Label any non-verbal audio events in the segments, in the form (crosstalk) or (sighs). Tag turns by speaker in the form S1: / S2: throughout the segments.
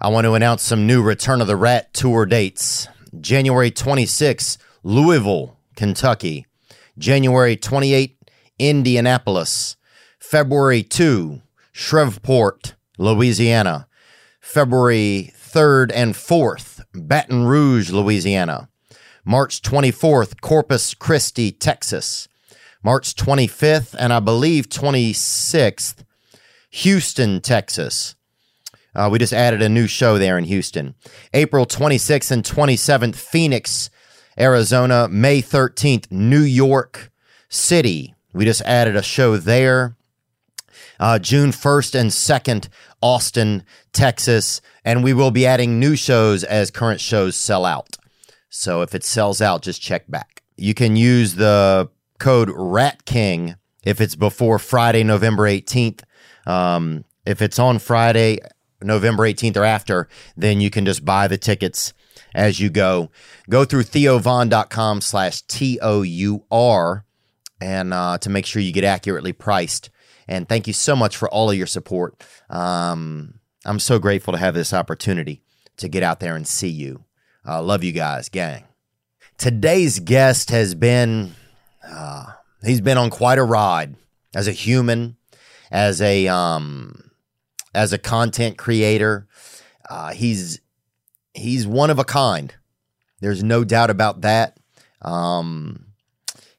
S1: I want to announce some new Return of the Rat tour dates. January 26, Louisville, Kentucky. January 28, Indianapolis. February 2, Shreveport, Louisiana. February 3rd and 4th, Baton Rouge, Louisiana. March 24th, Corpus Christi, Texas. March 25th and I believe 26th, Houston, Texas. Uh, we just added a new show there in Houston. April 26th and 27th, Phoenix, Arizona. May 13th, New York City. We just added a show there. Uh, June 1st and 2nd, Austin, Texas. And we will be adding new shows as current shows sell out. So if it sells out, just check back. You can use the code RATKING if it's before Friday, November 18th. Um, if it's on Friday, November 18th or after, then you can just buy the tickets as you go. Go through theovon.com slash T-O-U-R and uh, to make sure you get accurately priced. And thank you so much for all of your support. Um, I'm so grateful to have this opportunity to get out there and see you. Uh, love you guys, gang. Today's guest has been, uh, he's been on quite a ride as a human, as a, um, as a content creator. Uh, he's, he's one of a kind. There's no doubt about that. Um,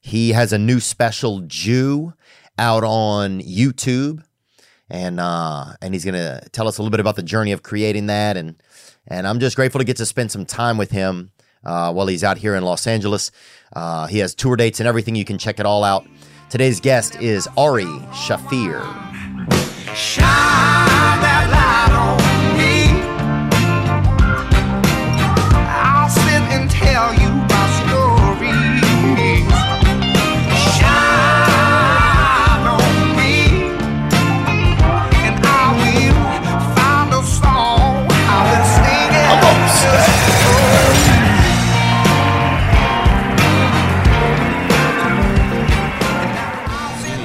S1: he has a new special Jew out on YouTube, and uh, and he's gonna tell us a little bit about the journey of creating that, and and I'm just grateful to get to spend some time with him uh, while he's out here in Los Angeles. Uh, he has tour dates and everything. You can check it all out. Today's guest is Ari Shafir.
S2: Shine that light on me. I'll sit and tell you my stories. Shine on me, and I will find a song. I will sing it.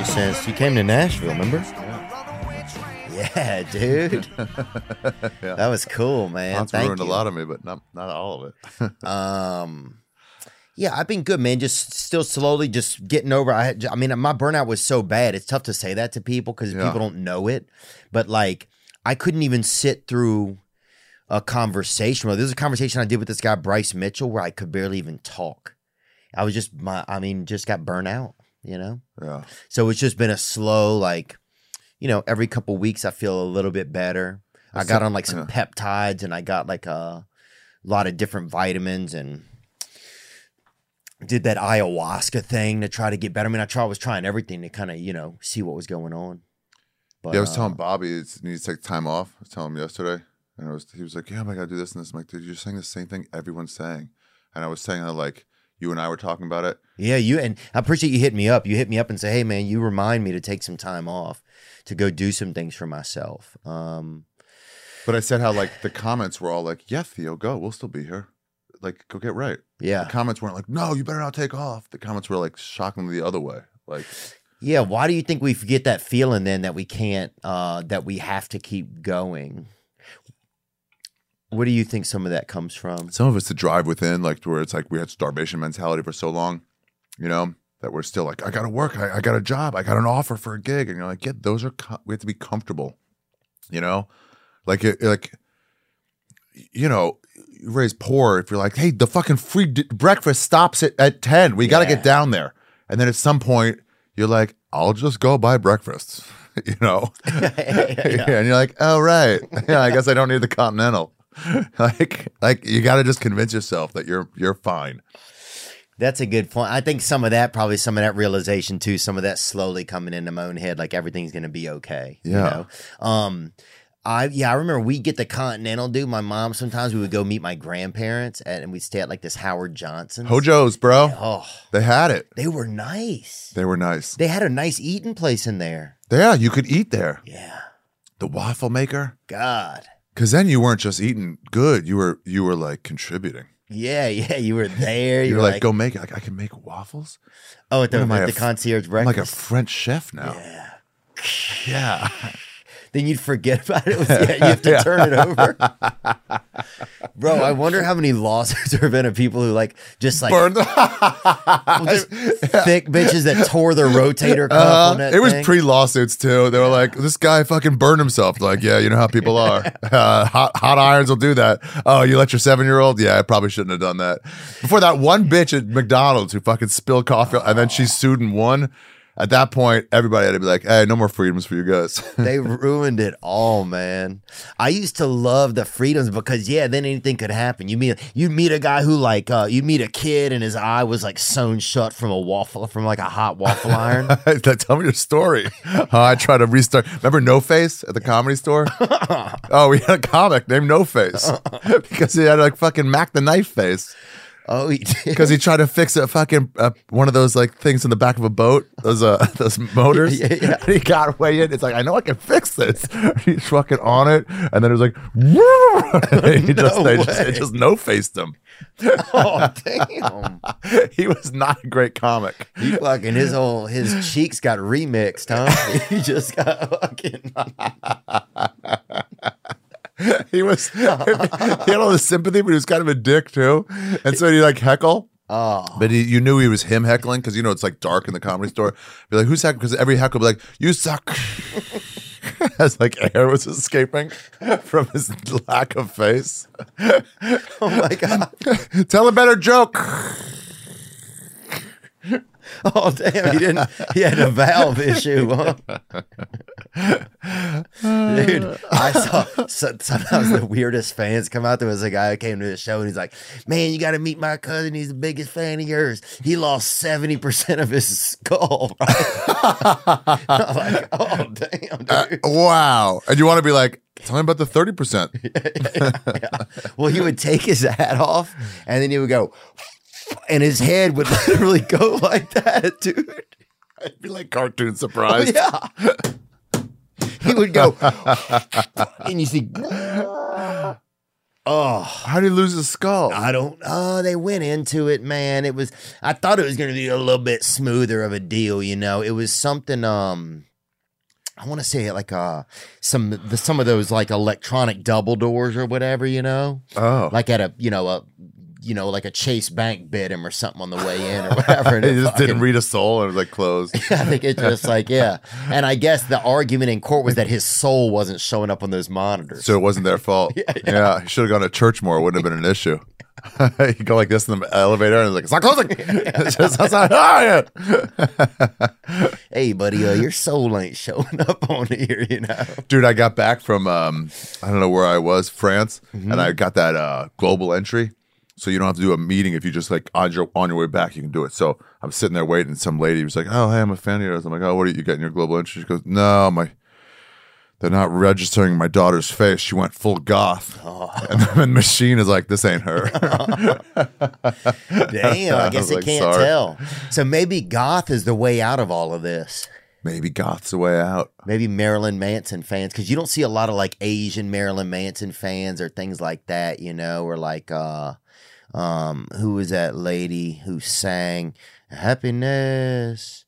S1: Since you came to Nashville, remember?
S2: Runaway train.
S1: Yeah,
S3: (laughs)
S1: dude. That was cool, man.
S3: That's
S1: Thank
S3: ruined
S1: you.
S3: a lot of me, but not not all of it.
S1: Um, yeah, I've been good, man. Just still slowly, just getting over. I, had- I mean, my burnout was so bad. It's tough to say that to people because
S3: Yeah.
S1: people don't know it. But like, I couldn't even sit through a conversation. Well, there's a conversation I did with this guy Bryce Mitchell where I could barely even talk. I was just my, I mean, just got burnt out. You know.
S3: yeah,
S1: So it's just been a slow, like, you know, every couple weeks I feel a little bit better. I got on like some
S3: Uh-huh.
S1: peptides and I got like a lot of different vitamins and did that ayahuasca thing to try to get better. I mean, I try, was trying everything to kind of, you know, see what was going on. But,
S3: yeah. I was
S1: uh,
S3: telling Bobby it's needs to take time off. I was telling him yesterday, and I was he was like, "Yeah, I gotta do this and this." I'm like, "Dude, you're saying the same thing everyone's saying," and I was saying that like you and I were talking about it.
S1: Yeah, you and I appreciate you hitting me up. You hit me up and say, "Hey, man, you remind me to take some time off to go do some things for myself." Um,
S3: But I said how like the comments were all like, "Yeah, Theo, go. We'll still be here. Like, go get right." The
S1: yeah,
S3: comments weren't like, "No, you better not take off." The comments were like shockingly the other way. Like,
S1: Yeah, why do you think we get that feeling then that we can't uh that we have to keep going? Where do you think some of that comes
S3: (laughs)
S1: from? (laughs)
S3: Um, some of it's the drive within, like where it's like we had starvation mentality for so long, you know, that we're still like, I got to work, I, I got a job, I got an offer for a gig, and you're like, yeah, those are co- we have to be comfortable, you know, like it, like, you know, you raise poor if you're like, hey, the fucking free d- breakfast stops at, at ten, we got to
S1: Yeah.
S3: get down there, and then at some point you're like, I'll just go buy breakfast, (laughs) you know,
S1: Yeah.
S3: (laughs) and you're like, oh right, (laughs) yeah, I guess I don't need the Continental. (laughs) like, like you got to just convince yourself that you're you're fine.
S1: That's a good point. I think some of that, probably some of that realization too, some of that slowly coming into my own head, like everything's gonna be okay.
S3: Yeah.
S1: You know? Um I yeah, I remember we get the Continental, dude. My mom sometimes we would go meet my grandparents at, and we'd stay at like this Howard Johnson.
S3: Hojo's, bro,
S1: Oh,
S3: they had it.
S1: they were nice.
S3: They were nice.
S1: They had a nice eating place in there.
S3: Yeah, you could eat there.
S1: Yeah.
S3: The waffle maker,
S1: God.
S3: because then you weren't just eating good. You were you were like contributing.
S1: Yeah, yeah, you were there.
S3: You
S1: You
S3: were
S1: were
S3: like, go make it. Like I can make waffles.
S1: oh, at the,
S3: what am I,
S1: at
S3: a
S1: the
S3: f-
S1: concierge
S3: I'm like a
S1: breakfast.
S3: French chef now.
S1: yeah.
S3: Yeah,
S1: then you'd forget about it. It (laughs) was- yeah, you have to turn it
S3: (laughs)
S1: over. Bro, I wonder how many lawsuits (laughs) there have been of people who like just like
S3: (laughs) Burn the- (laughs)
S1: thick bitches that tore their rotator cuff on that
S3: Uh-huh. it was
S1: thing.
S3: pre lawsuits too. They were like, "This guy fucking burned himself." Like, yeah, you know how people are. (laughs) Uh, hot hot irons will do that. Oh, you let your seven year old? Yeah, I probably shouldn't have done that. Before that one bitch at McDonald's who fucking spilled coffee, and then she sued and won. At that point, everybody had to be like, "Hey, no more freedoms for you guys." (laughs)
S1: they ruined it all, man. I used to love the freedoms because yeah, then anything could happen. You meet you meet a guy who like uh, you meet a kid and his eye was like sewn shut from a waffle from like a hot waffle iron.
S3: Tell me your story. Uh, I tried to restart. Remember No Face at the
S1: (laughs)
S3: comedy store? oh, we had a comic named No Face because he had like fucking Mac the Knife Face.
S1: oh, he
S3: (laughs)
S1: did.
S3: because he tried to fix a fucking uh, one of those like things in the back of a boat, those uh, (laughs) those motors.
S1: Yeah, yeah.
S3: And (laughs) he got way in. It's like I know I can fix this. (laughs) He's fucking on it, and then it was like, (laughs) and then
S1: (laughs)
S3: he just, they just,
S1: way.
S3: it just no faced him.
S1: (laughs)
S3: (laughs)
S1: oh damn.
S3: He was not a great comic.
S1: He fucking his whole his cheeks got remixed, (laughs) huh? He just got fucking
S3: He was (laughs) he had all the sympathy, but he was kind of a dick too. And so he like heckle.
S1: oh
S3: But he, you knew he was him heckling because you know it's like dark in the comedy store. Be like, who's heckling? Because every heckle would be like, you suck. (laughs) As like air was escaping (laughs) from his lack of face.
S1: oh my god.
S3: (laughs) Tell a better joke.
S1: (laughs) Oh damn, he didn't. He had a valve issue, huh? (laughs) Dude, I saw so- sometimes the weirdest fans come out. There was a guy who came to the show and he's like, "Man, you got to meet my cousin. He's the biggest fan of yours. He lost seventy percent of his skull." (laughs) I'm like, oh damn, dude.
S3: Uh, Wow. And you want to be like, tell me about the 30%.
S1: (laughs) Well, he would take his hat off and then he would go, and his head would (laughs) literally go like that, dude.
S3: (laughs) I'd be like (laughs) cartoon surprise.
S1: Yeah. he would
S3: (laughs)
S1: go, and you see, oh,
S3: How did he lose his skull?
S1: I don't. Oh, they went into it, man. It was. I thought it was going to be a little bit smoother of a deal, you know. It was something. Um, I want to say like uh some the, some of those like electronic double doors or whatever, you know
S3: (laughs) oh.
S1: like at a you know a you know like a Chase Bank bid him or something on the way in or whatever. And
S3: (laughs) he
S1: it
S3: just didn't
S1: fucking-
S3: read a soul and it was like
S1: (laughs)
S3: closed.
S1: I think it's just like yeah, and I guess the argument in court was that his soul wasn't showing up on those monitors.
S3: So it wasn't their fault. (laughs) yeah, he should have gone to church more. It wouldn't have been an issue. (laughs) you go like this in the elevator, and it's like it's not (laughs) closing. it's just outside. (laughs) Ah, yeah.
S1: hey, buddy, uh, your soul ain't showing (laughs) up on here, you know.
S3: Dude, I got back from um, I don't know where I was, France, and I got that uh, global entry. So you don't have to do a meeting if you just like on your on your way back, you can do it. So I'm sitting there waiting. and Some lady was like, "Oh, hey, I'm a fan of yours." I'm like, "Oh, what are you getting your global entry?" She goes, "No, my." They're not registering my daughter's face. She went full goth. (laughs) And the machine is like, this ain't (laughs) her.
S1: (laughs) Damn, I
S3: (laughs) I
S1: guess
S3: was
S1: it
S3: like,
S1: can't
S3: sorry.
S1: tell. So maybe goth is the way out of all of this.
S3: Maybe goth's the way out.
S1: Maybe Marilyn Manson fans, because you don't see a lot of like Asian Marilyn Manson fans or things like that, you know, or like uh um who was that lady who sang happiness?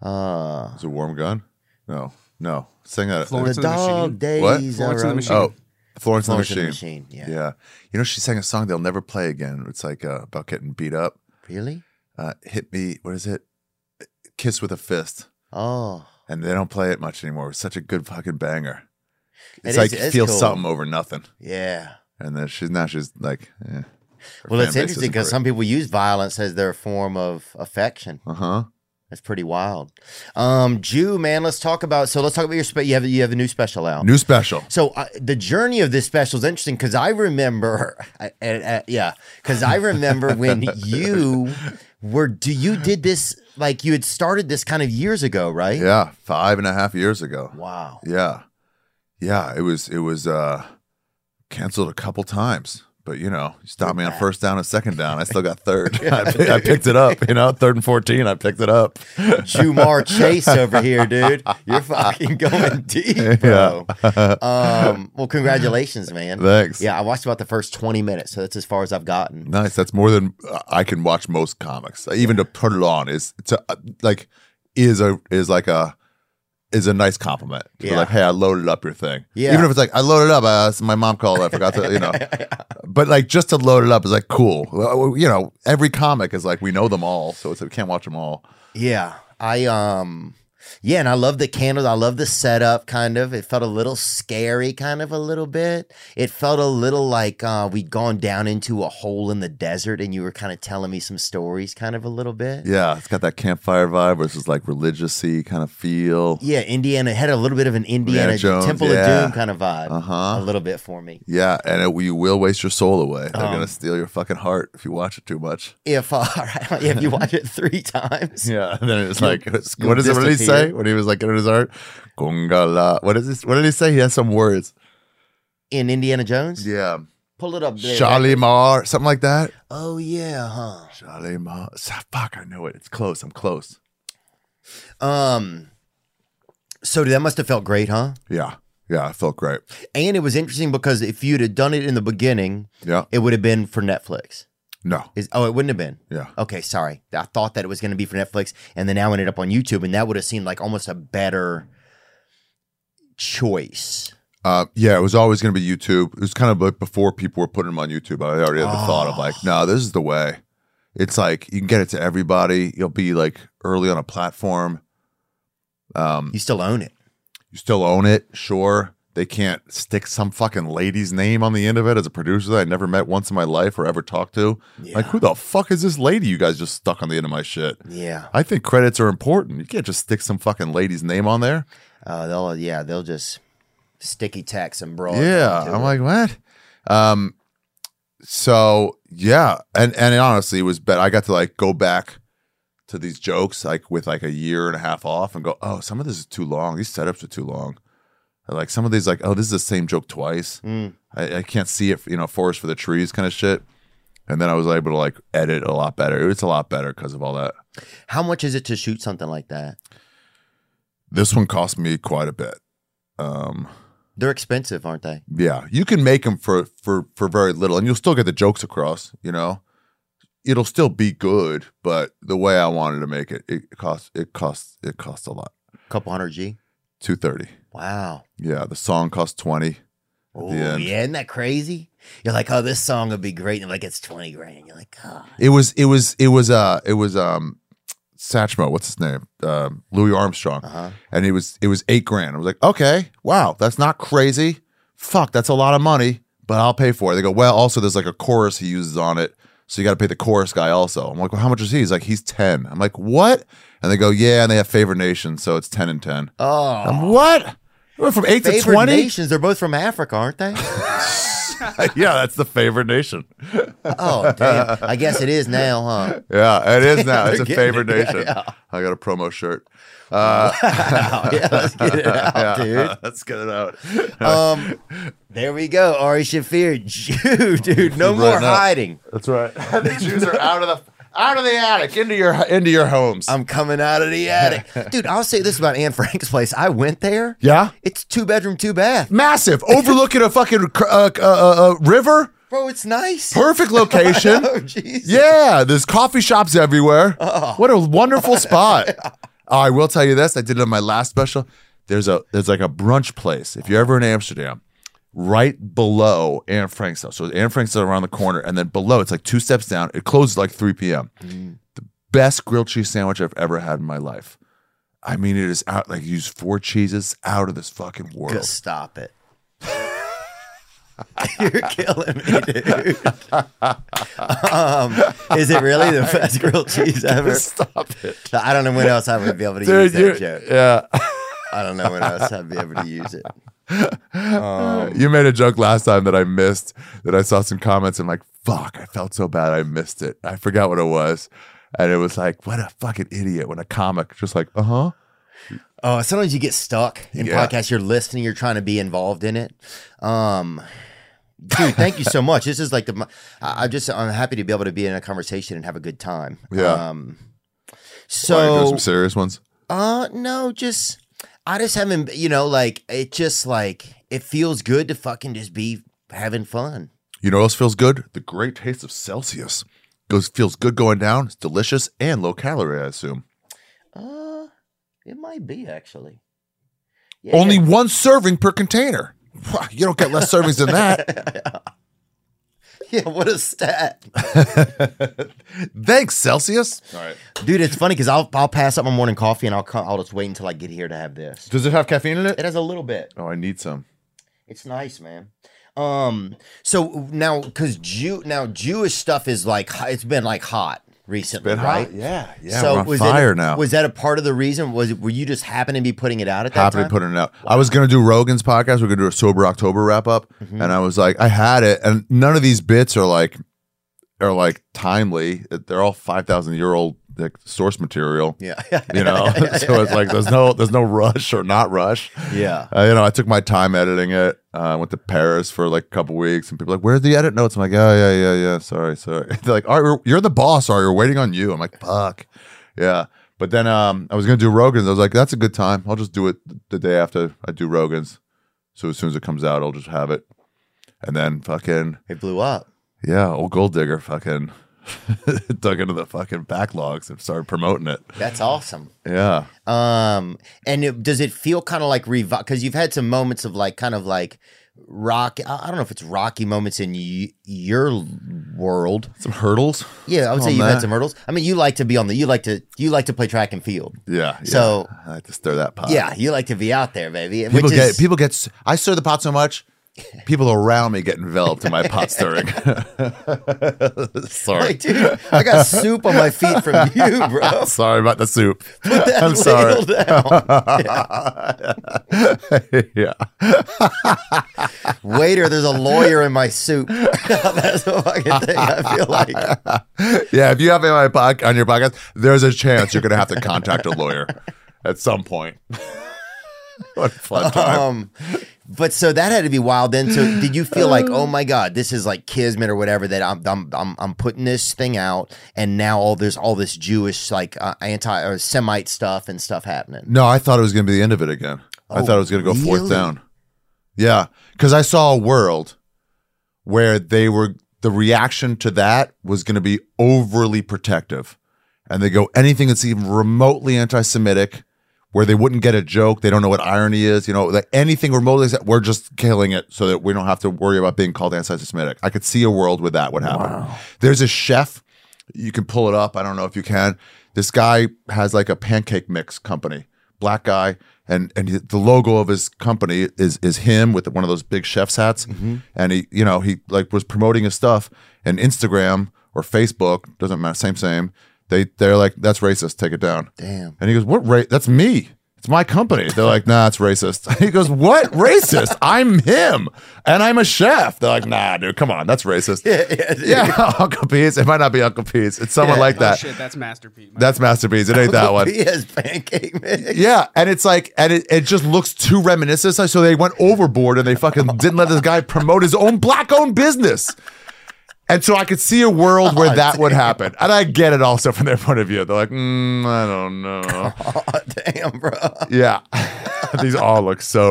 S1: Uh
S3: Is it Warm Gun? No, no. Sing that.
S1: the
S4: Florence and the
S1: dog
S4: Machine?
S1: days
S3: What?
S4: Florence
S1: are
S4: and the
S1: over.
S4: Machine.
S3: Oh, Florence,
S1: Florence
S3: and the Machine.
S1: Yeah.
S3: Yeah. you know she sang a song they'll never play again. It's like uh, about getting beat up.
S1: Really?
S3: Uh, hit me. What is it? Kiss with a fist.
S1: Oh.
S3: And they don't play it much anymore. It's such a good fucking banger.
S1: It
S3: It's
S1: is-
S3: like
S1: it is
S3: feel
S1: cool.
S3: something over nothing.
S1: Yeah.
S3: And then she's now she's like, eh. Her
S1: Well,
S3: fan
S1: it's
S3: base
S1: interesting
S3: isn't
S1: because
S3: great.
S1: some people use violence as their form of affection.
S3: uh-huh.
S1: That's pretty wild. Um, Jew, man, let's talk about. So let's talk about your. Spe- you have you have a new special out.
S3: New special.
S1: So uh, the journey of this special is interesting because I remember, (laughs) I, and, uh, yeah, because I remember
S3: (laughs)
S1: when you were do you did this like you had started this kind of years ago, right?
S3: Yeah, five and a half years ago.
S1: Wow.
S3: Yeah. Yeah, it was it was uh canceled a couple times. But you know, you stopped me on first down and second down. I still
S1: (laughs)
S3: got third. (laughs) I, pick- I picked it up, you know, third and 14, I picked it up.
S1: Jumar
S3: (laughs)
S1: Chase over here, dude. You're fucking going deep, bro. Um, well, congratulations, man.
S3: Thanks.
S1: Yeah, I watched about the first 20 minutes, so that's as far as I've gotten.
S3: Nice. That's more than uh, I can watch uh, most comics. Even to put it on is to uh, like is a is like a is a nice compliment. To be
S1: Yeah.
S3: like, hey, I loaded up your thing.
S1: Yeah.
S3: Even if it's like, I loaded up. Uh, my mom called. I forgot to,
S1: (laughs)
S3: you know. But like, just to load it up is like cool. Well, uh, You know, every comic is like we know them all, so it's we can't watch them all.
S1: Yeah. I um yeah, and I love the candles. I love the setup kind of. It felt a little scary kind of a little bit. It felt a little like uh we'd gone down into a hole in the desert and you were kind of telling me some stories kind of a little bit.
S3: Yeah, it's got that campfire vibe versus like religious-y kind of feel.
S1: Yeah, Indiana it had a little bit of an Indiana,
S3: Indiana Jones,
S1: Temple of
S3: yeah.
S1: Doom kind of vibe.
S3: Uh-huh.
S1: A little bit for me.
S3: Yeah, and it, you will waste your soul away. They're
S1: Um,
S3: gonna steal your fucking heart if you watch it too much.
S1: If uh, (laughs) all right, if
S3: (laughs)
S1: you watch it three (laughs) times.
S3: Yeah, and then it was like, it was-
S1: you'll
S3: what does the release say
S1: disappear.
S3: when he was like in his art? Gungala. What is this? What did he say? He has some words.
S1: In Indiana Jones?
S3: Yeah,
S1: Pull it up there.
S3: Shalimar, something like that.
S1: Oh yeah, huh.
S3: Shalimar. Sa- Fuck, I know it. It's close. I'm close.
S1: Um so that must have felt great, huh?
S3: Yeah, yeah. I felt great.
S1: And it was interesting because if you'd have done it in the beginning,
S3: Yeah.
S1: it would have been for Netflix.
S3: No.
S1: Is oh, it wouldn't have been.
S3: Yeah.
S1: Okay, sorry. I thought that it was going to be for Netflix, and then now ended up on YouTube, and that would have seemed like almost a better choice.
S3: Uh, yeah, it was always going to be YouTube. It was kind of like before people were putting them on YouTube. I already had the thought of like, no, this is the way. It's like you can get it to everybody. You'll be like early on a platform. Um,
S1: You still own it.
S3: you still own it, sure. They can't stick some fucking lady's name on the end of it as a producer that I never met once in my life or ever talked to. Like, who the fuck is this lady you guys just stuck on the end of my shit?
S1: Yeah.
S3: I think credits are important. You can't just stick some fucking lady's name on there.
S1: Uh, they'll yeah they'll just sticky tack some broad.
S3: yeah
S1: onto
S3: i'm
S1: it.
S3: like what um so yeah and and it honestly was better i got to like go back to these jokes like with like a year and a half off and go oh some of this is too long these setups are too long And, like some of these like oh this is the same joke twice
S1: Mm.
S3: I, I can't see it you know forest for the trees kind of shit and then i was able to like edit a lot better it's a lot better because of all that
S1: how much is it to shoot something like that?
S3: this one cost me quite a bit um
S1: They're expensive, aren't they?
S3: Yeah, you can make them for for for very little, and you'll still get the jokes across. You know, it'll still be good, but the way I wanted to make it, it cost it costs it costs a lot.
S1: couple hundred G.
S3: Two thirty.
S1: Wow.
S3: Yeah, the song cost twenty.
S1: Oh
S3: the end.
S1: yeah, isn't that crazy? You're like, oh, this song would be great, and like it's twenty grand. You're like, God.
S3: It was it was it was uh it was um Satchmo, what's his name? Um, Louis Armstrong,
S1: Uh-huh.
S3: and it was it was eight grand. I was like, okay, wow, that's not crazy. Fuck, that's a lot of money, but I'll pay for it. They go, well, also there's like a chorus he uses on it, so you got to pay the chorus guy also. I'm like, well, how much is he? He's like, he's ten. I'm like, what? And they go, yeah, and they have favorite nation, so it's ten and ten.
S1: Oh,
S3: I'm what? We went from eight to
S1: Favored
S3: twenty.
S1: nations. They're both from Africa, aren't they?
S3: (laughs) yeah, that's the favorite nation.
S1: Oh, damn. I guess it is now,
S3: (laughs)
S1: huh? (laughs)
S3: Yeah, it is now. It's a
S1: They're getting
S3: favorite
S1: it. (laughs) Yeah,
S3: nation.
S1: yeah.
S3: I got a promo shirt. Uh,
S1: (laughs) Wow. Yeah, let's get it out, Oh, dude.
S3: (laughs) Let's get it out.
S1: Um, there we go. Ari Shafir, (laughs) Jew, dude. No
S3: Right
S1: more
S3: now.
S1: hiding.
S3: That's right. (laughs) the Jews are out of the out of the attic into your into your homes.
S1: I'm coming out of the
S3: (laughs)
S1: attic, dude. I'll say this about Anne Frank's place. I went there.
S3: yeah,
S1: It's two bedroom, two bath,
S3: massive, overlooking a fucking cr- uh, uh, uh, uh, river.
S1: bro. It's nice.
S3: Perfect location.
S1: (laughs)
S3: (laughs)
S1: oh, Jesus.
S3: Yeah, there's coffee shops everywhere. What a (laughs) wonderful spot. I will tell you this, I did it on my last special. There's a there's like a brunch place. If you're ever in Amsterdam, right below Anne Frank's house. So Anne Frank's is around the corner, and then below it's like two steps down. It closes like 3 p.m. The best grilled cheese sandwich I've ever had in my life. I mean, it is out like use four cheeses out of this fucking world.
S1: Just stop it. (laughs) You're killing me, dude. um, is it really the best grilled cheese ever?
S3: (laughs) Stop it.
S1: I don't know when else I would be able to use
S3: Dude,
S1: that
S3: you,
S1: joke.
S3: yeah.
S1: I don't know when else I'd be able to use it.
S3: Uh, you made a joke last time that I missed that I saw some comments. I'm like, fuck, I felt so bad. I missed it. I forgot what it was. And it was like, what a fucking idiot when a comic just like, uh huh.
S1: Oh, sometimes you get stuck in
S3: Yeah.
S1: podcasts. You're listening. You're trying to be involved in it. Um, dude, thank you so much. This is like the. mo- I, I just I'm happy to be able to be in a conversation and have a good time.
S3: Yeah.
S1: Um,
S3: There's
S1: so
S3: some serious ones.
S1: Uh, no, just I just haven't. You know, like it just like it feels good to fucking just be having fun.
S3: You know what else feels good? The great taste of Celsius. Goes feels good going down. It's delicious and low calorie, I assume.
S1: Uh, it might be actually.
S3: Only one serving per container. Wow, You don't get less servings than (laughs) that.
S1: (laughs) Yeah, what a stat.
S3: Thanks, Celsius. All right.
S1: Dude, it's funny because I'll, I'll pass up my morning coffee and I'll, co- I'll just wait until I get here to have this.
S3: Does it have caffeine in
S1: It has a little bit.
S3: Oh, I need some.
S1: It's nice, man. Um, so now because Jew now Jewish stuff is like hi- it's been like hot recently,
S3: Been
S1: right?
S3: hot? Yeah, yeah.
S1: so
S3: we're on
S1: was
S3: fire
S1: that,
S3: now.
S1: Was that a part of the reason? Was it, were you just happen to be putting it out at that
S3: happy
S1: time?
S3: to put it out. I was gonna do Rogan's podcast. We're gonna do a sober October wrap up,
S1: Mm-hmm.
S3: and I was like, I had it, and none of these bits are like are like timely. They're all five thousand year old like, source material.
S1: yeah,
S3: (laughs) You
S1: (laughs)
S3: know, so it's like there's no there's no rush or not rush.
S1: yeah.
S3: Uh, you know, I took my time editing it. Uh, I went to Paris for like a couple weeks, and people are like, "Where's the edit notes?" I'm like, "Oh yeah, yeah, yeah. Sorry, sorry." (laughs) They're like, "All right, we're, you're the boss. Are you're waiting on you?" I'm like, "Fuck, yeah." But then um, I was gonna do Rogan's. I was like, "That's a good time. I'll just do it the day after I do Rogan's. So as soon as it comes out, I'll just have it." And then fucking
S1: It blew up.
S3: yeah, old gold digger fucking (laughs) dug into the fucking backlogs and started promoting it.
S1: That's awesome.
S3: Yeah,
S1: Um, and it, does it feel kind of like revive? Because you've had some moments of like kind of like rock. I I don't know if it's rocky moments in y- your world.
S3: some hurdles.
S1: Yeah, I would say
S3: On
S1: you've
S3: that.
S1: had some hurdles. I mean, you like to be on the. You like to. You like to play track and field.
S3: Yeah, yeah.
S1: So-
S3: I like to stir that pot.
S1: Yeah, you like to be out there, baby.
S3: Uh, People
S1: which
S3: get
S1: is,
S3: people get. s- I stir the pot so much, people around me get enveloped in my
S1: (laughs)
S3: pot stirring. (laughs) Sorry,
S1: (laughs)
S3: (laughs)
S1: Like, dude, I got soup on my feet from you, bro.
S3: sorry about the soup.
S1: That
S3: (laughs) I'm sorry.
S1: ladle down.
S3: yeah,
S1: Waiter, there's a lawyer in my soup. (laughs) That's the fucking thing. I feel like.
S3: yeah. If you have it on, my pod, on your podcast, there's a chance you're gonna have to contact a lawyer at some point. (laughs) what a fun time!
S1: Um, but so that had to be wild. Then, so did you feel like, oh my god, this is like kismet or whatever that I'm I'm I'm, I'm putting this thing out, and now all there's all this Jewish like uh, anti or Semite stuff and stuff happening.
S3: No, I thought it was going to be the end of it again. I
S1: Oh,
S3: thought it was going to go fourth
S1: really?
S3: down. Yeah, because I saw a world where they were the reaction to that was going to be overly protective, and they go anything that's even remotely anti-Semitic, where they wouldn't get a joke, they don't know what irony is, you know, like anything remotely, we're just killing it so that we don't have to worry about being called anti-Semitic. I could see a world where that would happen. There's a chef you can pull it up. I don't know if you can. This guy has like a pancake mix company, black guy, and and he- the logo of his company is is him with one of those big chef's hats, and he you know he like was promoting his stuff and Instagram or Facebook doesn't matter, same same. They they're like that's racist, take it down.
S1: Damn.
S3: And he goes, what race? That's me. It's my company. They're like, nah, it's racist. (laughs) He goes, what racist? I'm him, and I'm a chef. They're like, nah, dude, come on, that's racist.
S1: Yeah, yeah, dude. (laughs)
S3: (laughs) (laughs) Yeah, Uncle Pete's. It might not be Uncle Pete's. It's someone
S1: Yeah.
S3: like
S4: Oh
S3: that.
S4: shit, that's masterpiece.
S3: That's masterpiece. It ain't that one.
S1: He has pancake mix.
S3: Yeah, and it's like, and it, it just looks too reminiscent. So they went overboard and they
S4: (laughs)
S3: fucking didn't let this guy promote his own black-owned business. And so I could see a world where
S4: Oh,
S3: that would happen, and I get it also from their point of view. They're like, mm, I don't
S4: (laughs)
S3: know.
S1: Aw, damn, bro.
S3: Yeah, (laughs) these all look so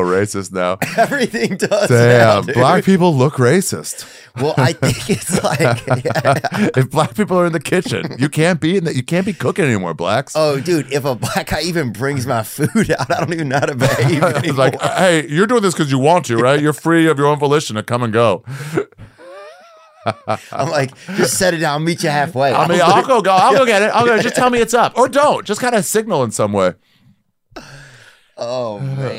S1: (laughs)
S3: racist now.
S1: Everything does. now,
S3: Damn,
S1: dude.
S3: black people look racist.
S1: Well, I think it's like, (laughs)
S3: if black people are in the kitchen, you can't be in that. You can't be cooking anymore, blacks.
S1: oh, dude, if a black guy even brings my food out, I don't even know how to
S3: (laughs)
S1: behave.
S3: (laughs) It's
S1: anymore.
S3: like, hey, you're doing this because you want to, right? You're free of your own volition to come and go.
S1: I'm like, just set it down. I'll meet you halfway.
S3: uh, I mean, I'll go, go, I'll go get it. I'll go. Just tell me it's up, or don't. Just kind of signal in some way.
S1: oh man,
S3: (laughs)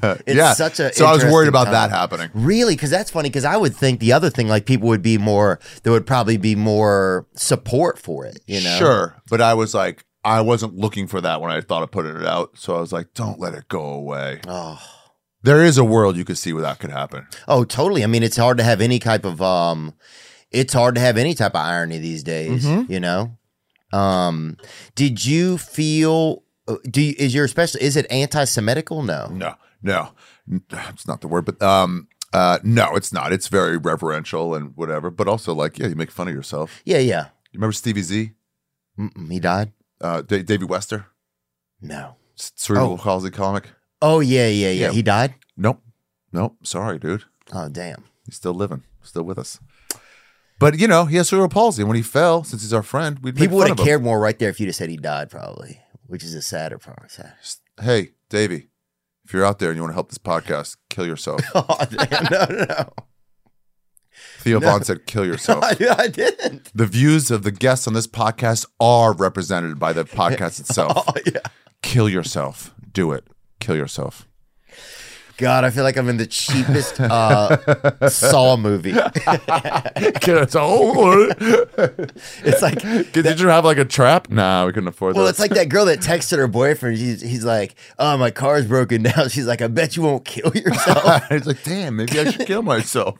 S1: dude, it's
S3: yeah.
S1: such a.
S3: so I was worried
S1: interesting
S3: about
S1: time.
S3: that happening.
S1: Really, because that's funny. Because I would think the other thing, like people would be more, there would probably be more support for it. You know,
S3: Sure, but I was like, I wasn't looking for that when I thought of putting it out. So I was like, don't let it go away.
S1: Oh,
S3: There is a world you could see where that could happen.
S1: oh, totally. I mean, it's hard to have any type of um, it's hard to have any type of irony these days.
S3: Mm-hmm.
S1: You know, um, did you feel? uh, Do you, is your special? Is it anti-Semitical? No.
S3: No, no, it's not the word, but um, uh, no, it's not. It's very reverential and whatever, but also like, yeah, you make fun of yourself.
S1: Yeah, yeah.
S3: You remember Stevie Z,
S1: Mm-mm, he died.
S3: uh, D- Davey Wester,
S1: No.
S3: c- cerebral
S1: Oh.
S3: palsy comic?
S1: Oh yeah, yeah, yeah.
S3: Yeah.
S1: He died.
S3: Nope, nope. Sorry, dude.
S1: Oh damn.
S3: He's still living, still with us. But you know, he has cerebral palsy, and when he fell, since he's our friend, we'd make
S1: People would
S3: fun
S1: have
S3: of him.
S1: cared more right there if you just said he died, probably, which is a sadder part. Sad.
S3: Hey, Davey, if If you're out there and you want to help this podcast, kill
S1: (laughs)
S3: yourself.
S1: (laughs) Oh, no, no,
S3: (laughs)
S1: no.
S3: Theo Vaughn said, kill
S1: (laughs)
S3: yourself.
S1: I, I didn't.
S3: the views of the guests on this podcast are represented by
S1: (laughs)
S3: the podcast itself.
S1: Oh, yeah.
S3: kill yourself. Do it. Kill (laughs) yourself.
S1: God, I feel like I'm in the cheapest uh, Saw movie.
S3: Get it over.
S1: It's like,
S3: Oh, Did you have like a trap? Nah, we couldn't afford
S1: well,
S3: that.
S1: it's
S3: (laughs)
S1: like that girl that texted her boyfriend. He's, he's like, oh, my car's broken down. She's like, I bet you won't kill yourself.
S3: (laughs) it's like, damn, maybe I should kill (laughs) myself.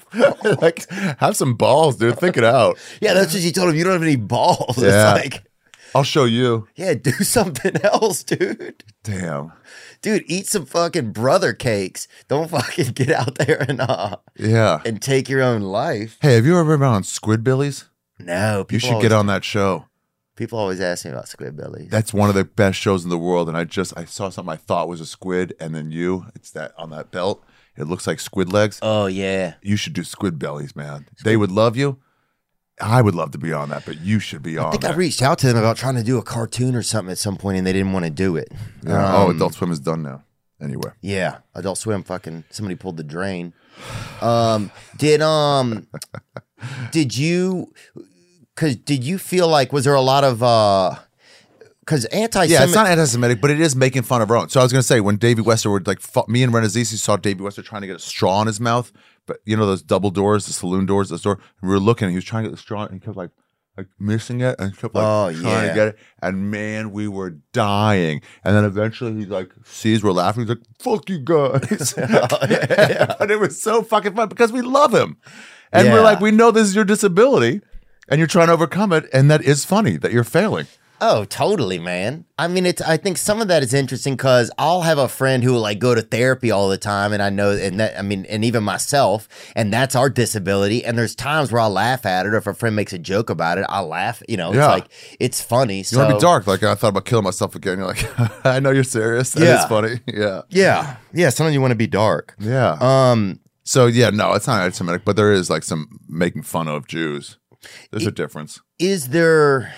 S3: like, have some balls, dude. Think it out.
S1: yeah, that's what she told him. You don't have any balls.
S3: Yeah.
S1: It's like,
S3: I'll show you.
S1: yeah, do something (laughs) else, dude.
S3: Damn.
S1: Dude, eat some fucking brother cakes. Don't fucking (laughs) get out there and uh
S3: Yeah.
S1: and take your own life.
S3: Hey, have you ever been on Squidbillies?
S1: No, people
S3: You should
S1: always,
S3: get on that show.
S1: People always ask me about Squidbillies.
S3: That's one of the best shows in the world. And I just I saw something I thought was a squid, and then you, it's that on that belt. It looks like squid legs.
S1: oh yeah.
S3: You should do squid bellies, man. They would love you. I would love to be on that, but you should be on.
S1: I think I
S3: that.
S1: reached out to them about trying to do a cartoon or something at some point, and they didn't want to do it.
S3: Yeah. oh,
S1: Um,
S3: Adult Swim is done now. Anyway,
S1: Yeah, Adult Swim. Fucking somebody pulled the drain. Um, did (laughs) um, did you? Cause did you feel like was there a lot of uh? Cause anti-Semitic.
S3: yeah, it's not anti-Semitic, but it is making fun of our own. So I was gonna say when Davey Wester would like fu- me and Renazizi saw Davey Wester trying to get a straw in his mouth, but you know those double doors, the saloon doors, the door. And we were looking, and he was trying to get the straw, and he kept like like missing it, and kept like
S1: Oh,
S3: trying
S1: yeah.
S3: to get it. And man, we were dying. And then eventually he like sees we're laughing, he's like, "Fuck
S1: (laughs)
S3: you guys," (laughs) and it was so fucking fun because we love him, and
S1: Yeah.
S3: we're like, we know this is your disability. And you're trying to overcome it, and that is funny that you're failing.
S1: Oh, totally, man. I mean, it's. I think some of that is interesting because I'll have a friend who will like go to therapy all the time, and I know, and that I mean, and even myself, and that's our disability. And there's times where I laugh at it, or if a friend makes a joke about it, I laugh. You know,
S3: Yeah.
S1: it's like it's funny.
S3: You
S1: so
S3: want to be dark? Like I thought about killing myself again. You're like, (laughs) I know you're serious. That is
S1: Yeah.
S3: funny. (laughs) Yeah,
S1: Yeah, yeah. Sometimes you want to be dark.
S3: yeah.
S1: Um,
S3: so yeah, no, it's not anti-Semitic, but there is like some making fun of Jews. There's a difference.
S1: is there?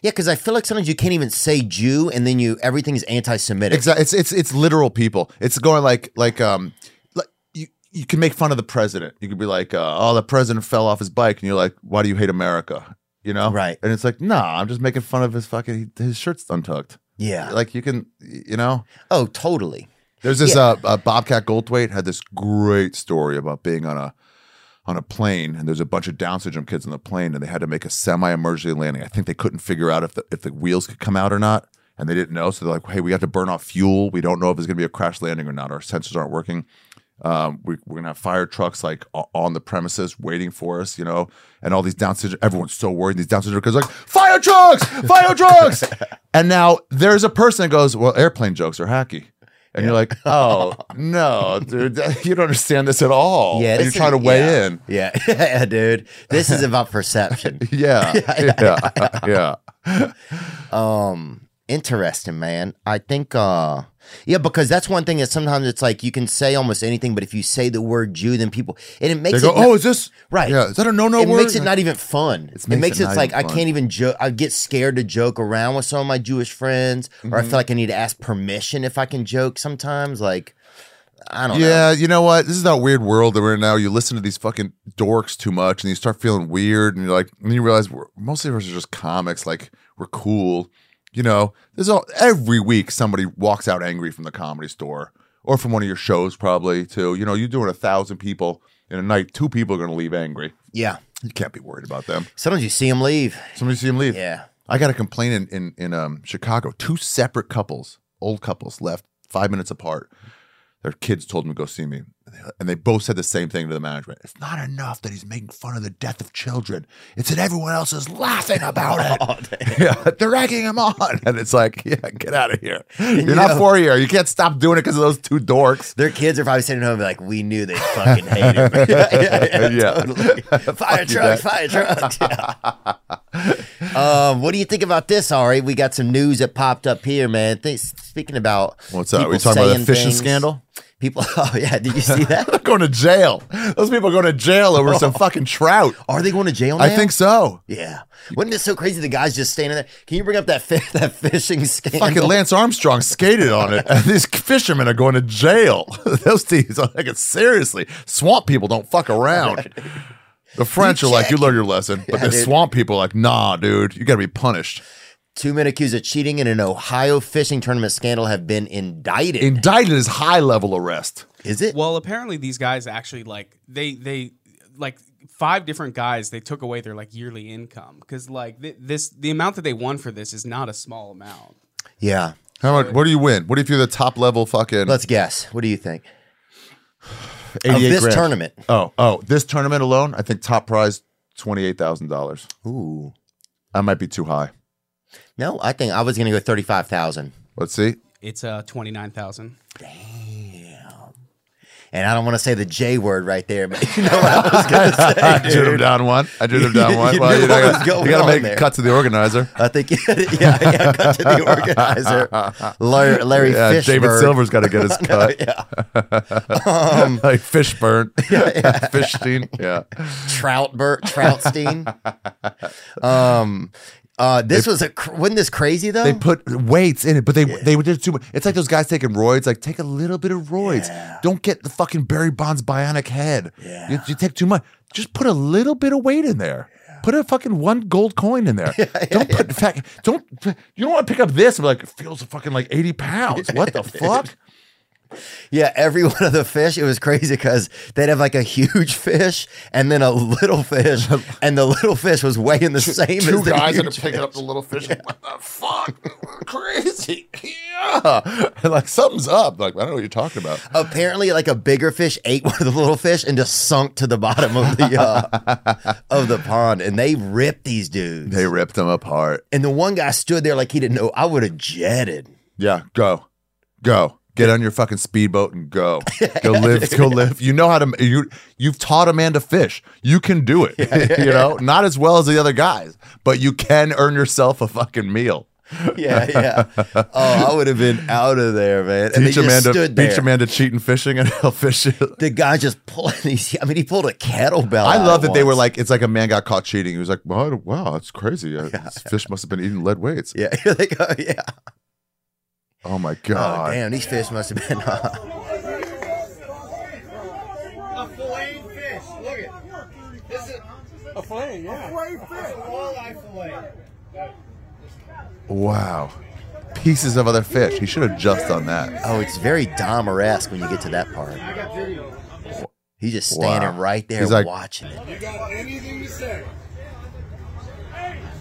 S1: Yeah, because I feel like sometimes you can't even say Jew, and then you everything's anti-Semitic.
S3: Exactly. It's it's it's literal people. It's going like like um like you you can make fun of the president. You could be like, uh, oh, the president fell off his bike, and you're like, why do you hate America? You know,
S1: Right.
S3: And it's like, nah, I'm just making fun of his fucking his shirt's untucked.
S1: Yeah.
S3: Like you can, you know.
S1: oh, totally.
S3: There's this
S1: Yeah.
S3: uh, uh, Bobcat Goldthwait had this great story about being on a on a plane, and there's a bunch of Down syndrome kids on the plane, and they had to make a semi-emergency landing. I think they couldn't figure out if the if the wheels could come out or not, and they didn't know. So they're like, "Hey, we have to burn off fuel. We don't know if there's going to be a crash landing or not. Our sensors aren't working." Um, we, we're gonna have fire trucks like o- on the premises waiting for us, you know, and all these down syndrome. Everyone's so worried. These down syndrome kids are like fire trucks,
S1: (laughs)
S3: fire trucks, and now there's a person that goes, "Well, airplane jokes are hacky," and you're like, "Oh no, dude, (laughs) you don't understand this at all."
S1: Yeah,
S3: Oh, and you're
S1: this
S3: trying to
S1: is-
S3: weigh
S1: yeah.
S3: in.
S1: Yeah, (laughs) yeah, dude. This is about perception. (laughs)
S3: Yeah, yeah, (laughs) yeah.
S1: Um, interesting, man. I think, uh, yeah, because that's one thing that sometimes it's like you can say almost anything, but if you say the word Jew, then people and it
S3: They
S1: makes
S3: go,
S1: it not-
S3: "Oh, is this
S1: Right.
S3: Yeah, is that a no-no
S1: it
S3: word?"
S1: makes it not even fun.
S3: It
S1: It
S3: makes
S1: makes,
S3: it
S1: it
S3: not
S1: like I
S3: even fun.
S1: can't even joke. I get scared to joke around with some of my Jewish friends, or I
S3: Mm-hmm.
S1: feel like I need to ask permission if I can joke sometimes. Like, I don't know.
S3: Yeah, you know what? This is that weird world that we're in now. You listen to these fucking dorks too much, and you start feeling weird, and you're like, and you realize we're, most of us are just comics. Like we're cool, you know. There's all every week somebody walks out angry from the comedy store or from one of your shows, probably too. You know, you're doing a thousand people in a night. Two people are gonna leave angry.
S1: Yeah.
S3: You can't be worried about them.
S1: Sometimes you see them leave.
S3: Somebody see them leave.
S1: Yeah.
S3: I got a complaint in in, in um, Chicago. Two separate couples, old couples, left five minutes apart. Their kids told them to go see me, And they- and they both said the same thing to the management. It's not enough that he's making fun of the death of children. It's that everyone else is laughing about it. (laughs) yeah, they're egging him on, and it's like, (laughs) yeah, get out of here. You're not
S1: know-
S3: for here. You can't stop doing it because of those two dorks. (laughs)
S1: Their kids are probably sitting at home like, we knew they fucking hated me. (laughs) yeah, yeah,
S3: (laughs) Yeah.
S1: totally. Fire
S3: you,
S1: trucks, fire trucks.
S3: (laughs)
S1: Yeah. um, what do you think about this, Ari? We got some news that popped up here, man. Think, speaking about
S3: What's that?
S1: people
S3: We talking about the
S1: saying
S3: fishing
S1: things.
S3: scandal?
S1: People, (laughs) oh yeah, did you see
S3: (laughs)
S1: that?
S3: going to jail. Those people are going to jail over some fucking trout.
S1: Are they going to jail now?
S3: I think so.
S1: Yeah. Wasn't it so crazy? The guy's just standing there. Can you bring up that fi- (laughs) that fishing scandal?
S3: Fucking Lance Armstrong skated on it. And these fishermen are going to jail. (laughs) Those dudes, are like, seriously, swamp people don't fuck around. The French are like, you learn your lesson. But
S1: Yeah,
S3: the
S1: dude.
S3: swamp people are like, nah, dude, you got to be punished.
S1: Two men accused of cheating in an Ohio fishing tournament scandal have been indicted.
S3: Indicted is high level arrest.
S1: Is it?
S4: Well, apparently these guys actually like they they like five different guys they took away their like yearly income because like th- this the amount that they won for this is not a small amount.
S1: yeah.
S3: How much? What do you win? What if you're the top level fucking
S1: Let's guess. What do you think?
S3: 88
S1: Of this
S3: grand?
S1: tournament.
S3: Oh, oh, this tournament alone, I think top prize twenty eight thousand dollars.
S1: Ooh.
S3: I might be too high.
S1: No, I think I was going to go 35,000.
S3: Let's see. (laughs)
S4: It's uh twenty nine thousand.
S1: And I don't want to say the J word right there, but you know what I was
S3: (laughs)
S1: going to say.
S3: I drew him down one. I drew him down
S1: (laughs) You-
S3: one.
S1: you
S3: well,
S1: knew
S3: you,
S1: what
S3: know,
S1: was
S3: you
S1: going
S3: gotta
S1: on
S3: make
S1: there.
S3: a cut to the organizer.
S1: I think, (laughs) yeah, yeah, cut to the organizer.
S3: (laughs)
S1: Larry, Larry
S3: Yeah,
S1: Fishburne.
S3: Uh, David Silver's got to get (laughs) his cut.
S1: Yeah.
S3: (laughs) like Fishburne, Um, yeah, (laughs) Fishstein, yeah.
S1: Troutbert, Troutstein. um, uh, this was a cr- wasn't this crazy though?
S3: They put weights in it, but they they would just too much. It's like those guys taking roids. Like take a little bit of roids. Don't get the fucking Barry Bonds bionic head.
S1: Yeah.
S3: You, you take too much. Just put a little bit of weight in there. Put a fucking one gold coin in (laughs) there. don't put in fact. Don't you don't want to pick up this? And be like it feels fucking like eighty pounds. What (laughs) the fuck?
S1: yeah, every (laughs) one of the fish. It was crazy because they'd have like a huge fish and then a little
S3: (laughs)
S1: fish, and the little fish was weighing the same. as the huge fish.
S3: up the little fish. like, What the fuck? Crazy. (laughs) Yeah. And like something's up. Like I don't know what you're talking about.
S1: Uh, Apparently, like a bigger fish ate (laughs) one of the little fish and just sunk to the bottom of the uh,
S3: (laughs)
S1: of the pond, and they ripped these dudes.
S3: They ripped them apart.
S1: and the one guy stood there like he didn't know. I would have jetted.
S3: Yeah, go, go, get on your fucking speedboat and
S1: (laughs)
S3: go, go live, go live. You know how to you you've taught a man to fish. You can do it. (laughs) you know, not as well as the other guys, but you can earn yourself a fucking meal. (laughs)
S1: Yeah, yeah. Oh, I would have been out of there, man. And
S3: Teach
S1: they
S3: a man
S1: just
S3: to
S1: stood there.
S3: teach a man to cheat and fishing, and (laughs) he'll fish it.
S1: the guy just pulling (laughs) these. I mean, he pulled a kettlebell.
S3: I
S1: out
S3: love that
S1: at
S3: they were
S1: once.
S3: like, it's like a man got caught cheating. He was like, wow, wow that's crazy. Uh, This fish must have been eating lead weights.
S1: yeah, (laughs) You're like, oh, yeah.
S3: Oh my
S1: Oh,
S3: god.
S1: damn, these fish must have been. (laughs)
S5: A filleted fish. Look at this is a fillet. Yeah, a fillet fish. A walleye fillet.
S3: wow. Pieces of other fish. He should have just done that.
S1: Oh, it's very Dahmer-esque when you get to that part.
S5: I got video.
S1: He's just
S3: Wow.
S1: standing right there
S3: He's like-
S1: watching it.
S5: You got anything to say?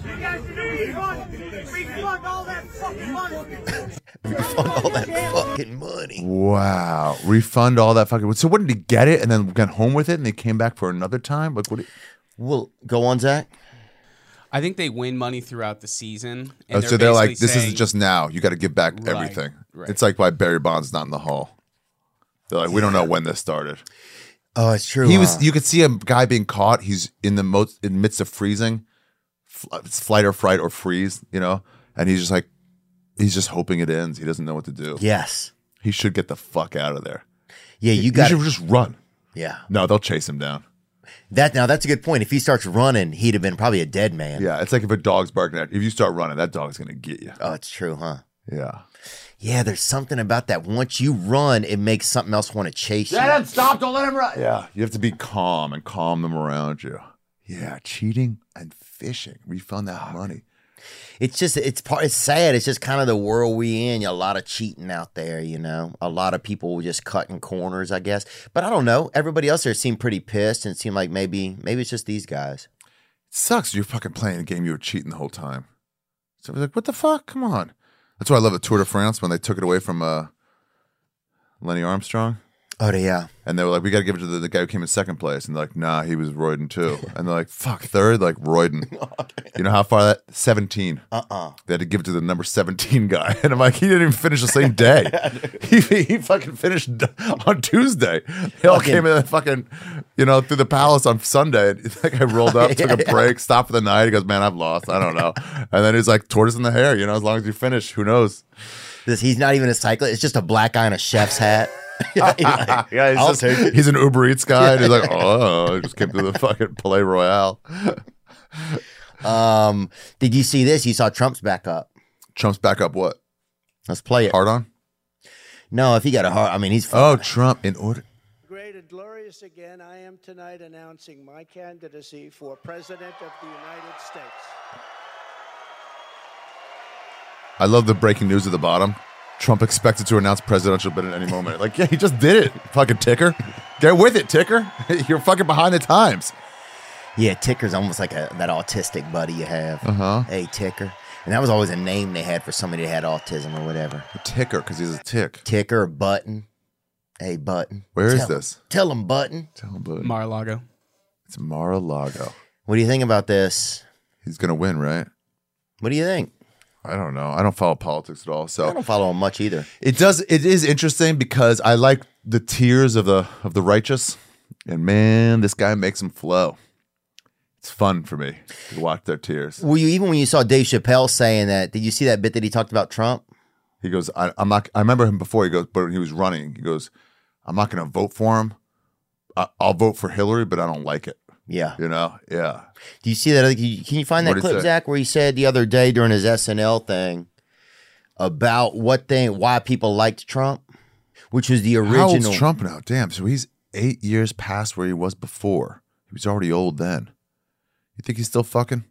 S6: You guys refund, refund all that fucking
S1: (laughs)
S6: money.
S1: Refund all that fucking money.
S3: Wow. Refund all that fucking. So, what did he get it and then went home with it and they came back for another time? Like, what? do you-
S1: Well, go on, Zach.
S4: I think they win money throughout the season. And
S3: Oh, so they're like,
S4: basically
S3: this
S4: saying-
S3: isn't just now. You got to give back
S4: Right,
S3: everything.
S4: right.
S3: It's like why Barry Bonds not in the hall. They're like, we don't know when this started.
S1: Oh, it's true.
S3: He
S1: huh?
S3: was. You could see a guy being caught. He's in the most in midst of freezing, Fl- it's flight or fright or freeze. You know, and he's just like, he's just hoping it ends. He doesn't know what to do.
S1: yes.
S3: He should get the fuck out of there.
S1: Yeah, you
S3: He
S1: got.
S3: should just run.
S1: Yeah.
S3: No, they'll chase him down.
S1: That now that's a good point. If he starts running, he'd have been probably a dead man.
S3: Yeah, it's like if a dog's barking at. If you start running, that dog's gonna get you.
S1: Oh, it's true, huh?
S3: Yeah.
S1: Yeah, there's something about that. Once you run, it makes something else want to chase you.
S3: Stop! Don't let him run. Yeah, you have to be calm and calm them around you. Yeah, cheating and fishing. Refund that money.
S1: It's just it's part. It's sad. It's just kind of the world we in. A lot of cheating out there. You know, a lot of people just cutting corners. I guess, but I don't know. Everybody else there seemed pretty pissed and seemed like maybe maybe it's just these guys.
S3: sucks. You're fucking playing a game you were cheating the whole time. So we're like, what the fuck? Come on. That's why I love the Tour de France when they took it away from uh, Lenny Armstrong.
S1: Oh yeah,
S3: And they were like, we got to give it to the, the guy who came in second place. And they're like, nah, he was Royden too. And they're like, fuck, third? Like, Royden. you know how far that? 17.
S1: uh uh
S3: They had to give it to the number 17 guy. (laughs) And I'm like, he didn't even finish the same day. (laughs) he, he fucking finished d- on Tuesday. They all
S1: Fucking-
S3: came in the fucking, you know, through the palace on Sunday. (laughs) And that guy rolled up, took a break, stopped for the night. He goes, man, I've lost. I don't know. And then he's like, tortoise in the hair, you know, as long as you finish, who knows?
S1: This he's not even a cyclist. It's just a black guy in a chef's hat. (laughs) yeah,
S3: (laughs) yeah, he's,
S1: I'll
S3: just-
S1: take it.
S3: he's an Uber Eats guy. and he's like, oh, I just came to the fucking Play Royale.
S1: Um, did you see this? You saw Trump's back up.
S3: Trump's back up what?
S1: Let's play it.
S3: Hard on?
S1: No, if he got a heart, I mean, he's.
S3: Oh, Trump in order.
S7: Great and glorious again, I am tonight announcing my candidacy for President of the United States.
S3: I love the breaking news at the bottom. Trump expected to announce presidential bid at any moment. Like, yeah, he just did it. Fucking ticker. Get with it, ticker. (laughs) You're fucking behind the times.
S1: Yeah, Ticker's almost like a, that autistic buddy you have.
S3: Uh-huh.
S1: Hey, Ticker. And that was always a name they had for somebody that had autism or whatever.
S3: Ticker, because he's a tick.
S1: Ticker or Button. Hey, Button.
S3: Where
S1: Where is
S3: is this?
S1: Tell him, Button.
S3: Tell him, bud.
S4: Mar-a-Lago.
S3: it's Mar-a-Lago.
S1: What do you think about this?
S3: He's gonna win, right?
S1: What do you think?
S3: I don't know. I don't follow politics at all, so
S1: I don't follow him much either.
S3: It does. It is interesting because I like the tears of the of the righteous, and man, this guy makes them flow. It's fun for me to watch their tears.
S1: Were you even when you saw Dave Chappelle saying that? Did you see that bit that he talked about Trump?
S3: He goes, I, "I'm not." I remember him before. He goes, but when he was running, he goes, "I'm not going to vote for him. I, I'll vote for Hillary, but I don't like it."
S1: Yeah.
S3: You know? Yeah.
S1: Do you see that? other- Can you, can you find that
S3: What'd he
S1: clip,
S3: say?
S1: Zach, where he said the other day during his SNL thing about what they why people liked Trump, which was the
S3: How
S1: original
S3: old's Trump now? Damn. So he's eight years past where he was before. He was already old then. You think he's still fucking?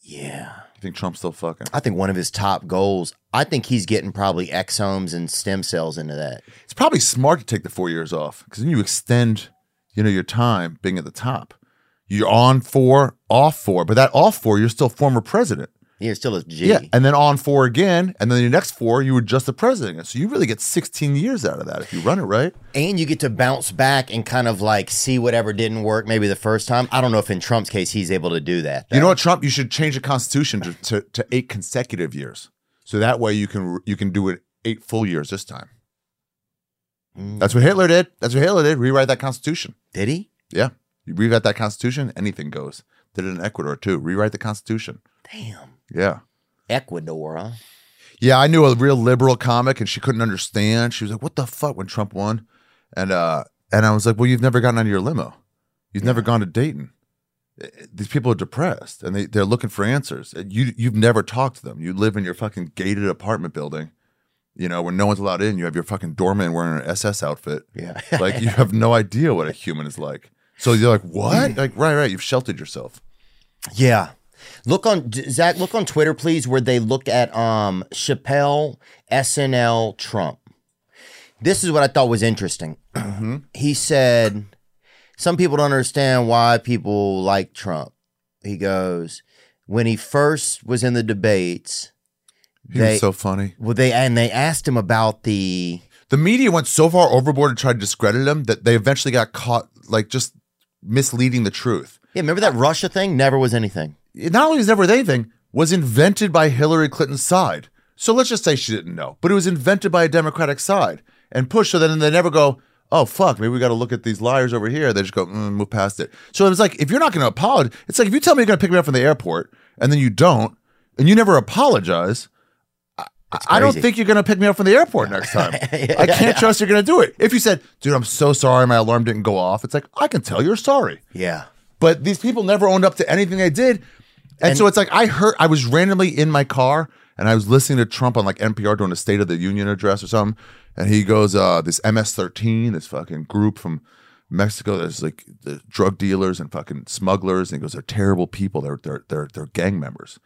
S1: Yeah.
S3: You think Trump's still fucking?
S1: I think one of his top goals. I think he's getting probably exomes and stem cells into that.
S3: it's probably smart to take the four years off because then you extend, you know, your time being at the top. You're on four, off four, but that off four, you're still former president.
S1: You're still a G.
S3: Yeah, and then on four again, and then your next four, you were just the president. So you really get 16 years out of that if you run it right.
S1: And you get to bounce back and kind of like see whatever didn't work maybe the first time. I don't know if in Trump's case he's able to do that.
S3: You know what, Trump? You should change the constitution to, to, to eight consecutive years, so that way you can you can do it eight full years this time. That's what Hitler did. That's what Hitler did. Rewrite that constitution.
S1: Mm, Did he?
S3: Yeah. You rewrite that constitution, anything goes. Did it in Ecuador too. Rewrite the constitution.
S1: Damn.
S3: Yeah.
S1: Ecuador, huh?
S3: Yeah, I knew a real liberal comic and she couldn't understand. She was like, What the fuck when Trump won? And uh and I was like, Well, you've never gotten out of your limo. You've never gone to Dayton. Eh, eh, These people are depressed and they, they're looking for answers. And you you've never talked to them. You live in your fucking gated apartment building, you know, where no one's allowed in. You have your fucking doorman wearing an SS outfit.
S1: Yeah.
S3: like you have no idea what a human is like. So you're like, What? Like, right, right, you've sheltered yourself.
S1: (laughs) Yeah. Look on Zach. Look on Twitter, please, where they look at um Chappelle, SNL, Trump. This is what I thought was interesting. (clears throat)
S3: Mm-hmm.
S1: He said, "Some people don't understand why people like Trump." He goes, "When he first was in the debates,
S3: He
S1: They-
S3: was so funny.
S1: well, they and they asked him about the
S3: The media went so far overboard to try to discredit him that they eventually got caught, like just misleading the truth.
S1: yeah, remember that Russia thing? Never was anything.
S3: It not only is never anything was invented by Hillary Clinton's side. So let's just say she didn't know, but it was invented by a Democratic side and pushed so then they never go, oh fuck, maybe we got to look at these liars over here. They just go, mm, move past it. So it was like if you're not going to apologize, it's like if you tell me you're going to pick me up from the airport and then you don't and you never apologize. I- I don't
S1: crazy.
S3: think you're going to pick me up from the airport next time. I can't trust you're going to do it. If you said, dude, I'm so sorry my alarm didn't go off, it's like, I can tell you're sorry.
S1: Yeah,
S3: But these people never owned up to anything they did. And, so it's like I heard I was randomly in my car and I was listening to Trump on like NPR doing a State of the Union address or something. And he goes, uh, this MS-13, this fucking group from Mexico, there's like the drug dealers and fucking smugglers. And he goes, they're terrible people. They're they're they're they're gang members,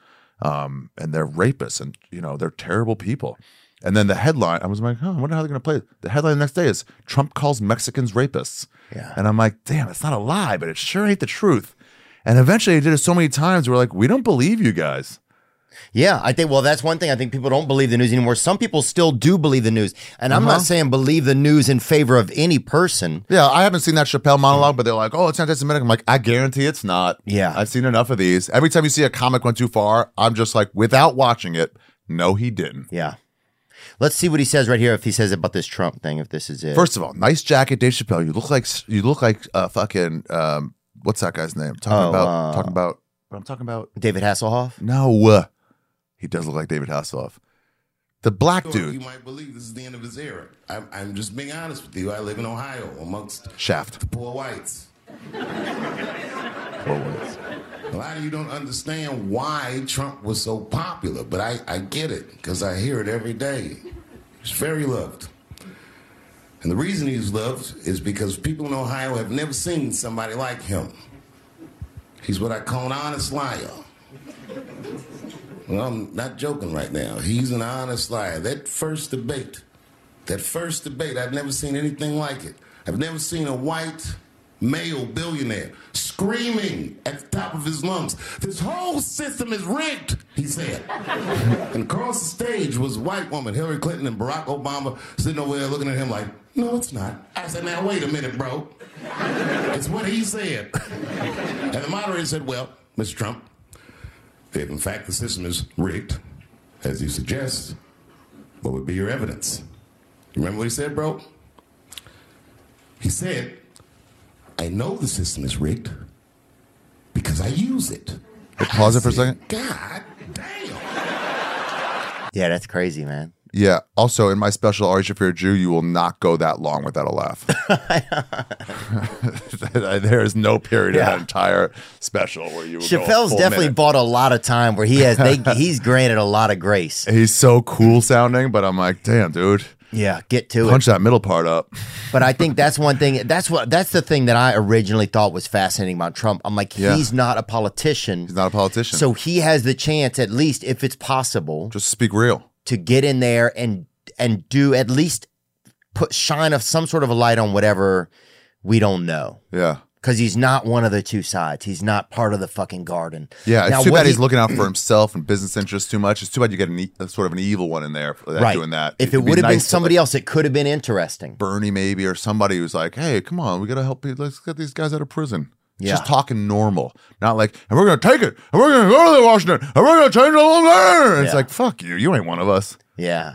S3: um, and they're rapists, and you know they're terrible people. And then the headline, I was like, huh, I wonder how they're gonna play. it. The headline the next day is Trump calls Mexicans rapists.
S1: Yeah.
S3: And I'm like, damn, it's not a lie, but it sure ain't the truth. And eventually they did it so many times, we're like, we don't believe you guys.
S1: Yeah, I think well that's one thing I think people don't believe the news anymore. Some people still do believe the news. And I'm not saying believe the news in favor of any person.
S3: Yeah, I haven't seen that Chappelle monologue, but they're like, "Oh, it's anti-Semitic." I'm like, I guarantee it's not.
S1: Yeah.
S3: I've seen enough of these. Every time you see a comic went too far, I'm just like, without watching it, no, he didn't.
S1: Yeah. Let's see what he says right here if he says about this Trump thing if this is it.
S3: First of all, nice jacket, Dave Chappelle. You look like you look like uh, fucking um, what's that guy's name? Talking
S1: Oh,
S3: about
S1: uh,
S3: talking about. But I'm talking about
S1: David Hasselhoff?
S3: no. He does look like David Hasselhoff. The black
S8: Sure, You
S3: dude,
S8: might believe this is the end of his era. I'm, I'm just being honest with you. I live in Ohio amongst
S3: Shaft.
S8: the poor whites.
S3: Poor whites.
S8: A lot of you don't understand why Trump was so popular, but I, I get it because I hear it every day. He's very loved. And the reason he's loved is because people in Ohio have never seen somebody like him. He's what I call an honest liar. Well, I'm not joking right now. He's an honest liar. That first debate, that first debate, I've never seen anything like it. I've never seen a white male billionaire screaming at the top of his lungs, This whole system is rigged, he said. and across the stage was a white woman, Hillary Clinton and Barack Obama, sitting over there looking at him like, No, it's not. I said, Now, wait a minute, bro. it's what he said. (laughs) and the moderator said, Well, Mr. Trump, that in fact the system is rigged, as you suggest, what would be your evidence? You remember what he said, bro? He said, I know the system is rigged because I use it.
S3: pause it for a
S8: said,
S3: second.
S8: God damn.
S1: Yeah, that's crazy, man.
S3: Yeah. Also, in my special Ari Shafir Jew, you will not go that long without
S1: (laughs)
S3: a laugh. (laughs) there is no period in
S1: Yeah.
S3: that entire special where you. will go a
S1: Chappelle's
S3: full
S1: definitely
S3: minute.
S1: bought a lot of time where he has (laughs) they he's granted a lot of grace.
S3: He's so cool sounding, but I'm like, damn, dude,
S1: Yeah, get to it.
S3: punch that middle part up.
S1: But I
S3: (laughs)
S1: think that's one thing. That's what. That's the thing that I originally thought was fascinating about Trump. I'm like,
S3: Yeah.
S1: he's not a politician.
S3: He's not a politician.
S1: so he has the chance, at least if it's possible,
S3: just speak real.
S1: to get in there and and do at least put shine of some sort of a light on whatever we don't know.
S3: Yeah.
S1: Because he's not one of the two sides. He's not part of the fucking garden.
S3: Yeah, it's
S1: Now,
S3: too
S1: what
S3: bad
S1: he-
S3: he's looking out for himself and business interests too much. It's too bad you get an e- a sort of an evil one in there for that,
S1: right.
S3: doing that.
S1: If it
S3: It'd be
S1: would have been
S3: nice to,
S1: somebody
S3: like,
S1: else, it could have been interesting.
S3: Bernie maybe, or somebody who's like, "Hey, come on, we gotta help. you. Let's get these guys out of prison." It's
S1: Yeah.
S3: Just talking normal, not like, "And we're gonna take it, and we're gonna go to Washington, and we're gonna change the whole thing." It's
S1: Yeah.
S3: like, "Fuck you, you ain't one of us."
S1: Yeah.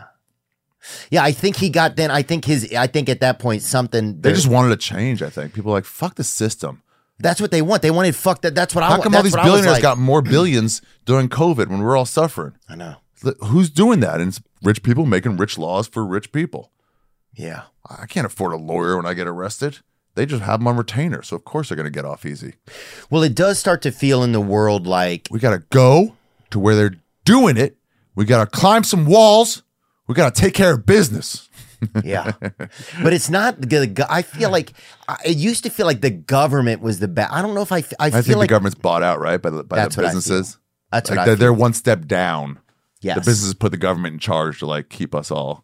S1: Yeah, I think he got then. I think his. I think at that point something.
S3: They just wanted to change. I think people are like, "Fuck the system."
S1: That's what they want. They wanted fuck that. That's what I.
S3: How
S1: wa-
S3: come all
S1: that's
S3: these
S1: what I was
S3: billionaires
S1: like.
S3: got more billions during COVID when we're all suffering?
S1: I know.
S3: Look, Who's doing that? And it's rich people making rich laws for rich people.
S1: Yeah.
S3: I can't afford a lawyer when I get arrested. They just have them on retainer, so of course they're going to get off easy.
S1: Well, it does start to feel in the world like
S3: We got to go to where they're doing it. We got to climb some walls. We got to take care of business. (laughs)
S1: yeah, but it's not the. go- I feel like I, it used to feel like the government was the bad. I don't know if I. f- I
S3: I think
S1: feel like
S3: the government's bought out, right? By the, by
S1: That's
S3: the
S1: what I feel.
S3: businesses.
S1: that's
S3: Like
S1: what I.
S3: they're,
S1: Feel.
S3: they're one step down.
S1: Yes,
S3: The businesses put the government in charge to like keep us all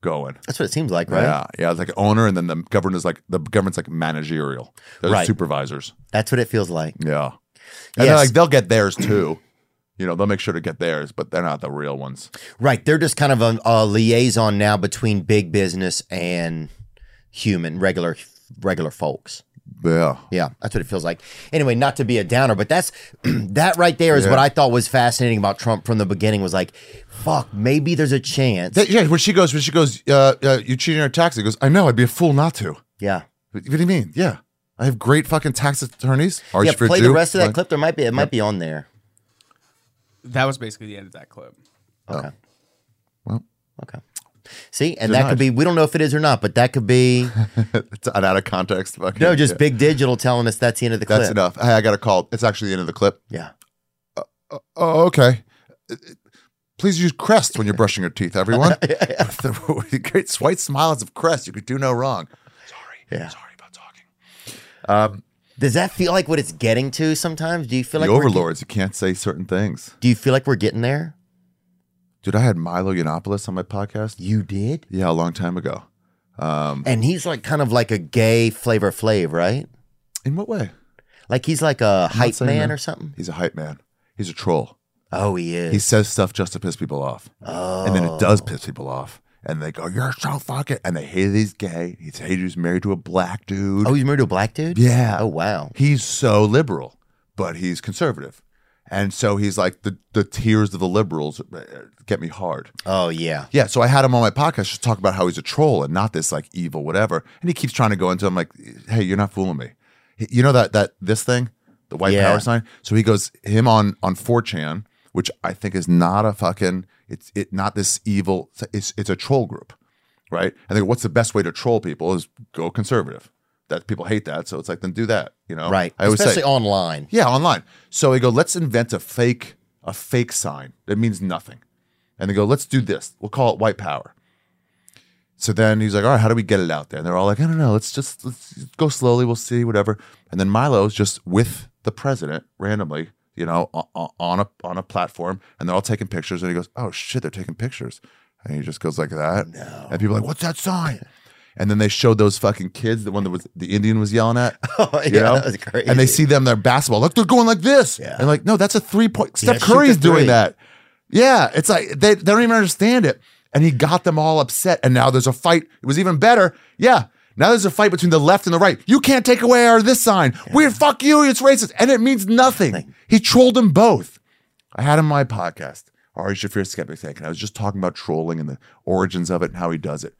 S3: going.
S1: That's what it seems like, right?
S3: Yeah, yeah. It's like owner, and then the government is like the government's like managerial. They're the
S1: Right.
S3: supervisors.
S1: That's what it feels like.
S3: Yeah, and they're
S1: Yes.
S3: like they'll get theirs too. You know, they'll make sure to get theirs, but they're not the real ones.
S1: Right. They're just kind of a, a liaison now between big business and human regular regular folks.
S3: Yeah.
S1: Yeah, that's what it feels like. Anyway, not to be a downer, but that's (clears throat) that right there is
S3: Yeah.
S1: what I thought was fascinating about Trump from the beginning was like, fuck, maybe there's a chance.
S3: That- yeah, when she goes, when she goes, uh, uh, you cheated on your taxes. He goes, I know, I'd be a fool not to.
S1: yeah.
S3: What do you mean? Yeah, I have great fucking tax attorneys. Are
S1: Yeah, play the rest of that clip. There might be it might be on there.
S4: That was basically the end of that clip.
S1: Okay.
S3: Oh. Well.
S1: Okay. See, and
S3: They're
S1: that could be we don't know if it is or not, but that could
S3: (laughs)
S1: be
S3: it's an out of context. Fucking,
S1: no, just
S3: yeah.
S1: big digital telling us that's the end of the clip.
S3: That's enough. Hey, I got a call. It's actually the end of the clip. (laughs)
S1: Yeah.
S3: Oh, okay. Please use Crest when you're brushing your
S1: (laughs)
S3: teeth, everyone. (laughs) With great white smiles of Crest, you could do no wrong. Sorry,
S1: Yeah.
S3: sorry about talking.
S1: Does that feel like what it's getting to sometimes? Do you feel like
S3: the
S1: we're get-
S3: overlords, you can't say certain things.
S1: do you feel like we're getting there?
S3: Dude, I had Milo Yiannopoulos on my podcast.
S1: You did?
S3: Yeah, a long time ago.
S1: And he's like kind of like a gay flavor flav, right?
S3: In what way?
S1: Like he's like a hype
S3: saying
S1: man
S3: that.
S1: or something.
S3: He's a hype man. He's a troll.
S1: Oh, he is.
S3: He says stuff just to piss people off. And then it does piss people off. And they go, You're so fucking. And they hate that he's gay. He's hated he's married to a black dude.
S1: oh, he's married to a black dude.
S3: yeah.
S1: Oh wow.
S3: He's so liberal, but he's conservative. And so he's like, The, the tears of the liberals uh, get me hard.
S1: Oh yeah.
S3: Yeah, so I had him on my podcast just talk about how he's a troll and not this like evil whatever. And he keeps trying to go into him like, "Hey, you're not fooling me." He- You know that that this thing, the white
S1: Yeah.
S3: power sign. So he goes him on on 4chan, which I think is not a fucking It's it not this evil. It's it's a troll group, right? I think what's the best way to troll people is go conservative. That people hate that, so it's like then do that. You know,
S1: right?
S3: I always
S1: Especially
S3: say,
S1: online. (laughs)
S3: yeah, online. So they go, let's invent a fake a fake sign that means nothing. And they go, let's do this. We'll call it white power. So then he's like, all right, how do we get it out there? And they're all like, I don't know. Let's just let's just go slowly. We'll see, whatever. And then Milo's just with the president randomly, you know, o- o- on a on a platform, and they're all taking pictures. And he goes, oh shit, they're taking pictures. And he just goes like that. No. And people are like, what's that sign? And then they showed those fucking kids, the one that was the Indian was yelling at.
S1: Oh,
S3: you
S1: (laughs) yeah,
S3: know?
S1: that was crazy.
S3: And they see them their basketball. Look, they're going like this.
S1: Yeah.
S3: And like, no, that's a three point. Steph
S1: shoot the
S3: Curry's
S1: three.
S3: doing that. Yeah, it's like they, they don't even understand it. And he got them all upset. And now there's a fight. It was even better. Yeah. Now there's a fight between the left and the right. You can't take away our this sign. We're fuck you. It's racist. And it means nothing. He trolled them both. I had him on my podcast, Ari Shafir Skeptic Tank, and I was just talking about trolling and the origins of it and how he does it.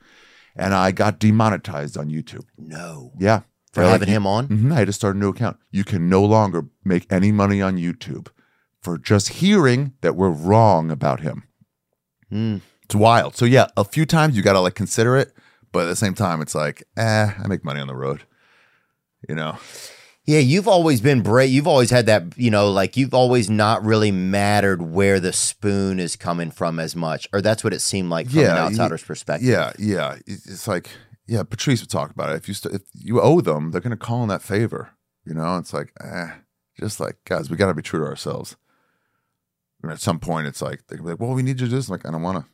S3: And I got demonetized on YouTube.
S1: No,
S3: Yeah.
S1: for
S3: They're like,
S1: having him on.
S3: hmm I had to start a new account. You can no longer make any money on YouTube for just hearing that we're wrong about him. "Mm-hmm."
S1: Hmm.
S3: It's wild. So yeah, a few times you gotta like consider it, but at the same time, it's like, eh, I make money on the road. You know?
S1: Yeah, you've always been brave. You've always had that, you know, like you've always not really mattered where the spoon is coming from as much, or that's what it seemed like from an
S3: Yeah,
S1: outsider's perspective.
S3: Uh, Yeah, yeah. It's it's like, yeah. Patrice would talk about it. If you st- if you owe them, they're gonna call in that favor. You know, it's like, eh, just like guys, we gotta be true to ourselves. And at some point, it's like they're gonna be like, well, we need you to do this. I'm like, I don't wanna.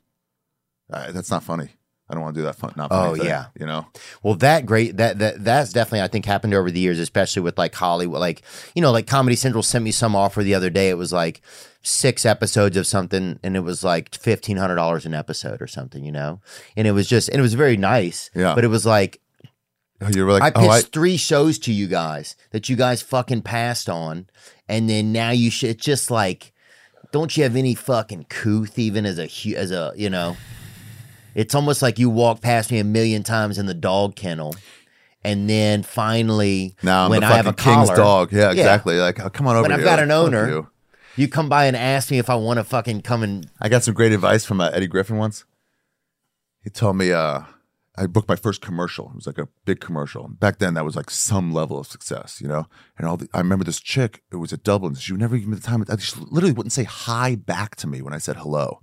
S3: Uh, that's not funny. I don't want to do that fun. Not funny
S1: Oh,
S3: thing,
S1: yeah.
S3: You know.
S1: Well, that great that that that's definitely I think happened over the years, especially with like Hollywood, like you know, like Comedy Central sent me some offer the other day. It was like six episodes of something, and it was like fifteen hundred dollars an episode or something, you know. And it was just, and it was very nice,
S3: Yeah.
S1: But it was like
S3: You're like,
S1: I pitched
S3: oh, I,
S1: three shows to you guys that you guys fucking passed on, and then now you should it's just like, don't you have any fucking couth even as a hu- as a you know? It's almost like you walk past me a million times in the dog kennel, and then finally,
S3: now I'm
S1: when
S3: the
S1: I have a
S3: fucking king's
S1: collar,
S3: dog. Yeah, exactly. Like, oh, come on over.
S1: When I've
S3: here.
S1: got an
S3: Fuck
S1: owner.
S3: you.
S1: you come by and ask me if I want to fucking come and
S3: I got some great advice from uh, Eddie Griffin once. He told me uh, I booked my first commercial. It was like a big commercial. Back then, that was like some level of success, you know. And all the, I remember this chick. It was at Dublin. She would never give me the time. I just literally wouldn't say hi back to me when I said hello.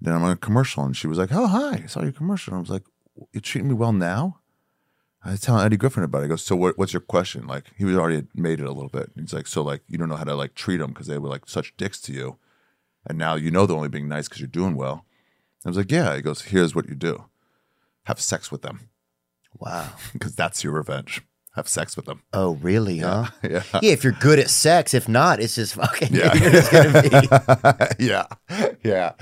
S3: Then I'm on a commercial, and she was like, "Oh, hi! I saw your commercial." And I was like, "You're treating me well now." I was telling Eddie Griffin about it. I go, "So what, what's your question?" Like he was already made it a little bit. He's like, "So like you don't know how to like treat them because they were like such dicks to you." And now you know they're only being nice because you're doing well. I was like, yeah. He goes, here's what you do have sex with them (laughs)
S1: wow,
S3: because that's your revenge. Have sex with them.
S1: oh really, huh?
S3: (laughs) Yeah.
S1: Yeah, if you're good at sex, if not, it's just (laughs) fucking.
S3: Yeah.
S1: you're just gonna be.
S3: (laughs) yeah. Yeah.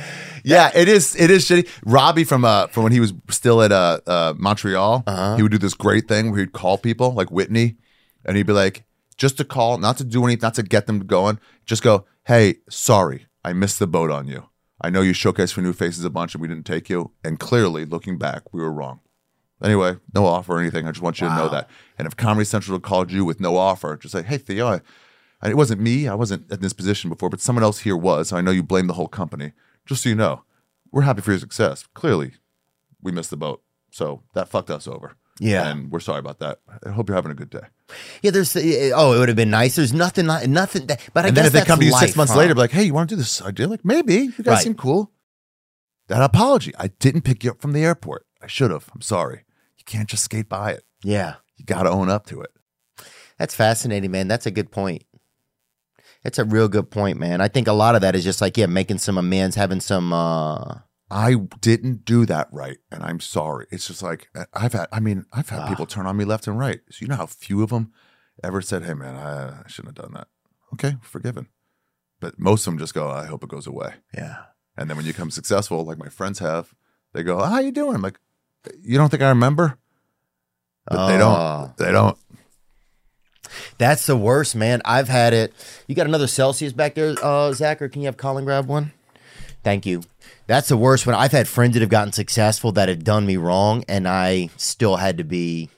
S3: Yeah. It is, it is shitty. Robbie from, uh, from when he was still at, uh, uh Montreal,
S1: Uh-huh.
S3: he would do this great thing where he'd call people like Whitney and he'd be like, just to call, not to do anything, not to get them going, just go, hey, sorry, I missed the boat on you. I know you showcased for new faces a bunch and we didn't take you. And clearly, looking back, we were wrong. Anyway, no offer or anything. I just want you to know that. And if Comedy Central had called you with no offer, just say, hey, Theo, I, I, it wasn't me. I wasn't in this position before, but someone else here was. So I know you blame the whole company. Just so you know, we're happy for your success. Clearly, we missed the boat. So that fucked us over.
S1: Yeah.
S3: And we're sorry about that. I hope you're having a good day.
S1: Yeah, there's eh, oh, it would have been nice. There's nothing, like- nothing. That, but I
S3: and
S1: guess
S3: then if they
S1: that's
S3: come to you
S1: life,
S3: six months
S1: huh?
S3: later, be like, hey, you want to do this idea? Like, maybe. You guys
S1: Right.
S3: seem cool. That apology. I didn't pick you up from the airport. I should have. I'm sorry. You can't just skate by it.
S1: yeah,
S3: You got to own up to it.
S1: that's fascinating, man. That's a good point. That's a real good point, man. I think a lot of that is just like yeah, making some amends, having some. uh
S3: I didn't do that right, and I'm sorry. It's just like uh, I've had. I mean, I've had people turn on me left and right. So you know how few of them ever said, "Hey, man, I, I shouldn't have done that." Okay, forgiven. But most of them just go, "I hope it goes away."
S1: Yeah,
S3: And then when you become successful, like my friends have, they go, "How you doing?" I'm like, "You don't think I remember?" But they
S1: Oh.
S3: don't. They don't.
S1: that's the worst, man. I've had it. You got another Celsius back there, uh, Zach, or can you have Colin grab one? Thank you. That's the worst one. I've had friends that have gotten successful that had done me wrong, and I still had to be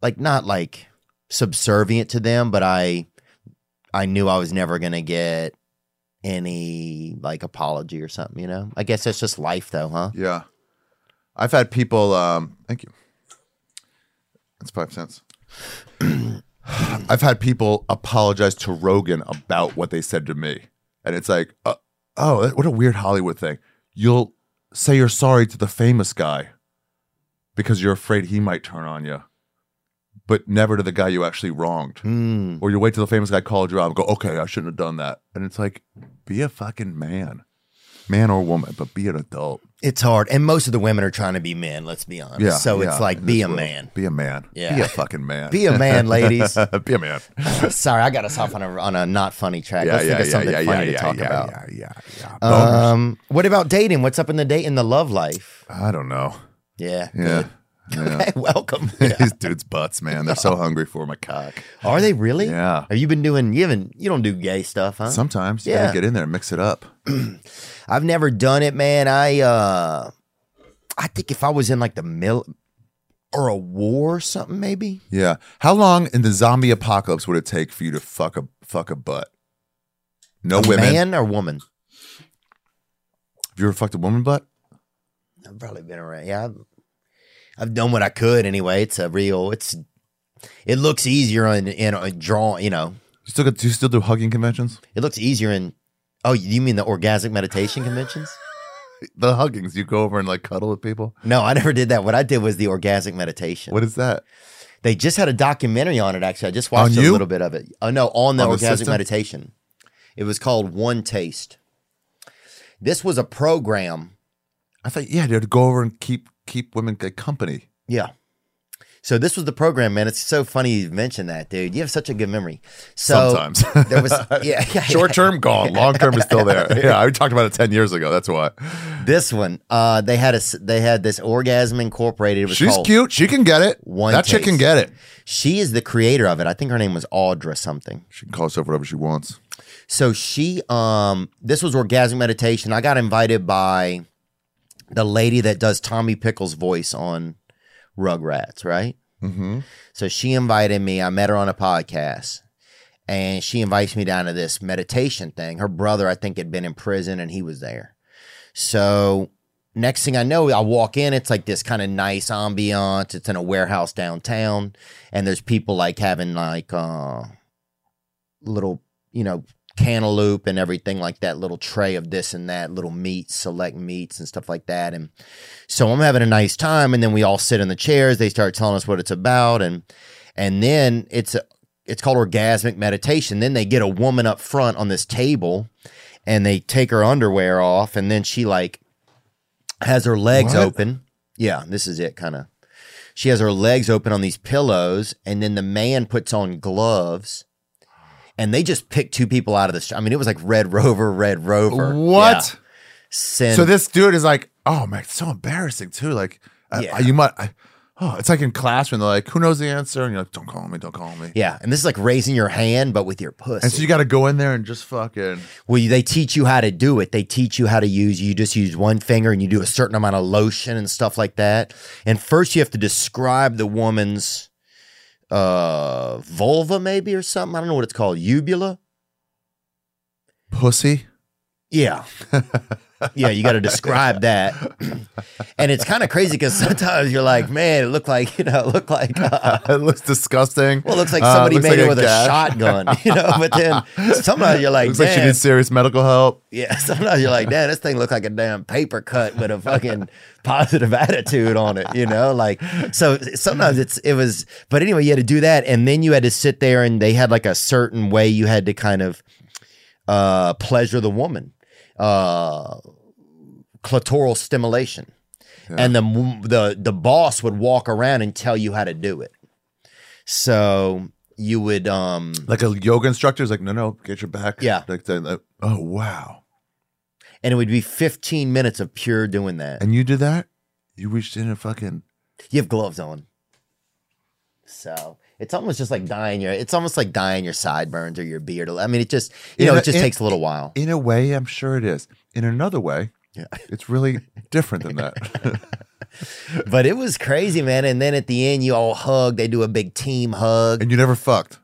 S1: like not like subservient to them, but I I knew I was never gonna get any like apology or something, you know? I guess that's just life though, huh?
S3: Yeah. I've had people, um, thank you. That's five cents. I've had people apologize to Rogan about what they said to me. And it's like, uh, oh, what a weird Hollywood thing. You'll say you're sorry to the famous guy because you're afraid he might turn on you, but never to the guy you actually wronged.
S1: Hmm.
S3: Or you wait till the famous guy called you out and go, okay, I shouldn't have done that. And it's like, be a fucking man, man or woman, but be an adult.
S1: It's hard. And most of the women are trying to be men, let's be honest.
S3: Yeah.
S1: so
S3: yeah,
S1: it's like
S3: in
S1: be
S3: this
S1: a
S3: world.
S1: man.
S3: Be a man.
S1: Yeah.
S3: Be a fucking man.
S1: Be a man,
S3: (laughs)
S1: ladies.
S3: be a man.
S1: (laughs) Sorry, I got us off on a on a not funny track. Let's think of something funny to talk
S3: yeah,
S1: about.
S3: Yeah, yeah, yeah. Boners.
S1: Um, what about dating? What's up in the date in the love life?
S3: I don't know.
S1: Yeah.
S3: Yeah.
S1: good.
S3: yeah.
S1: (laughs) Hey,
S3: (laughs)
S1: welcome. Yeah.
S3: These dudes' butts, man. They're so hungry for my cock.
S1: (laughs) Are they really?
S3: Yeah.
S1: Have you been doing? You haven't. You don't do gay stuff, huh?
S3: Sometimes you
S1: Yeah.
S3: gotta get in there and mix it up.
S1: I've never done it, man. I uh, I think if I was in like the mill or a war or something, maybe.
S3: Yeah. How long in the zombie apocalypse would it take for you to fuck a fuck a butt? No
S1: a
S3: women.
S1: man or woman.
S3: Have you ever fucked a woman butt?
S1: I've probably been around. Yeah, I've, I've done what I could anyway. It's a real. It's it looks easier in in a draw. You know,
S3: You still got, do you still do hugging conventions?
S1: it looks easier in. Oh, you mean the orgasmic meditation conventions?
S3: The huggings, you go over and like cuddle with people.
S1: No, I never did that. What I did was the orgasmic meditation.
S3: What is that?
S1: They just had a documentary on it. Actually, I just watched
S3: On
S1: a
S3: you?
S1: little bit of it. Oh no, on the
S3: On the
S1: orgasmic
S3: system?
S1: meditation. It was called One Taste. This was a program.
S3: I thought, yeah, dude, go over and keep keep women
S1: (laughs)
S3: good company.
S1: Yeah. So this was the program, man. It's so funny you mentioned that, dude. You have such a good memory. So
S3: Sometimes
S1: (laughs) there was
S3: (laughs)
S1: yeah, yeah,
S3: short term gone, long term is
S1: (laughs)
S3: still there. Yeah, I talked about it ten years ago. That's why
S1: This one, uh, they had a s- they had this orgasm incorporated. It was
S3: she's
S1: called-
S3: cute. She can get it.
S1: One
S3: that chick can
S1: taste.
S3: get it.
S1: She is the creator of it. I think her name was Audra something.
S3: She can call herself whatever she wants.
S1: So she, um, this was orgasmic meditation. I got invited by the lady that does Tommy Pickles' voice on Rugrats, right?
S3: Mm-hmm.
S1: So she invited me. I met her on a podcast, and she invites me down to this meditation thing. Her brother, I think, had been in prison, and he was there. So next thing I know, I walk in. It's like this kind of nice ambiance. It's in a warehouse downtown, and there's people like having like uh, little, you know. Cantaloupe and everything like that, little tray of this and that, little meats, select meats and stuff like that. And so I'm having a nice time, and then we all sit in the chairs. They start telling us what it's about, and and then it's a, it's called orgasmic meditation. Then they get a woman up front on this table, and they take her underwear off, and then she like has her legs
S3: What?
S1: open. Yeah, this is it, kind of. She has her legs open on these pillows, and then the man puts on gloves. And they just picked two people out of the. Sh- I mean, it was like Red Rover, Red Rover.
S3: What?
S1: Yeah. Sin-
S3: So this dude is like, oh man, it's so embarrassing too. Like, I-
S1: Yeah.
S3: I- you might. I, oh, it's like in class when they're like, who knows the answer? And you're like, don't call me, don't call me.
S1: Yeah, and this is like raising your hand, but with your pussy.
S3: And so you got to go in there and just fucking.
S1: well, they teach you how to do it. They teach you how to use. You just use one finger, and you do a certain amount of lotion and stuff like that. And first, you have to describe the woman's uh, vulva, maybe or something. I don't know what it's called. Uvula.
S3: Pussy. (laughs)
S1: Yeah. yeah, you got to describe that. and it's kind of crazy because sometimes you're like, man, it looked like, you know, it looked like uh,
S3: (laughs) it looks disgusting.
S1: Well, it looks like
S3: Uh,
S1: somebody
S3: looks
S1: made
S3: like
S1: it with a
S3: gash.
S1: shotgun, you know. But
S3: (laughs)
S1: then sometimes you're like,
S3: looks like she
S1: "Damn."
S3: needs serious medical help.
S1: yeah. (laughs) Sometimes you're like, damn, this thing looks like a damn paper cut with a fucking positive attitude on it, you know. Like, so sometimes it's it was. But anyway, you had to do that, and then you had to sit there, and they had like a certain way you had to kind of uh, pleasure the woman, uh, clitoral stimulation, and the the the boss would walk around and tell you how to do it. So you would um
S3: Like a yoga instructor's like, no, no, get your back.
S1: Yeah.
S3: Like, the- like, oh wow.
S1: and it would be 15 minutes of pure doing that
S3: And you did that? You reached in and fucking
S1: you have gloves on. So it's almost just like dyeing your. It's almost like dyeing your sideburns or your beard. I mean, it just you
S3: In
S1: know
S3: a-
S1: it just
S3: in-
S1: takes a little while.
S3: in a way, I'm sure it is. In another way,
S1: Yeah. (laughs)
S3: it's really different than that.
S1: But it was crazy, man. And then at the end, you all hug. They do a big team hug.
S3: and you never fucked.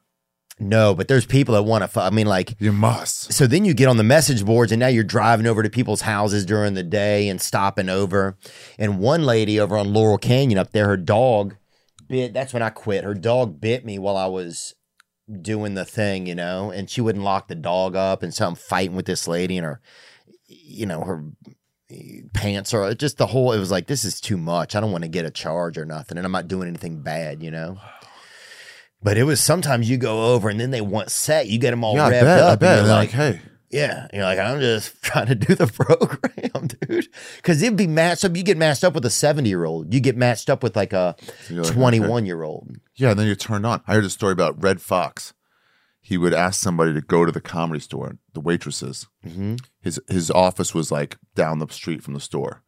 S1: No, but there's people that want to. Fu- I mean, like,
S3: You must.
S1: so then you get on the message boards, and now you're driving over to people's houses during the day and stopping over. And one lady over on Laurel Canyon up there, her dog bit. That's when I quit. Her dog bit me while I was doing the thing, you know. And she wouldn't lock the dog up, and so I'm fighting with this lady, and her, you know, her pants or just the whole. It was like this is too much. I don't want to get a charge or nothing, and I'm not doing anything bad, you know. But it was sometimes you go over and then they want set. You get them all
S3: Yeah, I
S1: revved
S3: bet.
S1: up.
S3: I
S1: and
S3: bet.
S1: you're
S3: They're like, hey,
S1: yeah. You're like, I'm just (laughs) trying to do the program, dude. Cause it'd be matched up. You get matched up with a 70 year old. You get matched up with like a
S3: You're like, okay.
S1: 21 year old.
S3: yeah, and then you're turned on. I heard a story about Red Fox. He would ask somebody to go to the comedy store, the waitresses.
S1: Mhm.
S3: His his office was like down the street from the store.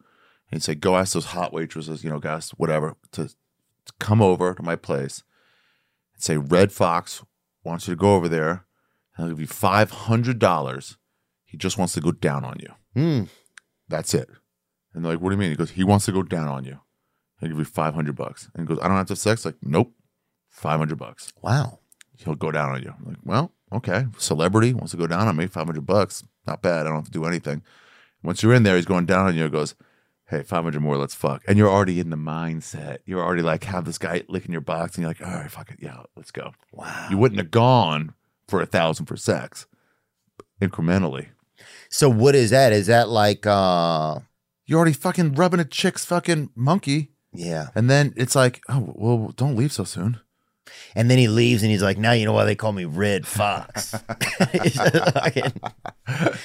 S3: And he'd say, Go ask those hot waitresses, you know, guys, whatever, to, to come over to my place and say, Red Fox wants you to go over there and I'll give you five hundred dollars. He just wants to go down on you.
S1: Mm.
S3: That's it. And they're like, what do you mean? He goes, he wants to go down on you. He'll give you 500 bucks. And he goes, I don't have to have sex. Like, nope, 500 bucks.
S1: Wow.
S3: He'll go down on you. I'm like, well, okay. Celebrity wants to go down on me, 500 bucks. Not bad. I don't have to do anything. Once you're in there, he's going down on you. He goes, hey, 500 more, let's fuck. And you're already in the mindset. You're already like, have this guy licking your box. And you're like, all right, fuck it. Yeah, let's go.
S1: Wow.
S3: You wouldn't have gone for a thousand for sex incrementally.
S1: So what is that? Is that like, uh,
S3: You're already fucking rubbing a chick's fucking monkey.
S1: yeah.
S3: And then it's like, oh, well, don't leave so soon.
S1: And then he leaves and he's like, now you know why they call me Red Fox. (laughs) He's just fucking-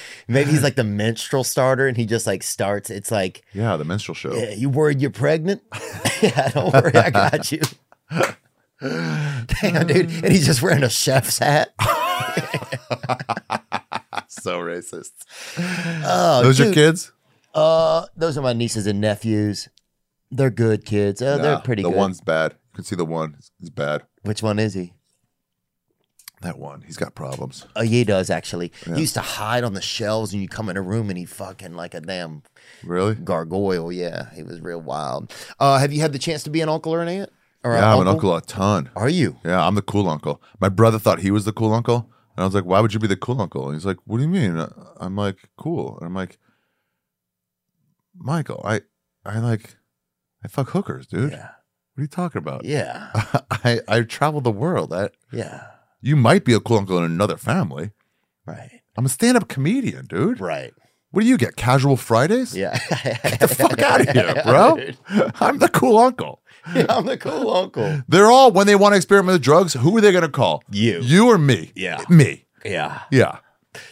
S1: (laughs) Maybe he's like the minstrel starter and he just like starts. It's like,
S3: Yeah, the menstrual show.
S1: Yeah, you worried you're pregnant? (laughs) yeah, don't worry, I got
S3: (laughs)
S1: you. Damn, dude. And he's just wearing a chef's
S3: (laughs)
S1: hat.
S3: (laughs) So racist.
S1: Oh,
S3: Those your
S1: dude.
S3: kids?
S1: Uh, those are my nieces and nephews. They're good kids. Uh, they're
S3: Nah,
S1: pretty
S3: the
S1: good.
S3: one's bad. You can see the one is bad.
S1: Which one is he?
S3: That one, he's got problems.
S1: Oh, yeah, he does actually. He used to hide on the shelves, and you come in a room, and he fucking like a damn
S3: Really?
S1: gargoyle. Yeah, he was real wild. Uh, have you had the chance to be an uncle or an aunt? Or
S3: Yeah, I'm an uncle a ton.
S1: Are you?
S3: Yeah, I'm the cool uncle. My brother thought he was the cool uncle. And I was like, why would you be the cool uncle? And he's like, what do you mean? I'm like, cool. And I'm like, Michael, I, I like, I fuck hookers, dude.
S1: Yeah,
S3: What are you talking about?
S1: yeah,
S3: I, I travel the world. I,
S1: yeah.
S3: you might be a cool uncle in another family.
S1: Right,
S3: I'm a stand-up comedian, dude.
S1: right.
S3: What do you get? Casual Fridays?
S1: Yeah.
S3: Get the fuck
S1: (laughs)
S3: out of here, bro. I'm the cool uncle.
S1: I'm the cool uncle.
S3: They're all when they want to experiment with drugs. Who are they going to call?
S1: You.
S3: you or me?
S1: Yeah.
S3: me.
S1: Yeah.
S3: Yeah,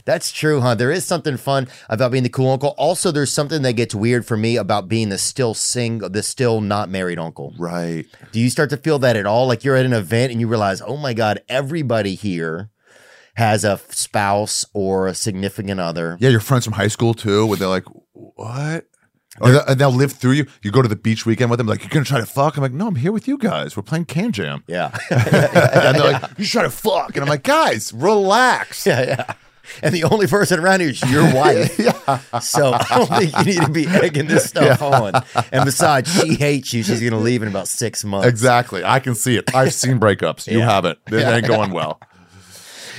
S1: That's true, huh? There is something fun about being the cool uncle. Also, there's something that gets weird for me about being the still single, the still not married uncle.
S3: right.
S1: Do you start to feel that at all? Like you're at an event and you realize, oh my God, everybody here has a f- spouse or a significant other.
S3: Yeah, your friends from high school too. Where they're like, what? Or they- and they'll live through you. You go to the beach weekend with them. Like you're going to try to fuck. I'm like, no, I'm here with you guys. We're playing can jam. (laughs)
S1: Yeah. (laughs)
S3: and they're like, you try to fuck. And I'm like, guys, relax.
S1: (laughs) yeah, yeah. And the only person around here is
S3: (laughs)
S1: your wife. So I don't think you need to be egging this stuff on. And besides, she hates you. She's going to leave in about six months.
S3: Exactly. I can see it. I've seen breakups.
S1: (laughs)
S3: You
S1: Yeah.
S3: haven't. It ain't going
S1: (laughs)
S3: well.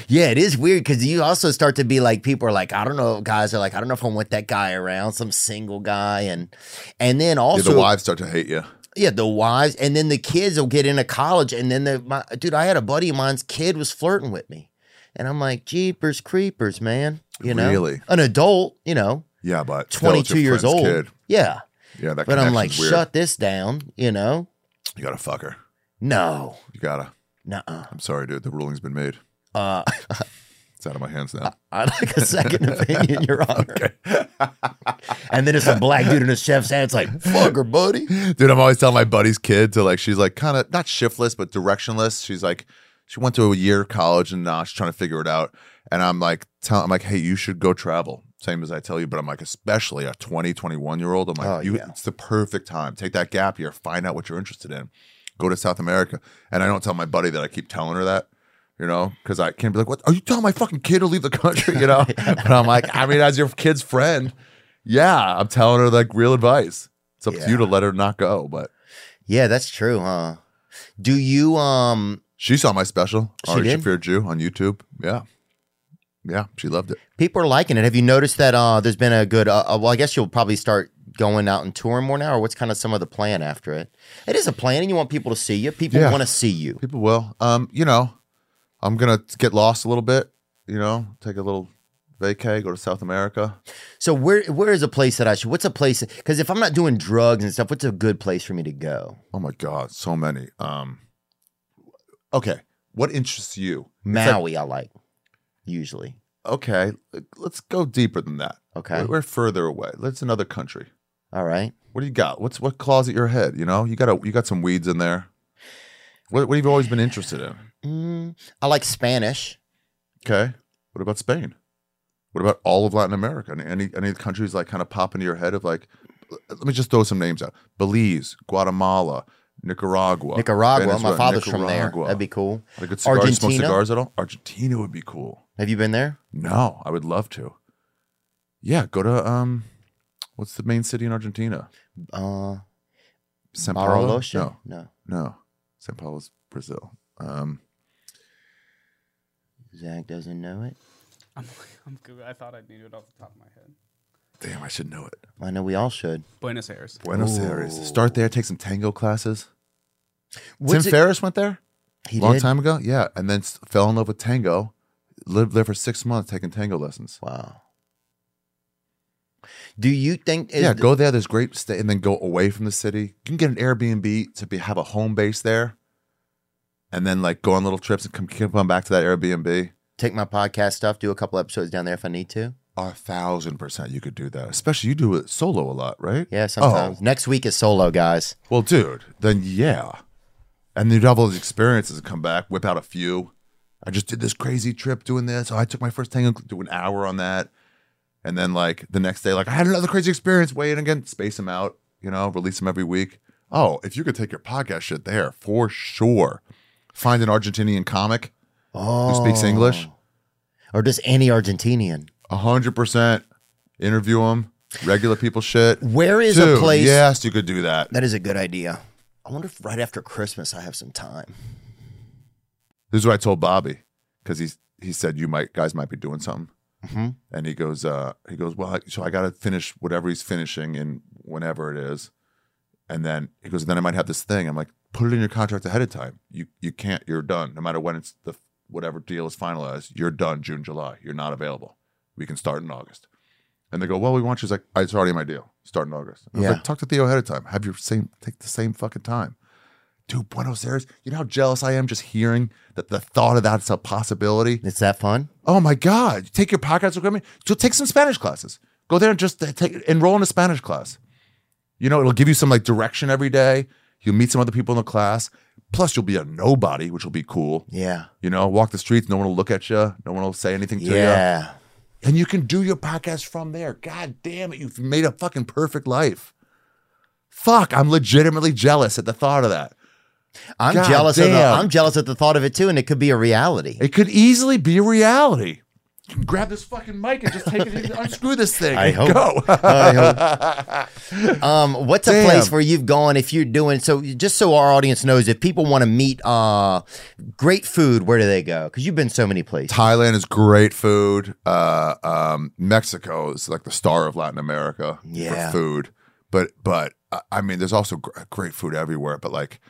S1: Yeah, it is weird because you also start to be like, people are like, I don't know, guys are like, I don't know if I want that guy around, some single guy, and and then
S3: Yeah,
S1: also
S3: the wives start to hate you.
S1: yeah, the wives, and then the kids will get into college, and then the my, dude, I had a buddy of mine's kid was flirting with me, and I'm like, jeepers creepers, man, you know,
S3: Really?
S1: an adult, you know,
S3: Yeah, but still, it's
S1: 22
S3: your
S1: years
S3: friend's
S1: old,
S3: kid.
S1: yeah,
S3: Yeah, that.
S1: but I'm
S3: connection's
S1: like,
S3: weird.
S1: shut this down, you know,
S3: You gotta fuck her.
S1: no,
S3: You gotta.
S1: nuh-uh.
S3: I'm sorry, dude. The ruling's been made.
S1: uh, (laughs)
S3: It's out of my hands now.
S1: I'd like a
S3: (laughs)
S1: second opinion, Your Honor. and then it's a black dude in a chef's hat. It's like, fuck her, buddy.
S3: Dude, I'm always telling my buddy's kid to like. She's like kind of not shiftless, but directionless. She's like, she went to a year of college and now she's trying to figure it out. And I'm like, tell, I'm like, hey, you should go travel. Same as I tell you, but I'm like, especially a 20, 21 year old. I'm like,
S1: Oh,
S3: you,
S1: yeah.
S3: it's the perfect time. Take that gap year, find out what you're interested in, go to South America. And I don't tell my buddy that I keep telling her that. you know, because I can't be like, what are you telling my fucking kid to leave the country, you
S1: (laughs)
S3: know? but I'm like, I mean, as your kid's friend, yeah, I'm telling her like real advice. It's up to you to let her not go, but
S1: Yeah, that's true, huh? Do you um
S3: She saw my special,
S1: She
S3: Ari
S1: did?
S3: Shafir Jew, on YouTube. Yeah. Yeah, she loved it.
S1: People are liking it. Have you noticed that uh, there's been a good? Uh, uh, well, I guess you'll probably start going out and touring more now, or what's kind of some of the plan after it? It is a plan, and you want people to see you. People
S3: Yeah.
S1: want to see you.
S3: People will. Um, you know, I'm gonna get lost a little bit. You know, take a little vacay, go to South America.
S1: So where where is a place that I should? What's a place? Because if I'm not doing drugs and stuff, what's a good place for me to go?
S3: Oh my God, so many. Um, okay, what interests you?
S1: Maui, I like usually.
S3: Okay, let's go deeper than that.
S1: Okay.
S3: We're- we're further away. Let's another country.
S1: All right.
S3: What do you got? What's what claws at your head? You know, you got a you got some weeds in there. What what have you always been interested in?
S1: Mm, I like Spanish.
S3: Okay. What about Spain? What about all of Latin America? Any any, any countries like kind of pop into your head of like? l- Let me just throw some names out: Belize, Guatemala, Nicaragua,
S1: Nicaragua.
S3: Venezuela,
S1: My father's from there.
S3: Nicaragua.
S1: That'd be cool.
S3: Like, good cigar. You smoke
S1: Argentina?
S3: cigars at all? Argentina would be cool.
S1: Have you been there?
S3: No, I would love to. Yeah, go to um, what's the main city in Argentina?
S1: Uh,
S3: São Paulo.
S1: Marolosha?
S3: No,
S1: no.
S3: no, São Paulo's Brazil. Um,
S1: Zach doesn't know it.
S4: I'm, I'm good. I thought I knew it off the top of my head.
S3: damn, I should know it.
S1: I know we all should.
S4: Buenos Aires.
S3: Buenos Aires. Start there. Take some tango classes.
S1: What's
S3: Tim
S1: it-
S3: Ferriss went there.
S1: He
S3: long
S1: did?
S3: time ago. Yeah, and then s- fell in love with tango. Lived there for six months taking tango lessons.
S1: Wow. Do you think? is
S3: yeah,
S1: the-
S3: go there. There's great stay, and then go away from the city. You can get an Airbnb to be, have a home base there, and then like go on little trips and come keep on back to that Airbnb.
S1: take my podcast stuff, do a couple episodes down there if I need to.
S3: A thousand percent, you could do that. Especially you do it solo a lot, right?
S1: Yeah, sometimes.
S3: Oh,
S1: Next week is solo, guys.
S3: well, dude, then yeah, and then you'd have all those experiences and come back, whip out a few. I just did this crazy trip doing this. Oh, I took my first tango, do an hour on that. And then like the next day, like I had another crazy experience. Weigh in again, space them out, you know, release them every week. Oh, if you could take your podcast shit there for sure. Find an Argentinian comic who
S1: Oh.
S3: speaks English,
S1: Or just any Argentinian.
S3: hundred percent. Interview them, regular people shit.
S1: Where is a
S3: Dude,
S1: place?
S3: Yes, you could do that.
S1: That is a good idea. I wonder if right after Christmas I have some time.
S3: This is what I told Bobby because he's he said you might guys might be doing something,
S1: Mhm.
S3: and he goes uh he goes well I, so I got to finish whatever he's finishing in whenever it is, and then he goes then I might have this thing I'm like put it in your contract ahead of time you you can't you're done no matter when it's the whatever deal is finalized you're done June July you're not available we can start in August, and they go well we want you He's like it's already in my deal start in August I was
S1: Yeah.
S3: like talk to Theo ahead of time have your same take the same fucking time dude, Buenos Aires. You know how jealous I am just hearing that the thought of that's a possibility.
S1: Is that fun?
S3: Oh my God! You take your podcast equipment. So take some Spanish classes. Go there and just take enroll in a Spanish class. You know it'll give you some like direction every day. You'll meet some other people in the class. Plus you'll be a nobody, which will be cool.
S1: Yeah.
S3: You know, walk the streets. No one will look at you. No one will say anything to you.
S1: Yeah.
S3: And you can do your podcast from there. God damn it! You've made a fucking perfect life. Fuck! I'm legitimately jealous at the thought of that.
S1: I'm
S3: God
S1: jealous of the
S3: damn.
S1: I'm jealous at the thought of it too, and it could be a reality. (laughs)
S3: It could easily be a reality. You can grab this fucking mic and just take it, unscrew this thing.
S1: I
S3: and
S1: hope.
S3: Go. (laughs) Uh,
S1: Um, what's a
S3: Damn.
S1: place where you've gone if you're doing so? Just so our audience knows, if people want to meet uh, great food, where do they go? Because you've been so many places.
S3: Thailand is great food. Uh, um, Mexico is like the star of Latin America
S1: Yeah.
S3: for food. But but I- I mean, there's also gr- great food everywhere. But like,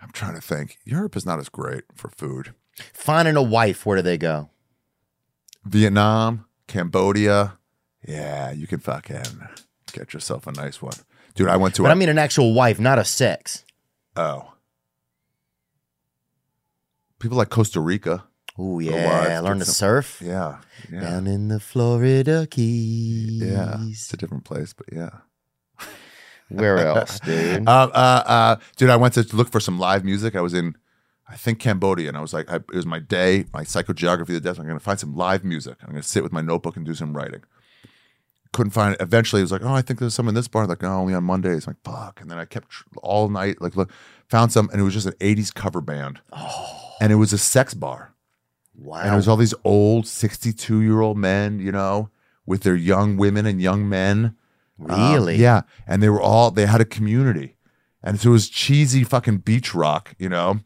S3: I'm trying to think. Europe is not as great for food.
S1: Finding a wife, where do they go?
S3: Vietnam, Cambodia. Yeah, you can fucking get yourself a nice one, dude. I went to.
S1: But
S3: a-
S1: I mean, an actual wife, not a sex.
S3: Oh. People like Costa Rica.
S1: Oh
S3: wife,
S1: yeah,
S3: get
S1: learn to
S3: some-
S1: surf
S3: Yeah. Yeah.
S1: down in the Florida Keys.
S3: Yeah. It's a different place, but yeah.
S1: Where else, dude?
S3: Uh, uh, uh, dude, I went to look for some live music. I was in, I think, Cambodia, and I was like, I, it was my day, my psychogeography of the desk. I'm going to find some live music. I'm going to sit with my notebook and do some writing. Couldn't find it. Eventually, it was like, oh, I think there's some in this bar. Like, oh, only on Mondays. I'm like, fuck. And then I kept tr- all night, like, look, found some, and it was just an 80s cover band. And it was a sex bar. And it
S1: wow.
S3: was all these old 62 year old men, you know, with their young women and young men. Um,
S1: Really?
S3: yeah. And they were all, they had a community. And so it was cheesy fucking beach rock, you know.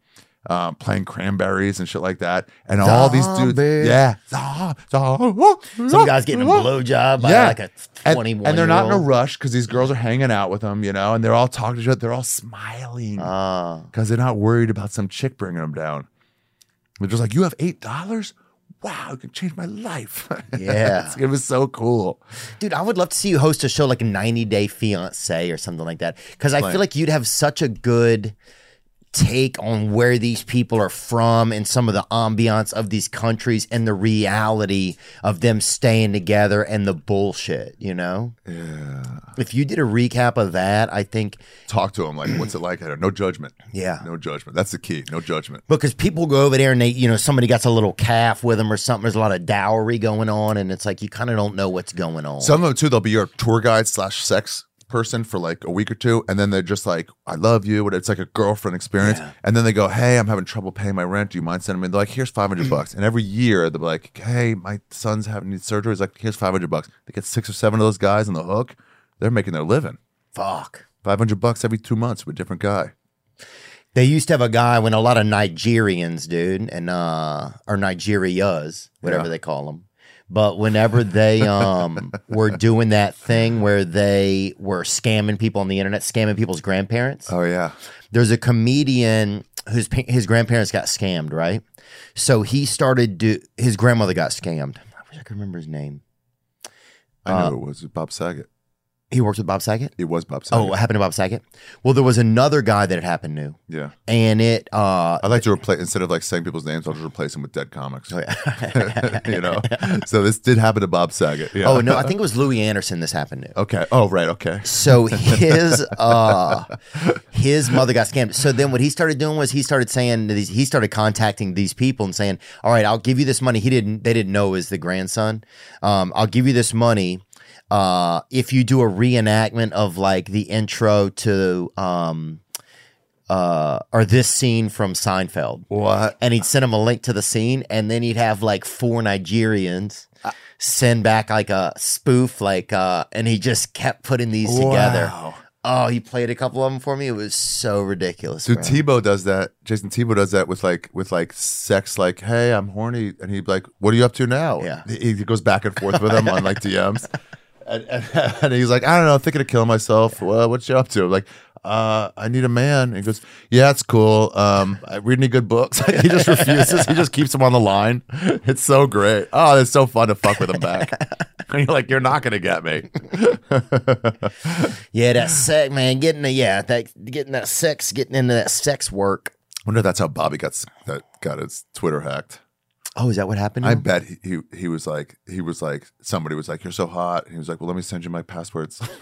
S3: um, playing cranberries and shit like that. And all these dudes, yeah,
S1: Some guy's getting a blowjob by like a
S3: and,
S1: 21
S3: and they're not in a rush because these girls are hanging out with them, you know, and they're all talking to each other. They're all smiling
S1: Uh,
S3: because they're not worried about some chick bringing them down. They're just like, "You have eight dollars? Wow, it can change my life." (laughs)
S1: Yeah.
S3: it was so cool.
S1: dude, I would love to see you host a show like 90 Day Fiance or something like that. Because I feel like you'd have such a good take on where these people are from and some of the ambiance of these countries and the reality of them staying together and the bullshit, you know? Yeah. If you did a recap of that, I think,
S3: Talk to them like, "What's it like?" I don't, no judgment.
S1: Yeah.
S3: no judgment. That's the key. No judgment.
S1: because people go over there and they, you know, somebody got a little calf with them or something. There's a lot of dowry going on, and it's like you kind of don't know what's going on.
S3: Some of them too, they'll be your tour guide slash sex person for like a week or two, and then they're just like, "I love you," what it's like a girlfriend experience. And then they go, "Hey, I'm having trouble paying my rent. Do you mind sending me?" They're like, "Here's five hundred bucks." And every year they're like, "Hey, my son's having needs surgery." He's like, "Here's five hundred bucks." They get six or seven of those guys on the hook. They're making their living.
S1: Fuck.
S3: Five hundred bucks every two months with a different guy.
S1: They used to have a guy when a lot of Nigerians, dude, and uh or Nigerias, whatever
S3: Yeah.
S1: they call them. But whenever they
S3: (laughs)
S1: um were doing that thing where they were scamming people on the internet, scamming people's grandparents,
S3: Oh yeah,
S1: there's a comedian whose pa- his grandparents got scammed, right? So he started do his grandmother got scammed. I wish I could remember his name.
S3: I know it was Bob Saget.
S1: He worked with Bob Saget.
S3: It was Bob Saget.
S1: Oh, it happened to Bob Saget. Well, there was another guy that it happened to,
S3: yeah.
S1: and it uh
S3: I'd like to replace instead of like saying people's names, I'll just replace them with dead comics. (laughs) you know, so this did happen to Bob Saget. Yeah.
S1: oh no, I think it was Louis Anderson. This happened to.
S3: Okay. Oh right. Okay.
S1: So his uh his mother got scammed. So then what he started doing was he started saying that he's- he started contacting these people and saying, "All right, I'll give you this money." He didn't they didn't know it was the grandson. Um, I'll give you this money uh if you do a reenactment of like the intro to um uh or this scene from Seinfeld.
S3: What?
S1: And he'd send him a link to the scene and then he'd have like four Nigerians
S3: Uh,
S1: send back like a spoof like uh and he just kept putting these together.
S3: Wow.
S1: Oh, he played a couple of them for me. It was so ridiculous.
S3: So
S1: bro.
S3: Tebow does that. Jason Tebow does that with like with like sex. Like, hey, I'm horny, and he'd be like, "What are you up to now?"
S1: Yeah.
S3: He, he goes back and forth with him on
S1: (laughs)
S3: like DMs, and, (laughs) and, and he's like, "I don't know, I'm thinking of killing myself. Well, what you up to?" I'm like, uh, "I need a man." And he goes, "Yeah, it's cool. Um, I read any good books?" (laughs) he just refuses. he just keeps him on the line. (laughs) It's so great. Oh, it's so fun to fuck with him
S1: (laughs)
S3: back. and you're like, "You're not gonna get me." (laughs)
S1: yeah, that sex man, getting the yeah, that getting that sex, getting into that sex work.
S3: Wonder if that's how Bobby got s- that got his Twitter hacked.
S1: Oh, is that what happened? to
S3: I
S1: him?
S3: bet he, he he was like he was like somebody was like you're so hot. And he was like, well, let me send you my passwords. (laughs)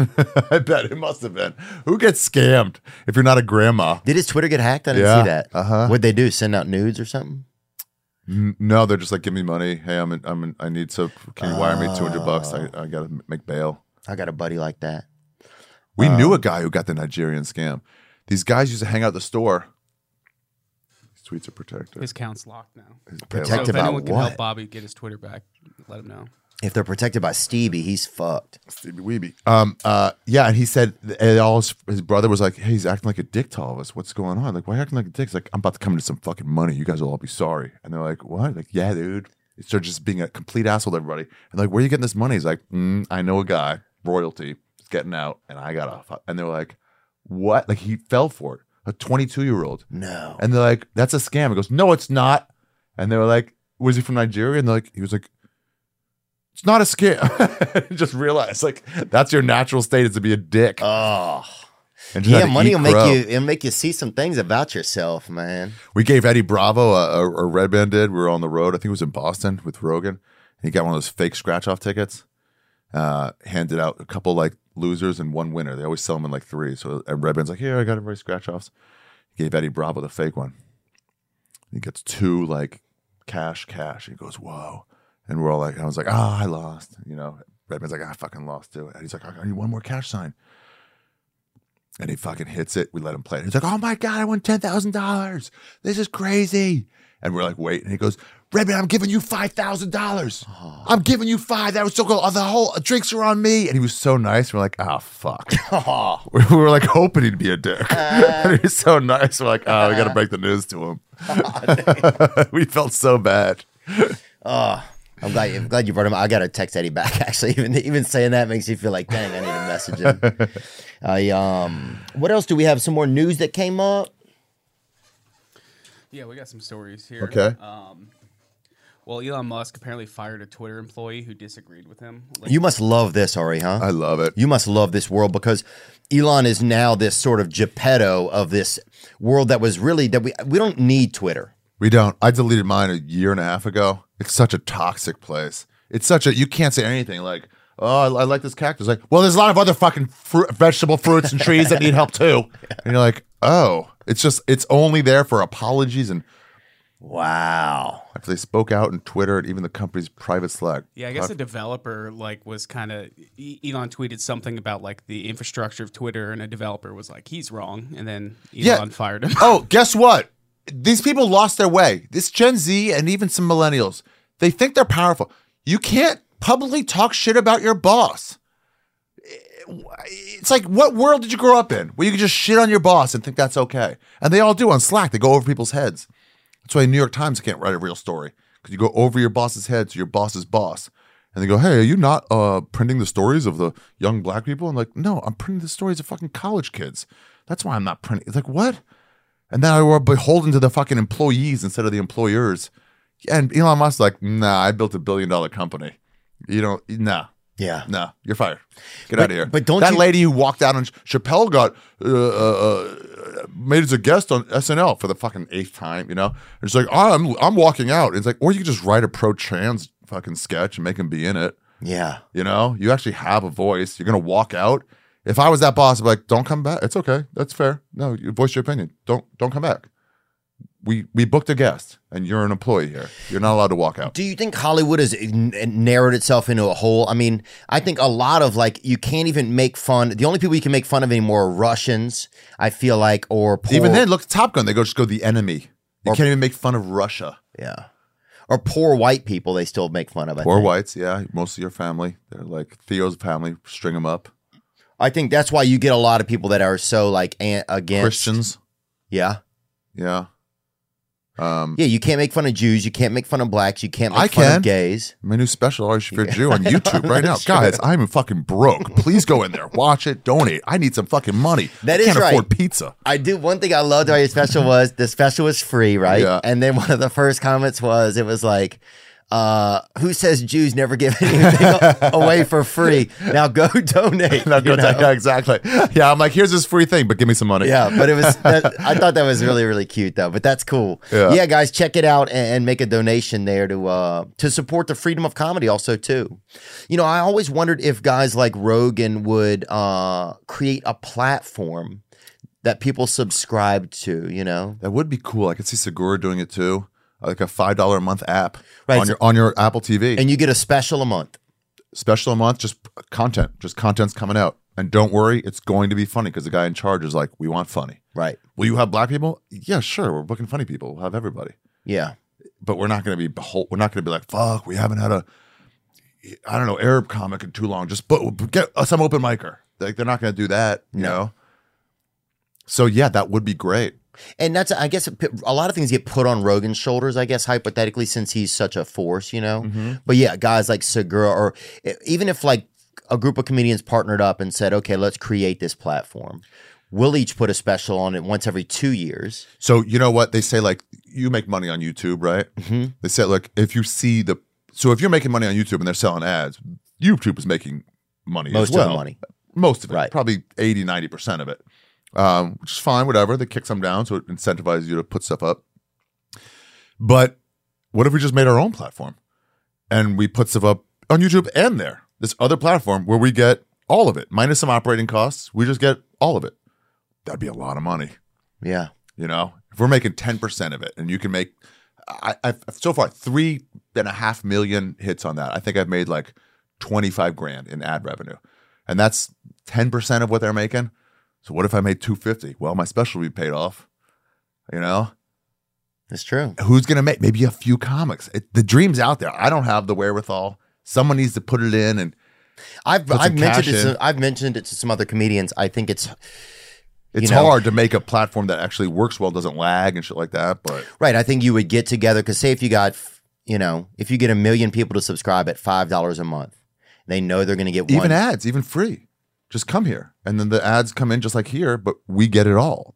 S3: I bet it must have been. Who gets scammed if you're not a grandma?
S1: Did his Twitter get hacked? I didn't
S3: Yeah,
S1: see that.
S3: uh-huh.
S1: What'd they do? Send out nudes or something?
S3: N- No, they're just like, give me money. Hey, I'm in, I'm in, I need so can you wire me 200 bucks? I, I gotta make bail.
S1: I got a buddy like that.
S3: We knew a guy who got the Nigerian scam. These guys used to hang out at the store. His tweets are protected.
S4: His account's locked now.
S3: His
S4: So
S1: Protected
S4: if
S1: by
S4: anyone can
S1: what?
S4: help Bobby get his Twitter back, let him know.
S1: If they're protected by Stevie, he's fucked.
S3: Stevie Weeby. Um, uh, yeah, and he said, and all his, his brother was like, "Hey, he's acting like a dick to all of us. What's going on? Like, why are you acting like a dick?" He's like, "I'm about to come into some fucking money. You guys will all be sorry." And they're like, "What?" Like, "Yeah, dude." So just being a complete asshole to everybody. And like, "Where are you getting this money?" He's like, mm, "I know a guy, royalty, is getting out, and I got off." And they're like, "What?" Like he fell for it, a 22 year old.
S1: No.
S3: And they're like, that's a scam. He goes, no, it's not. And they were like, was he from Nigeria? And they're like, he was like, it's not a scam. (laughs) just realize, like, that's your natural state is to be a dick.
S1: Oh.
S3: and just
S1: Yeah,
S3: had to
S1: money
S3: eat
S1: will make
S3: crow.
S1: you it'll make you see some things about yourself, man.
S3: We gave Eddie Bravo a, a, a red band. Did we were on the road? I think it was in Boston with Rogan. And he got one of those fake scratch off tickets. Uh, handed out a couple like losers and one winner. They always sell them in like three. So and red band's like, here, I got everybody scratch offs. Gave Eddie Bravo the fake one. He gets two like cash, cash. He goes, whoa. And we're all like, I was like, ah, I lost. You know, Redman's like, I fucking lost too. And he's like, I need one more cash sign. And he fucking hits it. We let him play it. He's like, oh my God, I won $10,000. This is crazy. And we're like, wait. And he goes, Redman, I'm giving you five thousand dollars. I'm giving you five. That was so cool. Oh, the whole drinks are on me. And he was so nice. We're like, oh fuck. we we were like hoping he'd be a dick. (laughs) and he's so nice. We're like, oh, we gotta break the news to him. (laughs) we felt so bad.
S1: I'm glad, I'm glad you brought him. I got to text Eddie back. (laughs) Actually, even even saying that makes you feel like, dang, I need to message
S3: (laughs)
S1: him. I um, what else do we have? Some more news that came up.
S4: Yeah, we got some stories here.
S3: Okay.
S4: Um, well, Elon Musk apparently fired a Twitter employee who disagreed with him. Like,
S1: You must love this, Ari, huh?
S3: I love it.
S1: you must love this world because Elon is now this sort of Geppetto of this world that was really that we we don't need Twitter.
S3: We don't. I deleted mine a year and a half ago. It's such a toxic place. It's such a you can't say anything like, oh, I, I like this cactus. Like, well, there's a lot of other fucking fruit, vegetable fruits and trees that need help too. And you're like, oh, it's just it's only there for apologies and
S1: Wow.
S3: after they spoke out on Twitter and even the company's private Slack.
S4: yeah, I guess the developer like was kind of Elon tweeted something about like the infrastructure of Twitter, and a developer was like, "He's wrong," and then Elon
S3: Yeah.
S4: fired him. (laughs)
S3: Oh, guess what? These people lost their way. This Gen Z and even some millennials, they think they're powerful. You can't publicly talk shit about your boss. It's like, what world did you grow up in where you can just shit on your boss and think that's okay? And they all do on Slack. They go over people's heads. That's why New York Times can't write a real story because you go over your boss's head to your boss's boss. And they go, hey, are you not uh, printing the stories of the young black people? And like, no, I'm printing the stories of fucking college kids. That's why I'm not printing. It's like, what? And then I were beholden to the fucking employees instead of the employers. And Elon Musk's like, nah, I built a billion dollar company. You don't, nah,
S1: Yeah.
S3: nah, you're fired. Get
S1: But-
S3: out of here.
S1: but don't
S3: that
S1: you-
S3: lady who walked out on Chappelle got uh, uh, uh, made as a guest on SNL for the fucking eighth time, you know? And she's like, "Oh, I'm I'm walking out. it's like, or you could just write a pro trans fucking sketch and make him be in it.
S1: Yeah.
S3: You know, you actually have a voice. You're gonna walk out. If I was that boss, I'd be like, "Don't come back. It's okay. That's fair. No, you voice your opinion. Don't don't come back. We we booked a guest, and you're an employee here. You're not allowed to walk out.
S1: Do you think Hollywood has n- narrowed itself into a hole? I mean, I think a lot of like you can't even make fun. The only people you can make fun of anymore are Russians. I feel like, or poor,
S3: Even then, look at Top Gun. They go just go the enemy. You can't even make fun of Russia
S1: yeah, or poor white people. They still make fun of. I
S3: or
S1: think.
S3: whites. Yeah, most of your family. They're like Theo's family. String them up.
S1: I think that's why you get a lot of people that are so like an- against
S3: Christians.
S1: Yeah,
S3: Yeah. Um,
S1: yeah. You can't make fun of Jews. You can't make fun of blacks. You can't make
S3: I
S1: fun
S3: can.
S1: of gays.
S3: My new special, Ari Shaffir
S1: (laughs)
S3: Jew, on YouTube right now. Guys, I'm fucking broke. Please go in there, watch it, donate. I need some fucking money.
S1: That
S3: I
S1: is
S3: can't
S1: right.
S3: afford pizza. (laughs)
S1: I do. One thing I loved about your special was the special was free, right?
S3: Yeah.
S1: And then one of the first comments was it was like, uh, "Who says Jews never give (laughs) anything away for free? Now go (laughs) donate."
S3: No,
S1: you
S3: go
S1: know?
S3: take- yeah, exactly. Yeah, I'm like, here's this free thing, but give me some money.
S1: Yeah, but it was. That, I thought that was really, really cute, though. But that's cool.
S3: Yeah.
S1: guys, check it out and, and make a donation there to uh, to support the freedom of comedy, also too. You know, I always wondered if guys like Rogan would uh, create a platform that people subscribe to. You know,
S3: That would be cool. I could see Segura doing it too. Like a five dollar a month app
S1: Right,
S3: on
S1: so-
S3: your on your Apple TV.
S1: and you get a special a month.
S3: Special a month, just content. Just content's coming out. And don't worry, it's going to be funny because the guy in charge is like, we want funny.
S1: Right.
S3: Will you have black people? Yeah, sure. We're booking funny people. We'll have everybody.
S1: Yeah.
S3: but we're not going to be behold, we're not going to be like fuck we haven't had a i don't know arab comic in too long just but get us some open micer like they're not going to do that you know so yeah that would be great
S1: And that's, I guess, a lot of things get put on Rogan's shoulders, I guess, hypothetically, since he's such a force, you know?
S3: Mm-hmm.
S1: But yeah, guys like Segura, or e, even if like a group of comedians partnered up and said, okay, let's create this platform, we'll each put a special on it once every two years.
S3: so you know what they say like you make money on youtube right
S1: Mm-hmm.
S3: they say like if you see the so if you're making money on youtube and they're selling ads youtube is making money as
S1: Most of the
S3: well.
S1: money.
S3: most of it
S1: Right.
S3: probably 80 90% of it um, which is fine whatever they kick some down so it incentivizes you to put stuff up but what if we just made our own platform and we put stuff up on youtube and there this other platform where we get all of it minus some operating costs we just get all of it that'd be a lot of money
S1: Yeah.
S3: you know if we're making 10% of it and you can make I, i've so far three and a half million hits on that i think i've made like 25 grand in ad revenue and that's 10% of what they're making so what if i made 250 well my special will be paid off you know
S1: It's true.
S3: who's gonna make maybe a few comics it, the dream's out there i don't have the wherewithal someone needs to put it in and
S1: I've
S3: Put some
S1: I've mentioned
S3: cash
S1: it
S3: in.
S1: to, I've mentioned it to some other comedians. I think it's
S3: it's
S1: know.
S3: hard to make a platform that actually works well doesn't lag and shit like that but
S1: right. I think you would get together because say if you got you know if you get a million people to subscribe at five dollars a month, they know they're going to get one.
S3: even ads even free just come here and then the ads come in just like here but we get it all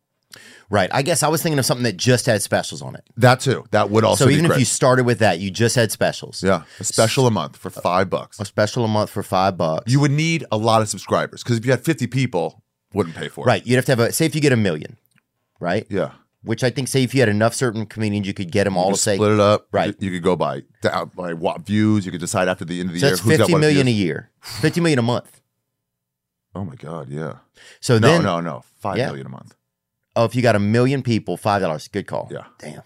S1: right. I guess I was thinking of something that just had specials on it.
S3: that too that would also
S1: so
S3: be
S1: even if
S3: great.
S1: you started with that, you just had specials.
S3: yeah a special a month for five bucks
S1: A special a month for five bucks.
S3: you would need a lot of subscribers because if you had 50 people wouldn't pay for it
S1: right. You'd have to have a say if you get a million, right?
S3: yeah
S1: Which I think say if you had enough certain comedians, you could get them all
S3: You
S1: to say
S3: split it up
S1: Right.
S3: you, you could go by uh, by what views you could decide after the end of the
S1: so
S3: year
S1: that's
S3: who's got
S1: fifty
S3: what
S1: million a
S3: views.
S1: year, fifty million a month.
S3: oh my god yeah
S1: So
S3: no
S1: then,
S3: no no five
S1: Yeah.
S3: million a month (laughs)
S1: oh, if you got a million people, five dollars. Good call.
S3: Yeah.
S1: Damn.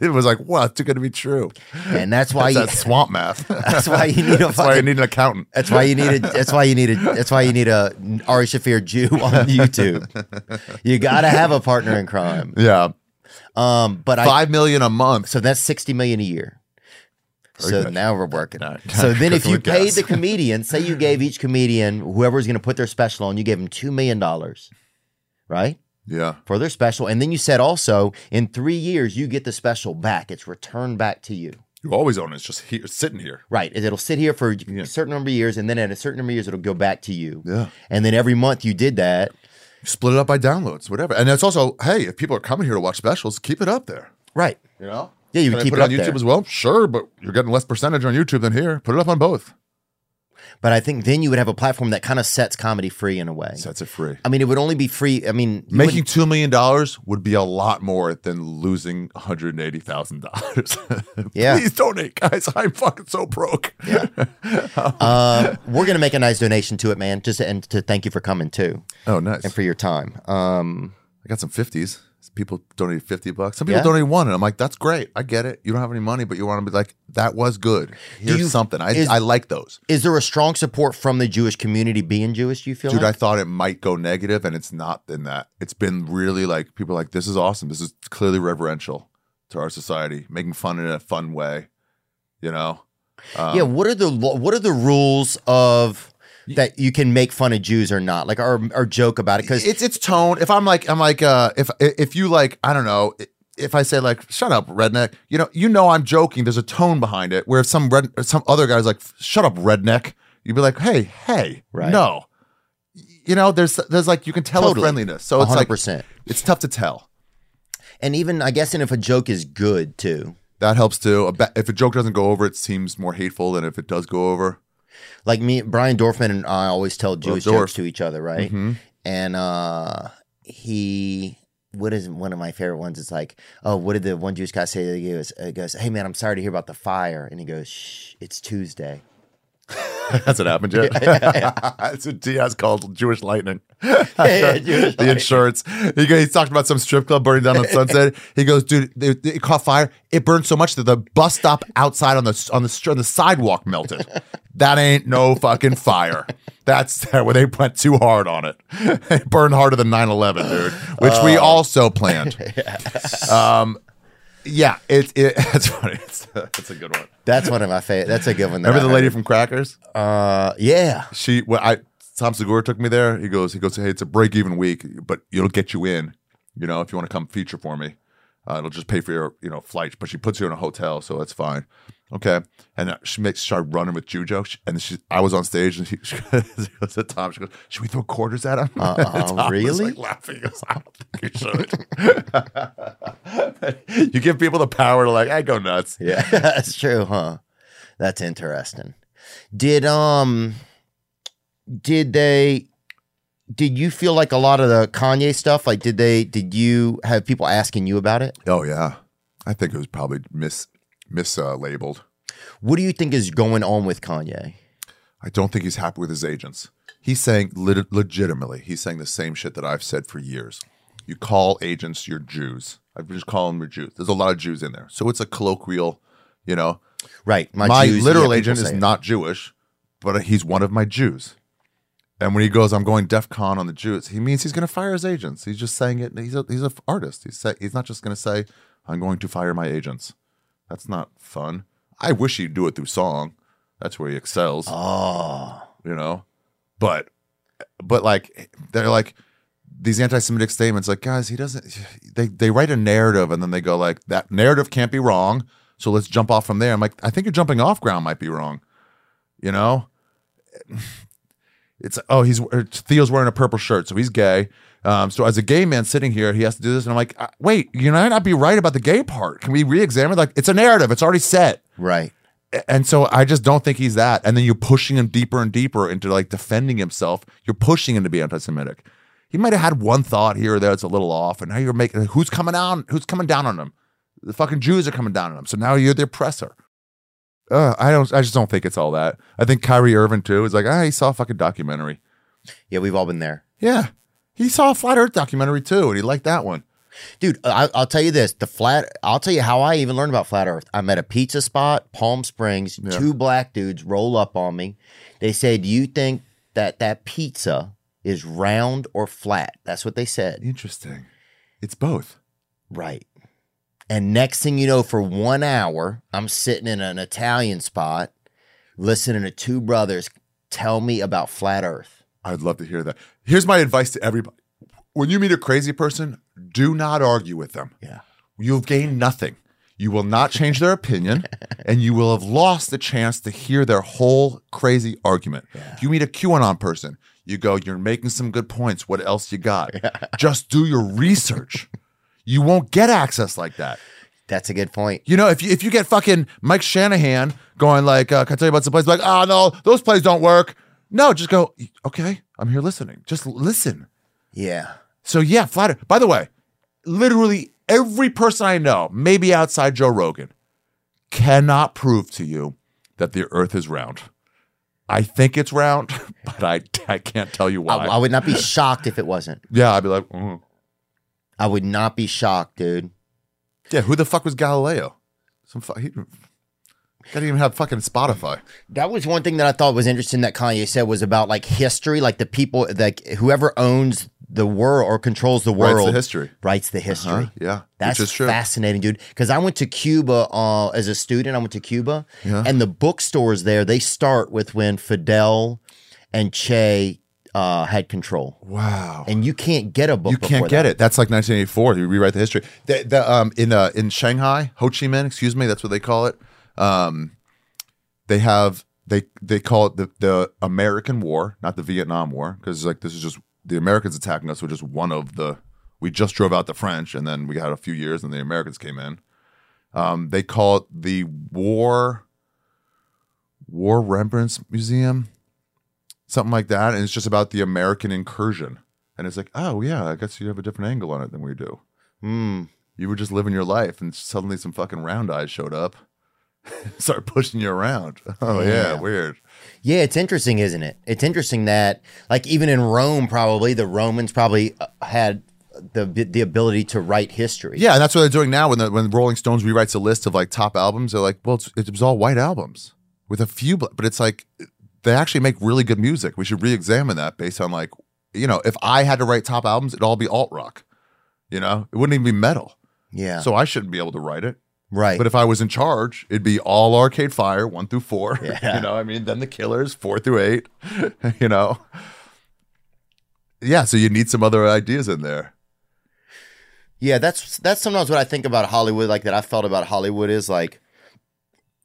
S3: it was like well that's too good to be true
S1: And that's why
S3: (laughs) that's that
S1: you, (laughs)
S3: swamp math
S1: that's why you need a
S3: that's why you
S1: fucking-
S3: need an accountant
S1: that's why you need a that's why you need a that's why you need a Ari Shafir Jew (laughs) on YouTube. You got to have a partner in crime.
S3: yeah
S1: Um, but I
S3: five million a month
S1: so that's sixty million a year. So
S3: good.
S1: now we're working.
S3: All right.
S1: So then, if you
S3: Good
S1: paid
S3: guess.
S1: the comedian, say you gave each comedian whoever was going to put their special on, you gave them two million dollars, right?
S3: yeah
S1: for their special. And then you said also in three years, you get the special back. It's returned back to you.
S3: you always own it it's just here sitting here
S1: Right. It'll sit here for
S3: Yeah.
S1: a certain number of years. And then at a certain number of years, it'll go back to you.
S3: Yeah.
S1: And then every month you did that.
S3: split it up by downloads whatever and it's also hey if people are coming here to watch specials keep it up there
S1: Right.
S3: you know
S1: Yeah, you
S3: Can I
S1: keep
S3: put
S1: it up
S3: on YouTube
S1: there.
S3: as well. Sure, but you're getting less percentage on YouTube than here. Put it up on both.
S1: But I think then you would have a platform that kind of sets comedy free in a way.
S3: Sets it free.
S1: I mean, it would only be free. I mean, you
S3: Making
S1: wouldn't-
S3: two million dollars would be a lot more than losing one hundred eighty thousand dollars. (laughs)
S1: Yeah.
S3: please donate, guys. I'm fucking so broke. Yeah,
S1: um, we're going to make a nice donation to it, man. Just to, and to thank you for coming too
S3: (laughs) Oh, nice.
S1: and for your time. Um,
S3: I got some fifties. People donated fifty bucks. Some people
S1: Yeah.
S3: donated one, and I'm like, that's great. I get it. You don't have any money, but you want to be like, that was good. Here's
S1: you-
S3: something. I
S1: is-
S3: I like those.
S1: is there a strong support from the Jewish community being Jewish? Do you feel
S3: Dude, I
S1: like?
S3: thought it might go negative, and it's not in that. It's been really like people are like this is awesome. This is clearly reverential to our society, making fun in a fun way. You know, Um,
S1: yeah what are the lo- what are the rules of that you can make fun of jews or not like or, or joke about it because
S3: it's it's tone. If I'm like I'm like uh if if you like I don't know if I say like shut up redneck, you know you know I'm joking. There's a tone behind it. Where if some red some other guy's like shut up redneck, you'd be like hey hey
S1: Right.
S3: no, you know there's there's like you can tell
S1: Totally.
S3: a friendliness. So it's
S1: 100%.
S3: like it's tough to tell.
S1: and even i guess and if a joke is good too
S3: That helps too. A ba- if a joke doesn't go over, it seems more hateful than if it does go over.
S1: like me brian dorfman and i always tell jewish
S3: Dorf.
S1: jokes to each other right
S3: Mm-hmm.
S1: and uh he what is one of my favorite ones it's like oh what did the one jewish guy say he goes, he goes hey man i'm sorry to hear about the fire and he goes shh it's tuesday
S3: That's what happened, Jared. (laughs) That's what Diaz called Jewish (laughs) lightning.
S1: yeah, Jewish
S3: the insurance. He, go- he talked about some strip club burning down on Sunset. He goes, dude, it, it caught fire. It burned so much that the bus stop outside on the on the str- on the sidewalk melted. that ain't no fucking fire. That's where they went too hard on it. (laughs) it burned harder than 9-11, dude, which we also (laughs) planned. Um, yeah, it, it, (laughs) it's funny. It's, it's a good one.
S1: that's one of my favorite that's a good one that
S3: Remember
S1: I
S3: the lady
S1: heard.
S3: from Crackers?
S1: uh yeah
S3: she well, I Tom Segura took me there. He goes, he goes, hey, it's a break even week, but it'll get you in. You know, if you want to come feature for me, uh, it'll just pay for your you know flight. But she puts you in a hotel, so that's fine. Okay, and uh, she makes started running with Jew jokes, and she I was on stage, and she, (laughs) she goes to Tom, she goes, should we throw quarters at him?
S1: Uh-uh,
S3: (laughs) Tom was,
S1: really?
S3: like, laughing. He goes, I don't think you should. (laughs) you give people the power to like, I go nuts.
S1: Yeah, (laughs) that's true, huh? That's interesting. Did um did they did you feel like a lot of the Kanye stuff like did they did you have people asking you about it?
S3: Oh yeah, I think it was probably mis mis uh, labeled.
S1: What do you think is going on with Kanye?
S3: I don't think he's happy with his agents. He's saying lit- legitimately, he's saying the same shit that I've said for years. You call agents your Jews. I just call them your Jews. There's a lot of Jews in there, so it's a colloquial, you know.
S1: Right,
S3: My,
S1: Jews-
S3: literal
S1: yeah, people
S3: agent is
S1: say it.
S3: not Jewish, but he's one of my Jews. And when he goes, I'm going DEF CON on the Jews. He means he's going to fire his agents. He's just saying it. He's a he's an artist. He's say, he's not just going to say I'm going to fire my agents. That's not fun. I wish he'd do it through song. That's where he excels. Oh.
S1: Ah.
S3: You know? But but like they're like these anti-Semitic statements, like guys, he doesn't. They they write a narrative and then they go like that narrative can't be wrong, so let's jump off from there. I'm like, I think your jumping off ground might be wrong, you know. It's oh he's Theo's wearing a purple shirt, so he's gay. Um, so as a gay man sitting here, he has to do this, and I'm like, uh, wait, you might not be right about the gay part. Can we re-examine? Like it's a narrative, it's already set
S1: Right.
S3: and so I just don't think he's that. And then you're pushing him deeper and deeper into like defending himself. You're pushing him to be anti-Semitic. He might have had one thought here or there that's a little off, and now you're making who's coming down? Who's coming down on him? The fucking Jews are coming down on him. So now you're the oppressor. Uh, I don't. I just don't think it's all that. I think Kyrie Irving too is like, ah, he saw a fucking documentary.
S1: Yeah, we've all been there.
S3: Yeah, he saw a flat Earth documentary too, and he liked that one.
S1: Dude, I, I'll tell you this: the flat. I'll tell you how I even learned about flat Earth. I'm at a pizza spot, Palm Springs. Two black dudes roll up on me. They say, "Do you think that that pizza is round or flat?" That's what they said.
S3: Interesting. It's both.
S1: Right. And next thing you know, for one hour, I'm sitting in an Italian spot, listening to two brothers tell me about flat Earth.
S3: I'd love to hear that. Here's my advice to everybody. When you meet a crazy person, do not argue with them.
S1: Yeah.
S3: You've gained nothing. You will not change their opinion, and you will have lost the chance to hear their whole crazy argument. If you meet a QAnon person, you go, You're making some good points. What else you got? Just do your research. you won't get access like that.
S1: That's a good point.
S3: You know, if you, if you get fucking Mike Shanahan going like, uh, "Can I tell you about some plays?" Like, "Ah, no, those plays don't work." No, just go. Okay, I'm here listening. Just listen.
S1: Yeah.
S3: So yeah, flat. By the way, literally every person I know, maybe outside Joe Rogan, cannot prove to you that the Earth is round. I think it's round, (laughs) but I I can't tell you
S1: I,
S3: why.
S1: I would not be shocked if it wasn't.
S3: yeah, I'd be like, mm.
S1: I would not be shocked, dude.
S3: yeah, who the fuck was Galileo? Some fu- he didn't even have fucking Spotify.
S1: That was one thing that I thought was interesting that Kanye said was about like history, like the people, like whoever owns the world or controls the
S3: Writes the
S1: world
S3: history.
S1: writes the history.
S3: Huh? Yeah,
S1: That's
S3: which is true.
S1: fascinating, dude. Because I went to Cuba uh, as a student. I went to Cuba, and the bookstores there they start with when Fidel and Che uh, had control,
S3: Wow.
S1: and you can't get a book.
S3: you can't
S1: before
S3: get
S1: that.
S3: it. That's like 1984. You rewrite the history. The, the, um, in uh, in Shanghai, Ho Chi Minh, excuse me, that's what they call it. Um, they have they they call it the the American War, not the Vietnam War, because like this is just the Americans attacking us. We're just one of the. We just drove out the French, and then we had a few years, and the Americans came in. Um, they call it the War War Remembrance Museum something like that. And it's just about the American incursion. And it's like, oh, yeah, I guess you have a different angle on it than we do. Hmm. You were just living your life, and suddenly some fucking round eyes showed up, (laughs) started pushing you around. (laughs) Oh, yeah, weird.
S1: Yeah, it's interesting, isn't it? It's interesting that, like, even in Rome, probably the Romans probably uh, had the the ability to write history.
S3: Yeah, and that's what they're doing now. When the, when Rolling Stones rewrites a list of like top albums, they're like, well, it's, it was all white albums with a few, bla- but it's like they actually make really good music. We should re-examine that based on like, you know, if I had to write top albums, it'd all be alt rock. You know, it wouldn't even be metal.
S1: yeah.
S3: So I shouldn't be able to write it.
S1: right.
S3: But if I was in charge, it'd be all Arcade Fire, one through four. (laughs)
S1: Yeah.
S3: you know, I mean, then the Killers, four through eight. (laughs) you know, yeah. So you need some other ideas in there.
S1: Yeah, that's that's sometimes what I think about Hollywood. Like that, I felt about Hollywood is like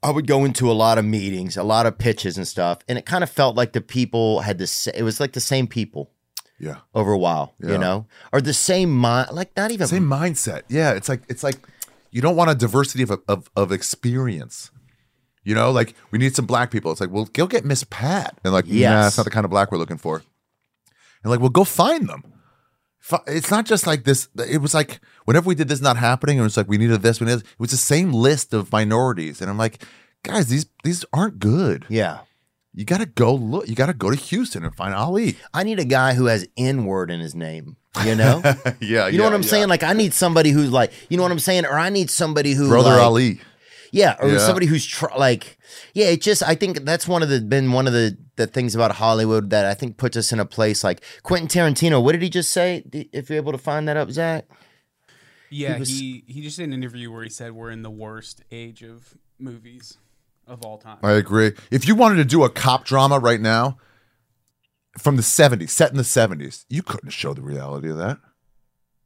S1: I would go into a lot of meetings, a lot of pitches and stuff, and it kind of felt like the people had the sa- it was like the same people
S3: Yeah,
S1: over a while,
S3: Yeah.
S1: you know, or the same mind, like not even
S3: same mindset. Yeah, it's like it's like you don't want a diversity of of, of experience. You know, like we need some black people. It's like, well, go get Miss Pat, and like, yeah,
S1: Yes.
S3: that's not the kind of black we're looking for. And like, well, go find them. Fi- It's not just like this. It was like whenever we did this not happening, it was like we needed this, we needed. This, it was the same list of minorities, and I'm like, guys, these these aren't good.
S1: yeah.
S3: You got to go look. You got to go to Houston and find Ali.
S1: I need a guy who has N word in his name, you
S3: (laughs)
S1: know.
S3: yeah,
S1: You know what I'm saying? Like I need somebody who's like, you know what I'm saying, or I need somebody who
S3: brother
S1: like-
S3: Ali.
S1: Yeah, or
S3: Yeah.
S1: somebody who's tr- like, yeah, it just I think that's one of the been one of the the things about Hollywood that I think puts us in a place like Quentin Tarantino. What did he just say? D- If you're able to find that up, Zach,
S4: Yeah, he,
S1: was-
S4: he just did an interview where he said we're in the worst age of movies of all time.
S3: I agree. If you wanted to do a cop drama right now from the 70s, set in the 70s, you couldn't show the reality of that.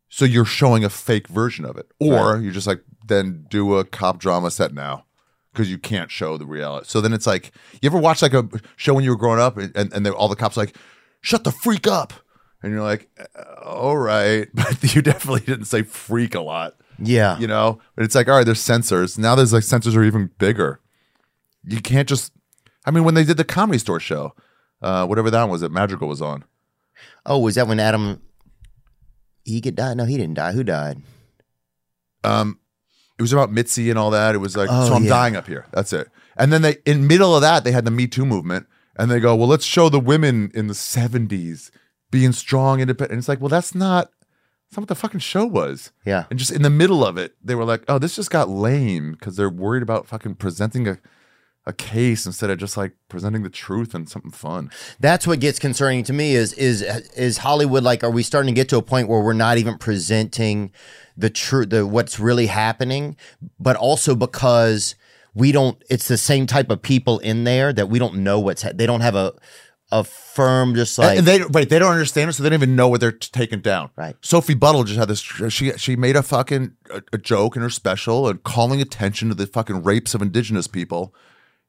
S3: So you're showing a fake version of it. Or you're just like, then do a cop drama set now because you can't show the reality. So then it's like, you ever watch like a show when you were growing up and, and they- all the cops like, shut the freak up. And you're like, "Uh, all right. (laughs) But you definitely didn't say freak a lot
S1: Yeah.
S3: you know but it's like all right there's sensors now there's like sensors are even bigger you can't just i mean when they did the comedy store show uh whatever that was that madrigal was on
S1: Oh, was that when Adam Egan died? No, he didn't die. Who died?
S3: um it was about mitzi and all that it was like
S1: Oh,
S3: so i'm
S1: yeah.
S3: dying up here that's it and then they in middle of that they had the me too movement and they go well let's show the women in the 70s being strong independent and it's like well that's not that's not what the fucking show was
S1: Yeah.
S3: And just in the middle of it, they were like, "Oh, this just got lame" because they're worried about fucking presenting a a case instead of just like presenting the truth and something fun.
S1: That's what gets concerning to me is is is Hollywood like are we starting to get to a point where we're not even presenting the true the what's really happening but also because we don't it's the same type of people in there that we don't know what's ha- they don't have a a firm just like
S3: and they right, they don't understand it, so they don't even know what they're t- taking down.
S1: Right.
S3: Sophie Buttle just had this. She she made a fucking a, a joke in her special and calling attention to the fucking rapes of indigenous people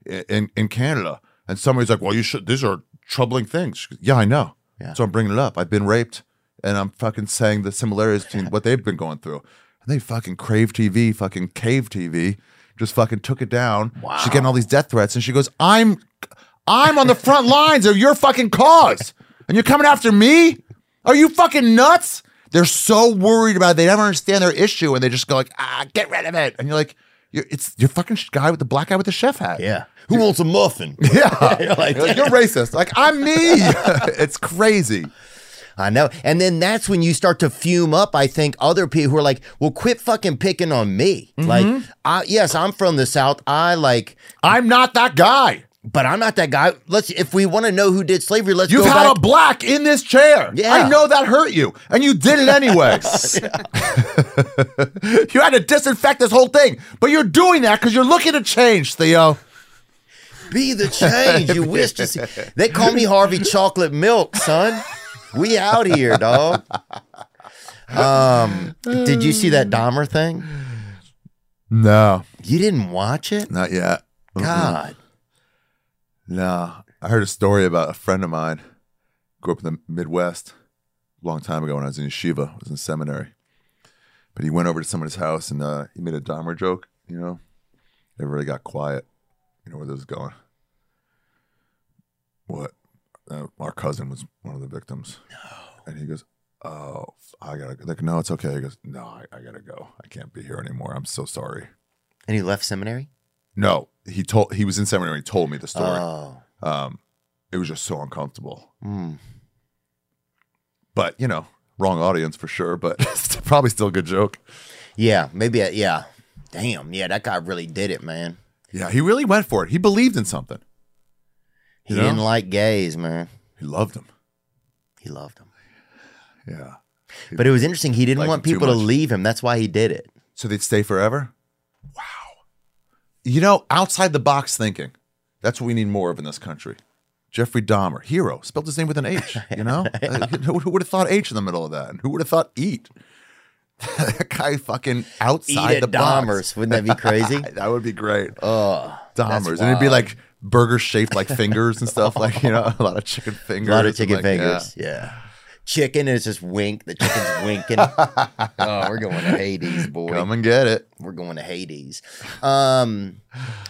S3: i- in in Canada. And somebody's like, "Well, you should. These are troubling things." She goes, yeah, I know.
S1: Yeah.
S3: So I'm bringing it up. I've been raped, and I'm fucking saying the similarities between what they've been going through. And they fucking crave TV, fucking cave TV, just fucking took it down. Wow. She's getting all these death threats, and she goes, "I'm, I'm on the front lines of your fucking cause, and you're coming after me? Are you fucking nuts?" They're so worried about it. they don't understand their issue, and they just go like, "Ah, get rid of it," and you're like. You're, it's your fucking sh- guy with the black guy with the chef hat.
S1: yeah who wants a (laughs) muffin
S3: Yeah.
S1: You're like,
S3: You're like, "You're racist. Like, I'm me. (laughs) it's crazy.
S1: I know. And then that's when you start to fume up, I think, other people who are like, well, quit fucking picking on me. Like, I, yes, I'm from the South. I like,
S3: I'm not that guy.
S1: but I'm not that guy. Let's, if we want to know who did slavery, let's
S3: You've
S1: go
S3: had
S1: back.
S3: a black in this chair.
S1: Yeah.
S3: I know that hurt you, and you did
S1: (laughs)
S3: it anyway. (laughs) you had to disinfect this whole thing, but you're doing that because you're looking to change, Theo.
S1: Be
S3: (laughs)
S1: the change you wish to see. They call me Harvey Chocolate Milk, son. We out here, dog. Um, did you see that Dahmer thing?
S3: No,
S1: You didn't watch it?
S3: not yet. Mm-mm.
S1: God.
S3: No, I heard a story about a friend of mine grew up in the Midwest a long time ago when I was in yeshiva, I was in seminary. But he went over to someone's house and uh, he made a Dahmer joke, you know. Everybody got quiet. You know where this is going. What? Uh, our cousin was one of the victims. No. And he goes, Oh, I gotta go. Like, no, it's okay. He goes, No, I, I gotta go. I can't be here anymore. I'm so sorry.
S1: And he left seminary?
S3: No, he told he was in seminary. He told me the story
S1: Oh.
S3: um, it was just so uncomfortable.
S1: Mm.
S3: But you know, wrong audience for sure. But
S1: (laughs)
S3: (laughs) it's probably still a good joke.
S1: Yeah, maybe. I, yeah. Damn. Yeah, that guy really did it, man.
S3: Yeah, he really went for it. He believed in something.
S1: He
S3: You know?
S1: didn't like gays, man.
S3: He loved him.
S1: He loved them.
S3: Yeah.
S1: But it was interesting. He didn't
S3: Liked
S1: want
S3: him too
S1: people to
S3: much.
S1: leave him. That's why he did it.
S3: So they'd stay forever. Wow. You know, outside the box thinking. That's what we need more of in this country. Jeffrey Dahmer, hero, spelled his name with
S1: (laughs)
S3: an H. You know, Uh, who, who would have thought H in the middle of that? And who would have thought eat? (laughs) that guy fucking outside
S1: Eat
S3: the
S1: at
S3: box.
S1: Dahmer's. Wouldn't that be
S3: (laughs)
S1: crazy?
S3: That would be great.
S1: Oh, that's
S3: Dahmers, and it'd be
S1: wild.
S3: like burgers shaped like fingers and stuff, like
S1: (laughs)
S3: you know, a lot of chicken fingers,
S1: a lot of
S3: and,
S1: chicken
S3: like,
S1: fingers. Yeah. Chicken is just wink. The chicken's
S3: (laughs)
S1: winking. Oh, we're going to Hades, boy.
S3: yeah. Come and get it.
S1: We're going to Hades. Um,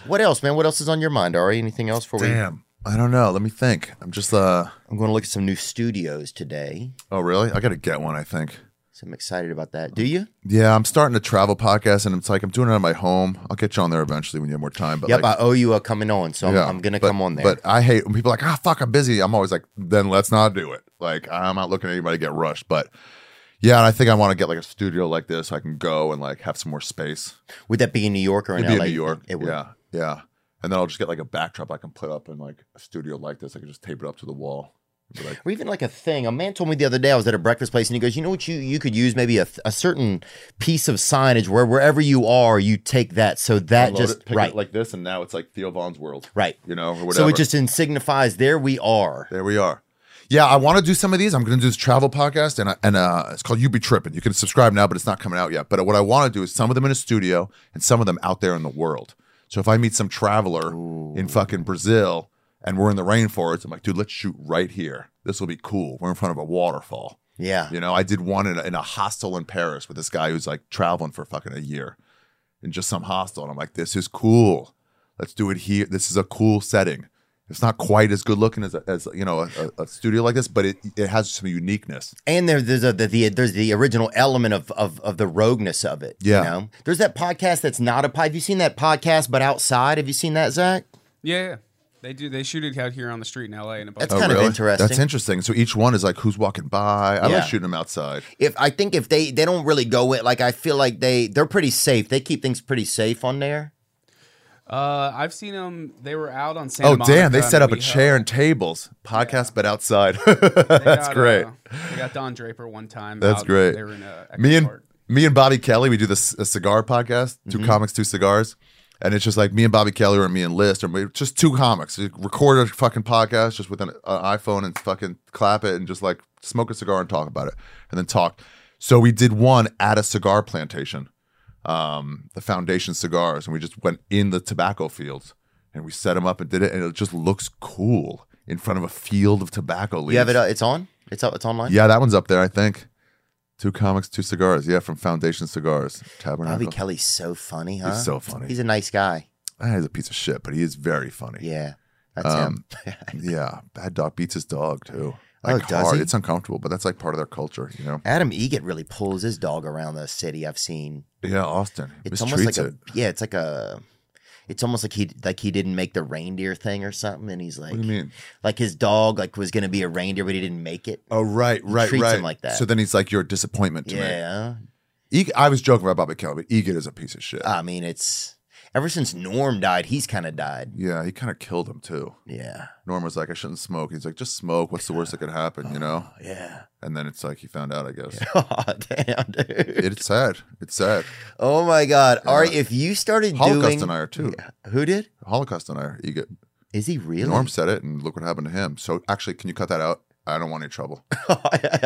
S1: what else, man? What else is on your mind, Ari? Anything else for we?
S3: Damn, I don't know. Let me think. I'm just uh.
S1: I'm going to look at some new studios today.
S3: Oh really? I gotta get one. I think.
S1: So I'm excited about that. Do you?
S3: Yeah, I'm starting a travel podcast, and it's like I'm doing it on my home. I'll get you on there eventually when you have more time. But
S1: Yep,
S3: like,
S1: I owe you a coming on, so I'm,
S3: yeah,
S1: I'm going to
S3: but-
S1: come on there.
S3: But I hate when people are like, ah, fuck, I'm busy. I'm always like, then let's not do it. Like I'm not looking at anybody get rushed, but. Yeah, and I think I want to get like a studio like this so I can go and like have some more space.
S1: would that be in New York or in
S3: It'd be
S1: LA?
S3: in New York.
S1: It would.
S3: Yeah, yeah. And then I'll just get like a backdrop I can put up in like a studio like this. I can just tape it up to the wall
S1: or even like a thing. A man told me the other day I was at a breakfast place, and he goes, "You know what? You you could use maybe a, th- a certain piece of signage where wherever you are, you take that, so that
S3: Unload
S1: just
S3: it, pick
S1: right,
S3: it like this, and now it's like Theo Vaughn's world,
S1: right,
S3: You know, or whatever.
S1: so it just in signifies there we are.
S3: There we are. Yeah, I want to do some of these. I'm going to do this travel podcast, and I- and uh, it's called You Be Tripping. You can subscribe now, but it's not coming out yet. But what I want to do is some of them in a studio, and some of them out there in the world. So if I meet some traveler in fucking Brazil, and we're in the rainforest, I'm like, dude, let's shoot right here. This will be cool. We're in front of a waterfall.
S1: Yeah,
S3: You know, I did one in a, in a hostel in Paris with this guy who's like traveling for fucking a year in just some hostel. And I'm like, this is cool. Let's do it here. This is a cool setting. It's not quite as good looking as, a, as you know, a, a, a studio like this, but it, it has some uniqueness.
S1: and there, there's a the, the there's the original element of of of the rogueness of it.
S3: Yeah.
S1: you know? there's that podcast that's not a pod. Have you seen that podcast? But outside, have you seen that, Zach?
S4: Yeah, yeah. They do. They shoot it out here on the street in L.A. and a bunch.
S1: That's kind of interesting.
S3: That's interesting. So each one is like, who's walking by? I
S1: Yeah.
S3: like shooting them outside.
S1: if I think if they they don't really go it like I feel like they they're pretty safe. They keep things pretty safe on there.
S4: Uh, I've seen them. They were out on Santa
S3: Oh, damn.
S4: Monica
S3: They
S4: on
S3: set up a
S4: WeHo.
S3: chair and tables. Podcast, but outside. (laughs)
S4: They
S3: That's
S4: got,
S3: great.
S4: uh, they got Don Draper one time.
S3: That's
S4: out-
S3: great.
S4: They were in a
S3: me and
S4: Park.
S3: me and Bobby Kelly, we do this a cigar podcast, 2 comics, two cigars, and it's just like me and Bobby Kelly or me and List or me, just two comics. We record a fucking podcast just with an, an iPhone and fucking clap it and just like smoke a cigar and talk about it and then talk. So we did one at a cigar plantation, um, the Foundation Cigars, and we just went in the tobacco fields and we set them up and did it, and it just looks cool in front of a field of tobacco leaves.
S1: You have it. Uh, it's on. It's up. It's online.
S3: Yeah, that one's up there, I think. Two comics, two cigars. Yeah, from Foundation Cigars.
S1: Bobby
S3: Tabernacle.
S1: Kelly's so funny, huh?
S3: so funny.
S1: He's a nice guy.
S3: Ah, he's a piece of shit, but he is very funny.
S1: Yeah, that's
S3: Um,
S1: him.
S3: (laughs) yeah. Bad dog beats his dog too.
S1: Oh,
S3: Like
S1: does
S3: hard.
S1: he?
S3: It's uncomfortable, but that's like part of their culture, you know.
S1: Adam Egett really pulls his dog around the city. I've seen.
S3: Yeah, Austin
S1: It's almost like
S3: mistreats
S1: a
S3: it.
S1: yeah. It's like a. It's almost like he like he didn't make the reindeer thing or something, and he's like,
S3: What do you mean?
S1: like his dog like was gonna be a reindeer, but he didn't make it.
S3: Oh, right, right,
S1: treats
S3: right.
S1: him like that.
S3: So then he's like, "You're a disappointment to me."
S1: yeah, Ah.
S3: Eg- I was joking about Bobby Kelly, but Egan is a piece of shit.
S1: I mean it's ever since Norm died, he's kind of died.
S3: yeah, he kind of killed him too.
S1: Yeah,
S3: Norm was like, "I shouldn't smoke." He's like, "Just smoke. What's the worst that could happen?" You know.
S1: Ah. (laughs) yeah.
S3: And then it's like he found out. I guess
S1: Oh, damn, dude.
S3: it's sad. It's sad.
S1: Oh my God, Ari, if you started
S3: Holocaust
S1: doing
S3: denier too.
S1: who did?
S3: Holocaust denier. You get
S1: Is he really?
S3: Norm said it, and look what happened to him. So actually, can you cut that out? I don't want
S1: (laughs)
S3: any trouble.
S1: Oh,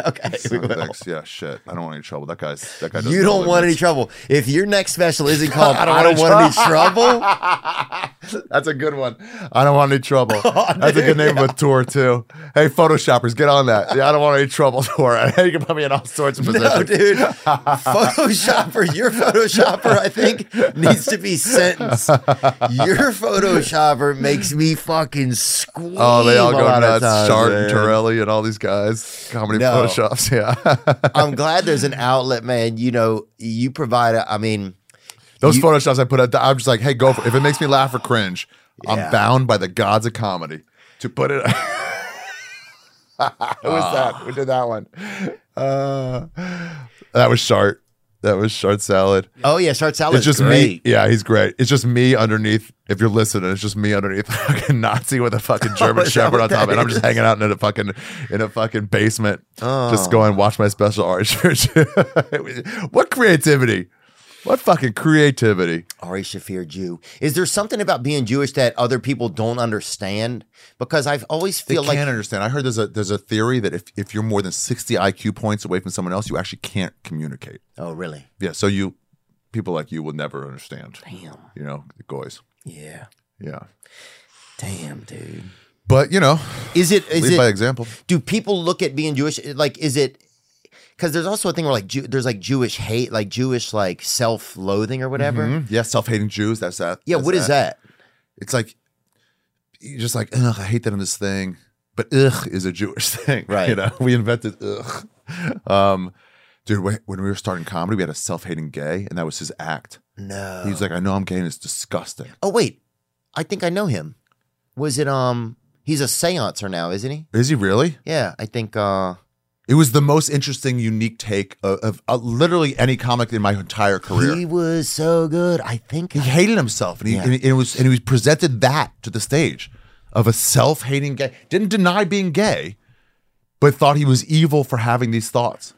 S1: okay, we
S3: Son
S1: will.
S3: of a bitch. Yeah, shit. I don't want any trouble. That guy's that guy. doesn't
S1: You don't
S3: really
S1: want any
S3: miss.
S1: trouble. If your next special
S3: (laughs)
S1: isn't called "I
S3: don't
S1: don't, want, any
S3: (laughs)
S1: trouble,"
S3: That's a good one. I don't want
S1: (laughs)
S3: any trouble.
S1: Oh,
S3: That's a good name of a tour too. Hey, photoshoppers, get on that. Yeah, I don't want any trouble (laughs) tour. you can put me in all sorts of positions.
S1: (laughs) no,
S3: (laughs)
S1: dude. Photoshopper, your Photoshopper, I think needs to be sentenced. Your Photoshopper makes me fucking squeal.
S3: Oh, they all
S1: a
S3: go
S1: lot of
S3: nuts.
S1: times,
S3: Shard
S1: man.
S3: and Torelli and all these guys. Comedy
S1: No.
S3: photoshops. (laughs) Yeah.
S1: I'm glad there's an outlet, man. You know, you provide. A, I mean,
S3: Those
S1: You-
S3: photoshops I put out, I'm just like, hey, go for it. If it makes me laugh or cringe,
S1: Yeah.
S3: I'm bound by the gods of comedy to put it. (laughs) Who was that? Who did that one? Uh, that was Shart. That was Shart Salad.
S1: oh yeah, Shard Salad.
S3: it's just me. Yeah, he's great. It's just me underneath. If you're listening, it's just me underneath (laughs) a fucking Nazi with a (laughs) fucking German
S1: no,
S3: Shepherd on top,
S1: that
S3: and I'm just hanging out in a fucking in a fucking basement, just go and watch my special art (laughs) church. what creativity? What fucking creativity?
S1: Ari Shafir Jew. Is there something about being Jewish that other people don't understand? Because I've always
S3: They
S1: feel like
S3: can't understand. I heard there's a there's a theory that if, if you're more than 60 IQ points away from someone else, you actually can't communicate.
S1: oh really?
S3: Yeah, so you people like you will never understand. Damn. You know, the goys.
S1: Yeah.
S3: Yeah.
S1: Damn, dude.
S3: But you know,
S1: Is it is
S3: lead by
S1: it
S3: example.
S1: do people look at being Jewish like is it because there's also a thing where like Jew, there's like Jewish hate, like Jewish like self-loathing or whatever.
S3: Mhm. Yeah, self-hating Jews. That's that.
S1: Yeah,
S3: that's
S1: what is that?
S3: It's like you're just like, ugh, I hate that I'm this thing, but ugh is a Jewish (laughs) thing,
S1: Right.
S3: You know, we invented ugh. Um, dude, when when we were starting comedy, we had a self-hating gay, and that was his act.
S1: No.
S3: He's like, I know I'm gay, and it's disgusting.
S1: oh wait, I think I know him. Was it um? He's a seancer now, isn't he?
S3: Is he really?
S1: Yeah, I think. uh
S3: It was the most interesting, unique take of, of, uh literally any comic in my entire career.
S1: He
S3: He,
S1: was so good. I think
S3: hated himself, and he
S1: Yeah.
S3: and it was and he was presented that to the stage of a self-hating gay. Didn't deny being gay, but thought he was evil for having these thoughts.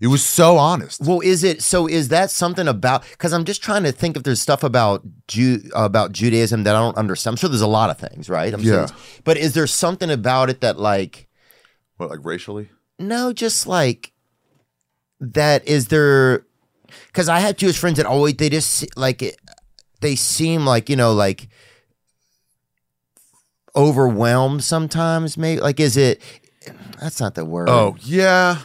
S3: He was so honest.
S1: Well, is it so? Is that something about? Because I'm just trying to think if there's stuff about Ju- about Judaism that I don't understand. I'm sure there's a lot of things, right? I'm sure
S3: Yeah.
S1: there's- But is there something about it that like
S3: What, like racially?
S1: no, just like that? Is there? Because I have Jewish friends that always they just se- like it- they seem like you know like overwhelmed sometimes. Maybe like is it? That's not the word.
S3: Oh yeah,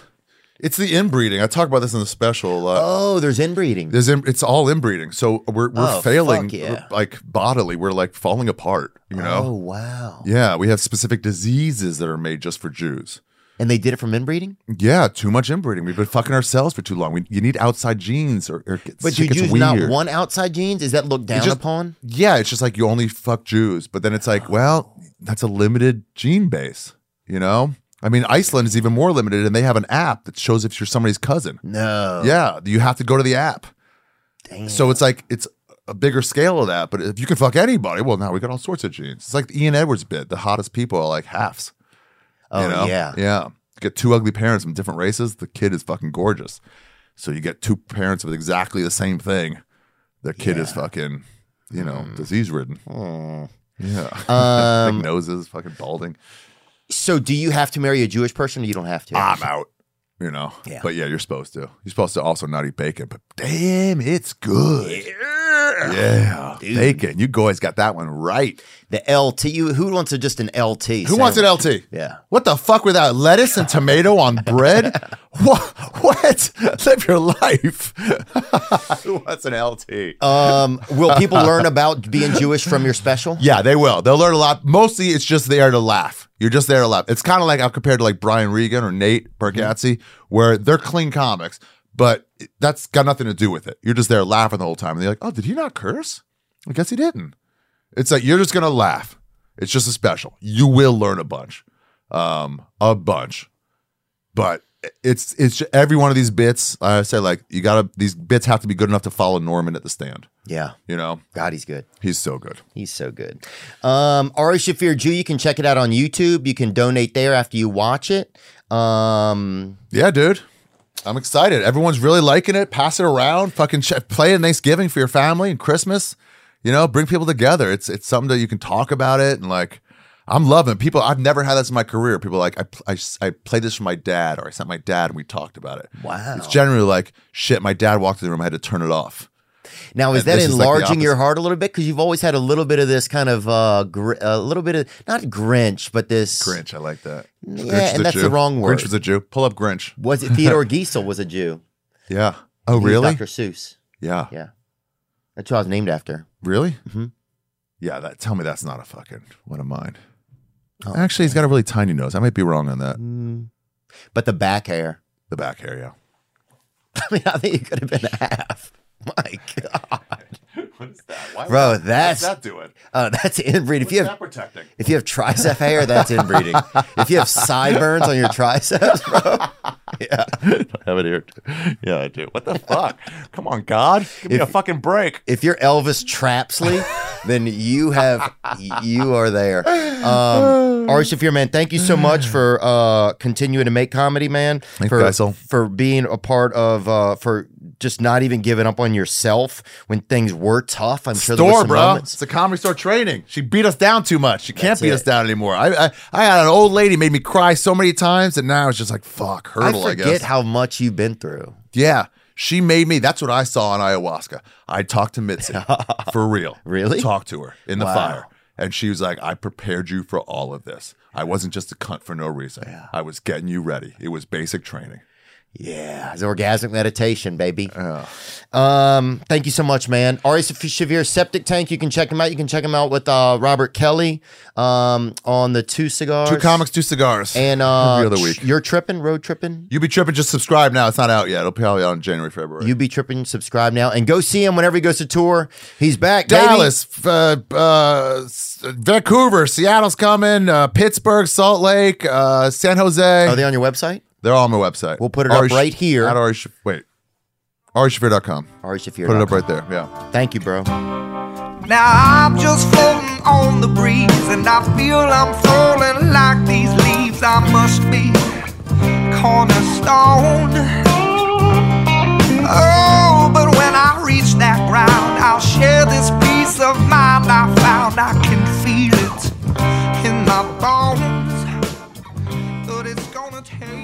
S3: it's the inbreeding. I talk about this in the special a lot.
S1: oh, there's inbreeding.
S3: There's in, it's all inbreeding, so we're we're
S1: Oh,
S3: failing
S1: fuck yeah.
S3: we're, like bodily. We're like falling apart. You
S1: Oh
S3: know?
S1: wow!
S3: Yeah, we have specific diseases that are made just for Jews.
S1: And they did it from inbreeding.
S3: Yeah, too much inbreeding. We've been fucking ourselves for too long. We, you need outside genes, or, or it's,
S1: But
S3: shit
S1: do
S3: gets
S1: Jews
S3: weird.
S1: not want outside genes? Is that looked down
S3: just-
S1: upon?
S3: Yeah, it's just like you only fuck Jews, but then it's like, well, that's a limited gene base. You know? I mean, Iceland is even more limited, and they have an app that shows if you're somebody's cousin.
S1: No.
S3: Yeah, you have to go to the app.
S1: Damn.
S3: So it's like it's a bigger scale of that. But if you can fuck anybody, well, now we got all sorts of genes. It's like the Ian Edwards bit. The hottest people are like halves.
S1: oh
S3: you know?
S1: yeah.
S3: yeah. Get two ugly parents from different races. The kid is fucking gorgeous. So you get two parents with exactly the same thing. The kid is fucking, you know, disease ridden. Yeah,
S1: Mm.
S3: (laughs)
S1: Um,
S3: (laughs) like noses, fucking balding.
S1: So do you have to marry a Jewish person? or You don't have to.
S3: I'm out. You know,
S1: Yeah.
S3: but yeah, you're supposed to. You're supposed to also not eat bacon, but damn, it's good. Yeah, bacon. You guys got that one right.
S1: The LT. You who wants a, just an LT?
S3: Who wants an LT?
S1: Yeah.
S3: What the fuck without lettuce and tomato on bread? what? What? Live your life. (laughs) Who wants an LT?
S1: Um, will people learn about being Jewish from your special?
S3: (laughs) yeah, they will. They'll learn a lot. Mostly, it's just there to laugh. You're just there to laugh. It's kind of like I'll compare to like Brian Regan or Nate Bargatze, where they're clean comics, but it- that's got nothing to do with it. You're just there laughing the whole time, and they're like, "Oh, did he not curse? I guess he didn't." It's like you're just gonna laugh. It's just a special. You will learn a bunch, um, a bunch, but it's it's ju- every one of these bits. I say like you gotta these bits have to be good enough to follow Norman at the stand.
S1: Yeah.
S3: You know,
S1: God, he's good.
S3: he's so good.
S1: He's so good. Um, Ari Shafir Jew. You can check it out on YouTube. You can donate there after you watch it. Um,
S3: Yeah, dude. I'm excited. Everyone's really liking it. Pass it around. Fucking ch- play it Thanksgiving for your family and Christmas. You know, bring people together. It's it's something that you can talk about it and like. I'm loving it. people. I've never had this in my career. People are like I, pl- I s- I played this for my dad, or I sent my dad, and we talked about it.
S1: Wow.
S3: It's generally like shit. My dad walked in the room. I had to turn it off.
S1: Now, is
S3: And
S1: that
S3: this is like the
S1: enlarging your
S3: opposite.
S1: heart a little bit? Because you've always had a little bit of this kind of uh, gr- a little bit of not Grinch, but this
S3: Grinch. I like that.
S1: Yeah,
S3: Grinch is
S1: and
S3: a
S1: that's the
S3: Jew.
S1: wrong word.
S3: Grinch was a Jew. Pull up Grinch.
S1: Was it Theodore
S3: (laughs)
S1: Giesel was a Jew?
S3: Yeah. Oh,
S1: He was
S3: really?
S1: Dr. Seuss.
S3: Yeah.
S1: Yeah, that's who I was named after.
S3: Really?
S1: Mhm.
S3: Yeah, that tell me that's not a fucking one of mine.
S1: Oh,
S3: Actually, he's got a really tiny nose. I might be wrong on that.
S1: Mm. But the back hair. (laughs)
S3: The back area.
S1: I mean, I think it could have been half. (laughs) My God,
S3: (laughs)
S1: bro, that's
S3: doing?
S1: uh, that's inbreed. If you have
S3: protecting?
S1: if you have tricep hair, that's inbreeding. if you have sideburns
S3: (laughs)
S1: on your triceps, bro,
S3: (laughs) I have it here. Yeah, I do. What the
S1: (laughs)
S3: fuck? Come on, God, give me
S1: If-
S3: a fucking break.
S1: if you're Elvis Trapsley, then you have you are there.
S3: (sighs)
S1: Um, Ari Shafir, man, thank you so much for uh, continuing to make comedy, man.
S3: Thanks,
S1: for
S3: Basil.
S1: for being a part of uh, for just not even giving up on yourself when things were tough. I'm sure there were
S3: store,
S1: some
S3: bro.
S1: moments.
S3: It's a comedy store training. She beat us down too much. She can't
S1: That's
S3: beat
S1: it.
S3: us down anymore. I, I I had an old lady made me cry so many times, and now it's just like fuck
S1: I
S3: hurdle. I,
S1: forget
S3: guess.
S1: how much you've been through.
S3: Yeah. She made me. That's what I saw on ayahuasca. I talked to Mitzi
S1: (laughs)
S3: for real.
S1: Really?
S3: Talked to her in the
S1: Wow.
S3: fire. And she was like, I prepared you for all of this. I wasn't just a cunt for no reason. I was getting you ready. It was basic training.
S1: Yeah, it's orgasmic meditation, baby. Um, thank you so much, man. Ari Shavir Septic Tank. You can check him out. You can check him out with uh, Robert Kelly um, on the Two Cigars.
S3: Two comics, two cigars.
S1: and uh,
S3: every other week.
S1: tr- you're tripping, road tripping.
S3: you be tripping, just subscribe now. It's not out yet. It'll probably out in January, February.
S1: You be tripping. Subscribe now and go see him whenever he goes to tour. He's back, baby.
S3: Dallas, f- uh, uh, S- Vancouver, Seattle's coming, uh, Pittsburgh, Salt Lake, uh, San Jose.
S1: Are Oh, they on your website?
S3: They're all on my website.
S1: We'll put it up
S3: Ari Sh-
S1: right here.
S3: At Ari Sh- wait, arishafir.com.
S1: Ari Shafir.
S3: Put it up right there. Yeah.
S1: Thank you, bro.
S2: Now I'm just floating on the breeze, and I feel I'm falling like these leaves believes I must be cornerstone. Oh, but when I reach that ground, I'll share this peace of mind I found. I can feel it in my bones. But it's gonna take.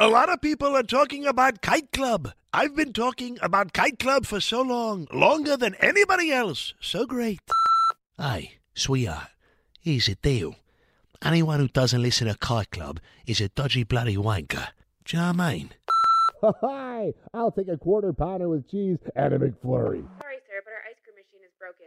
S9: A lot of people are talking about Kite Club. I've been talking about Kite Club for so long, longer than anybody else. So great. Hey, sweetheart, here's the deal. Anyone who doesn't listen to Kite Club is a dodgy bloody wanker. Do you know what I mean? Hi, I'll take a quarter pounder with cheese and a McFlurry.
S10: Sorry, sir, but our ice cream machine is broken.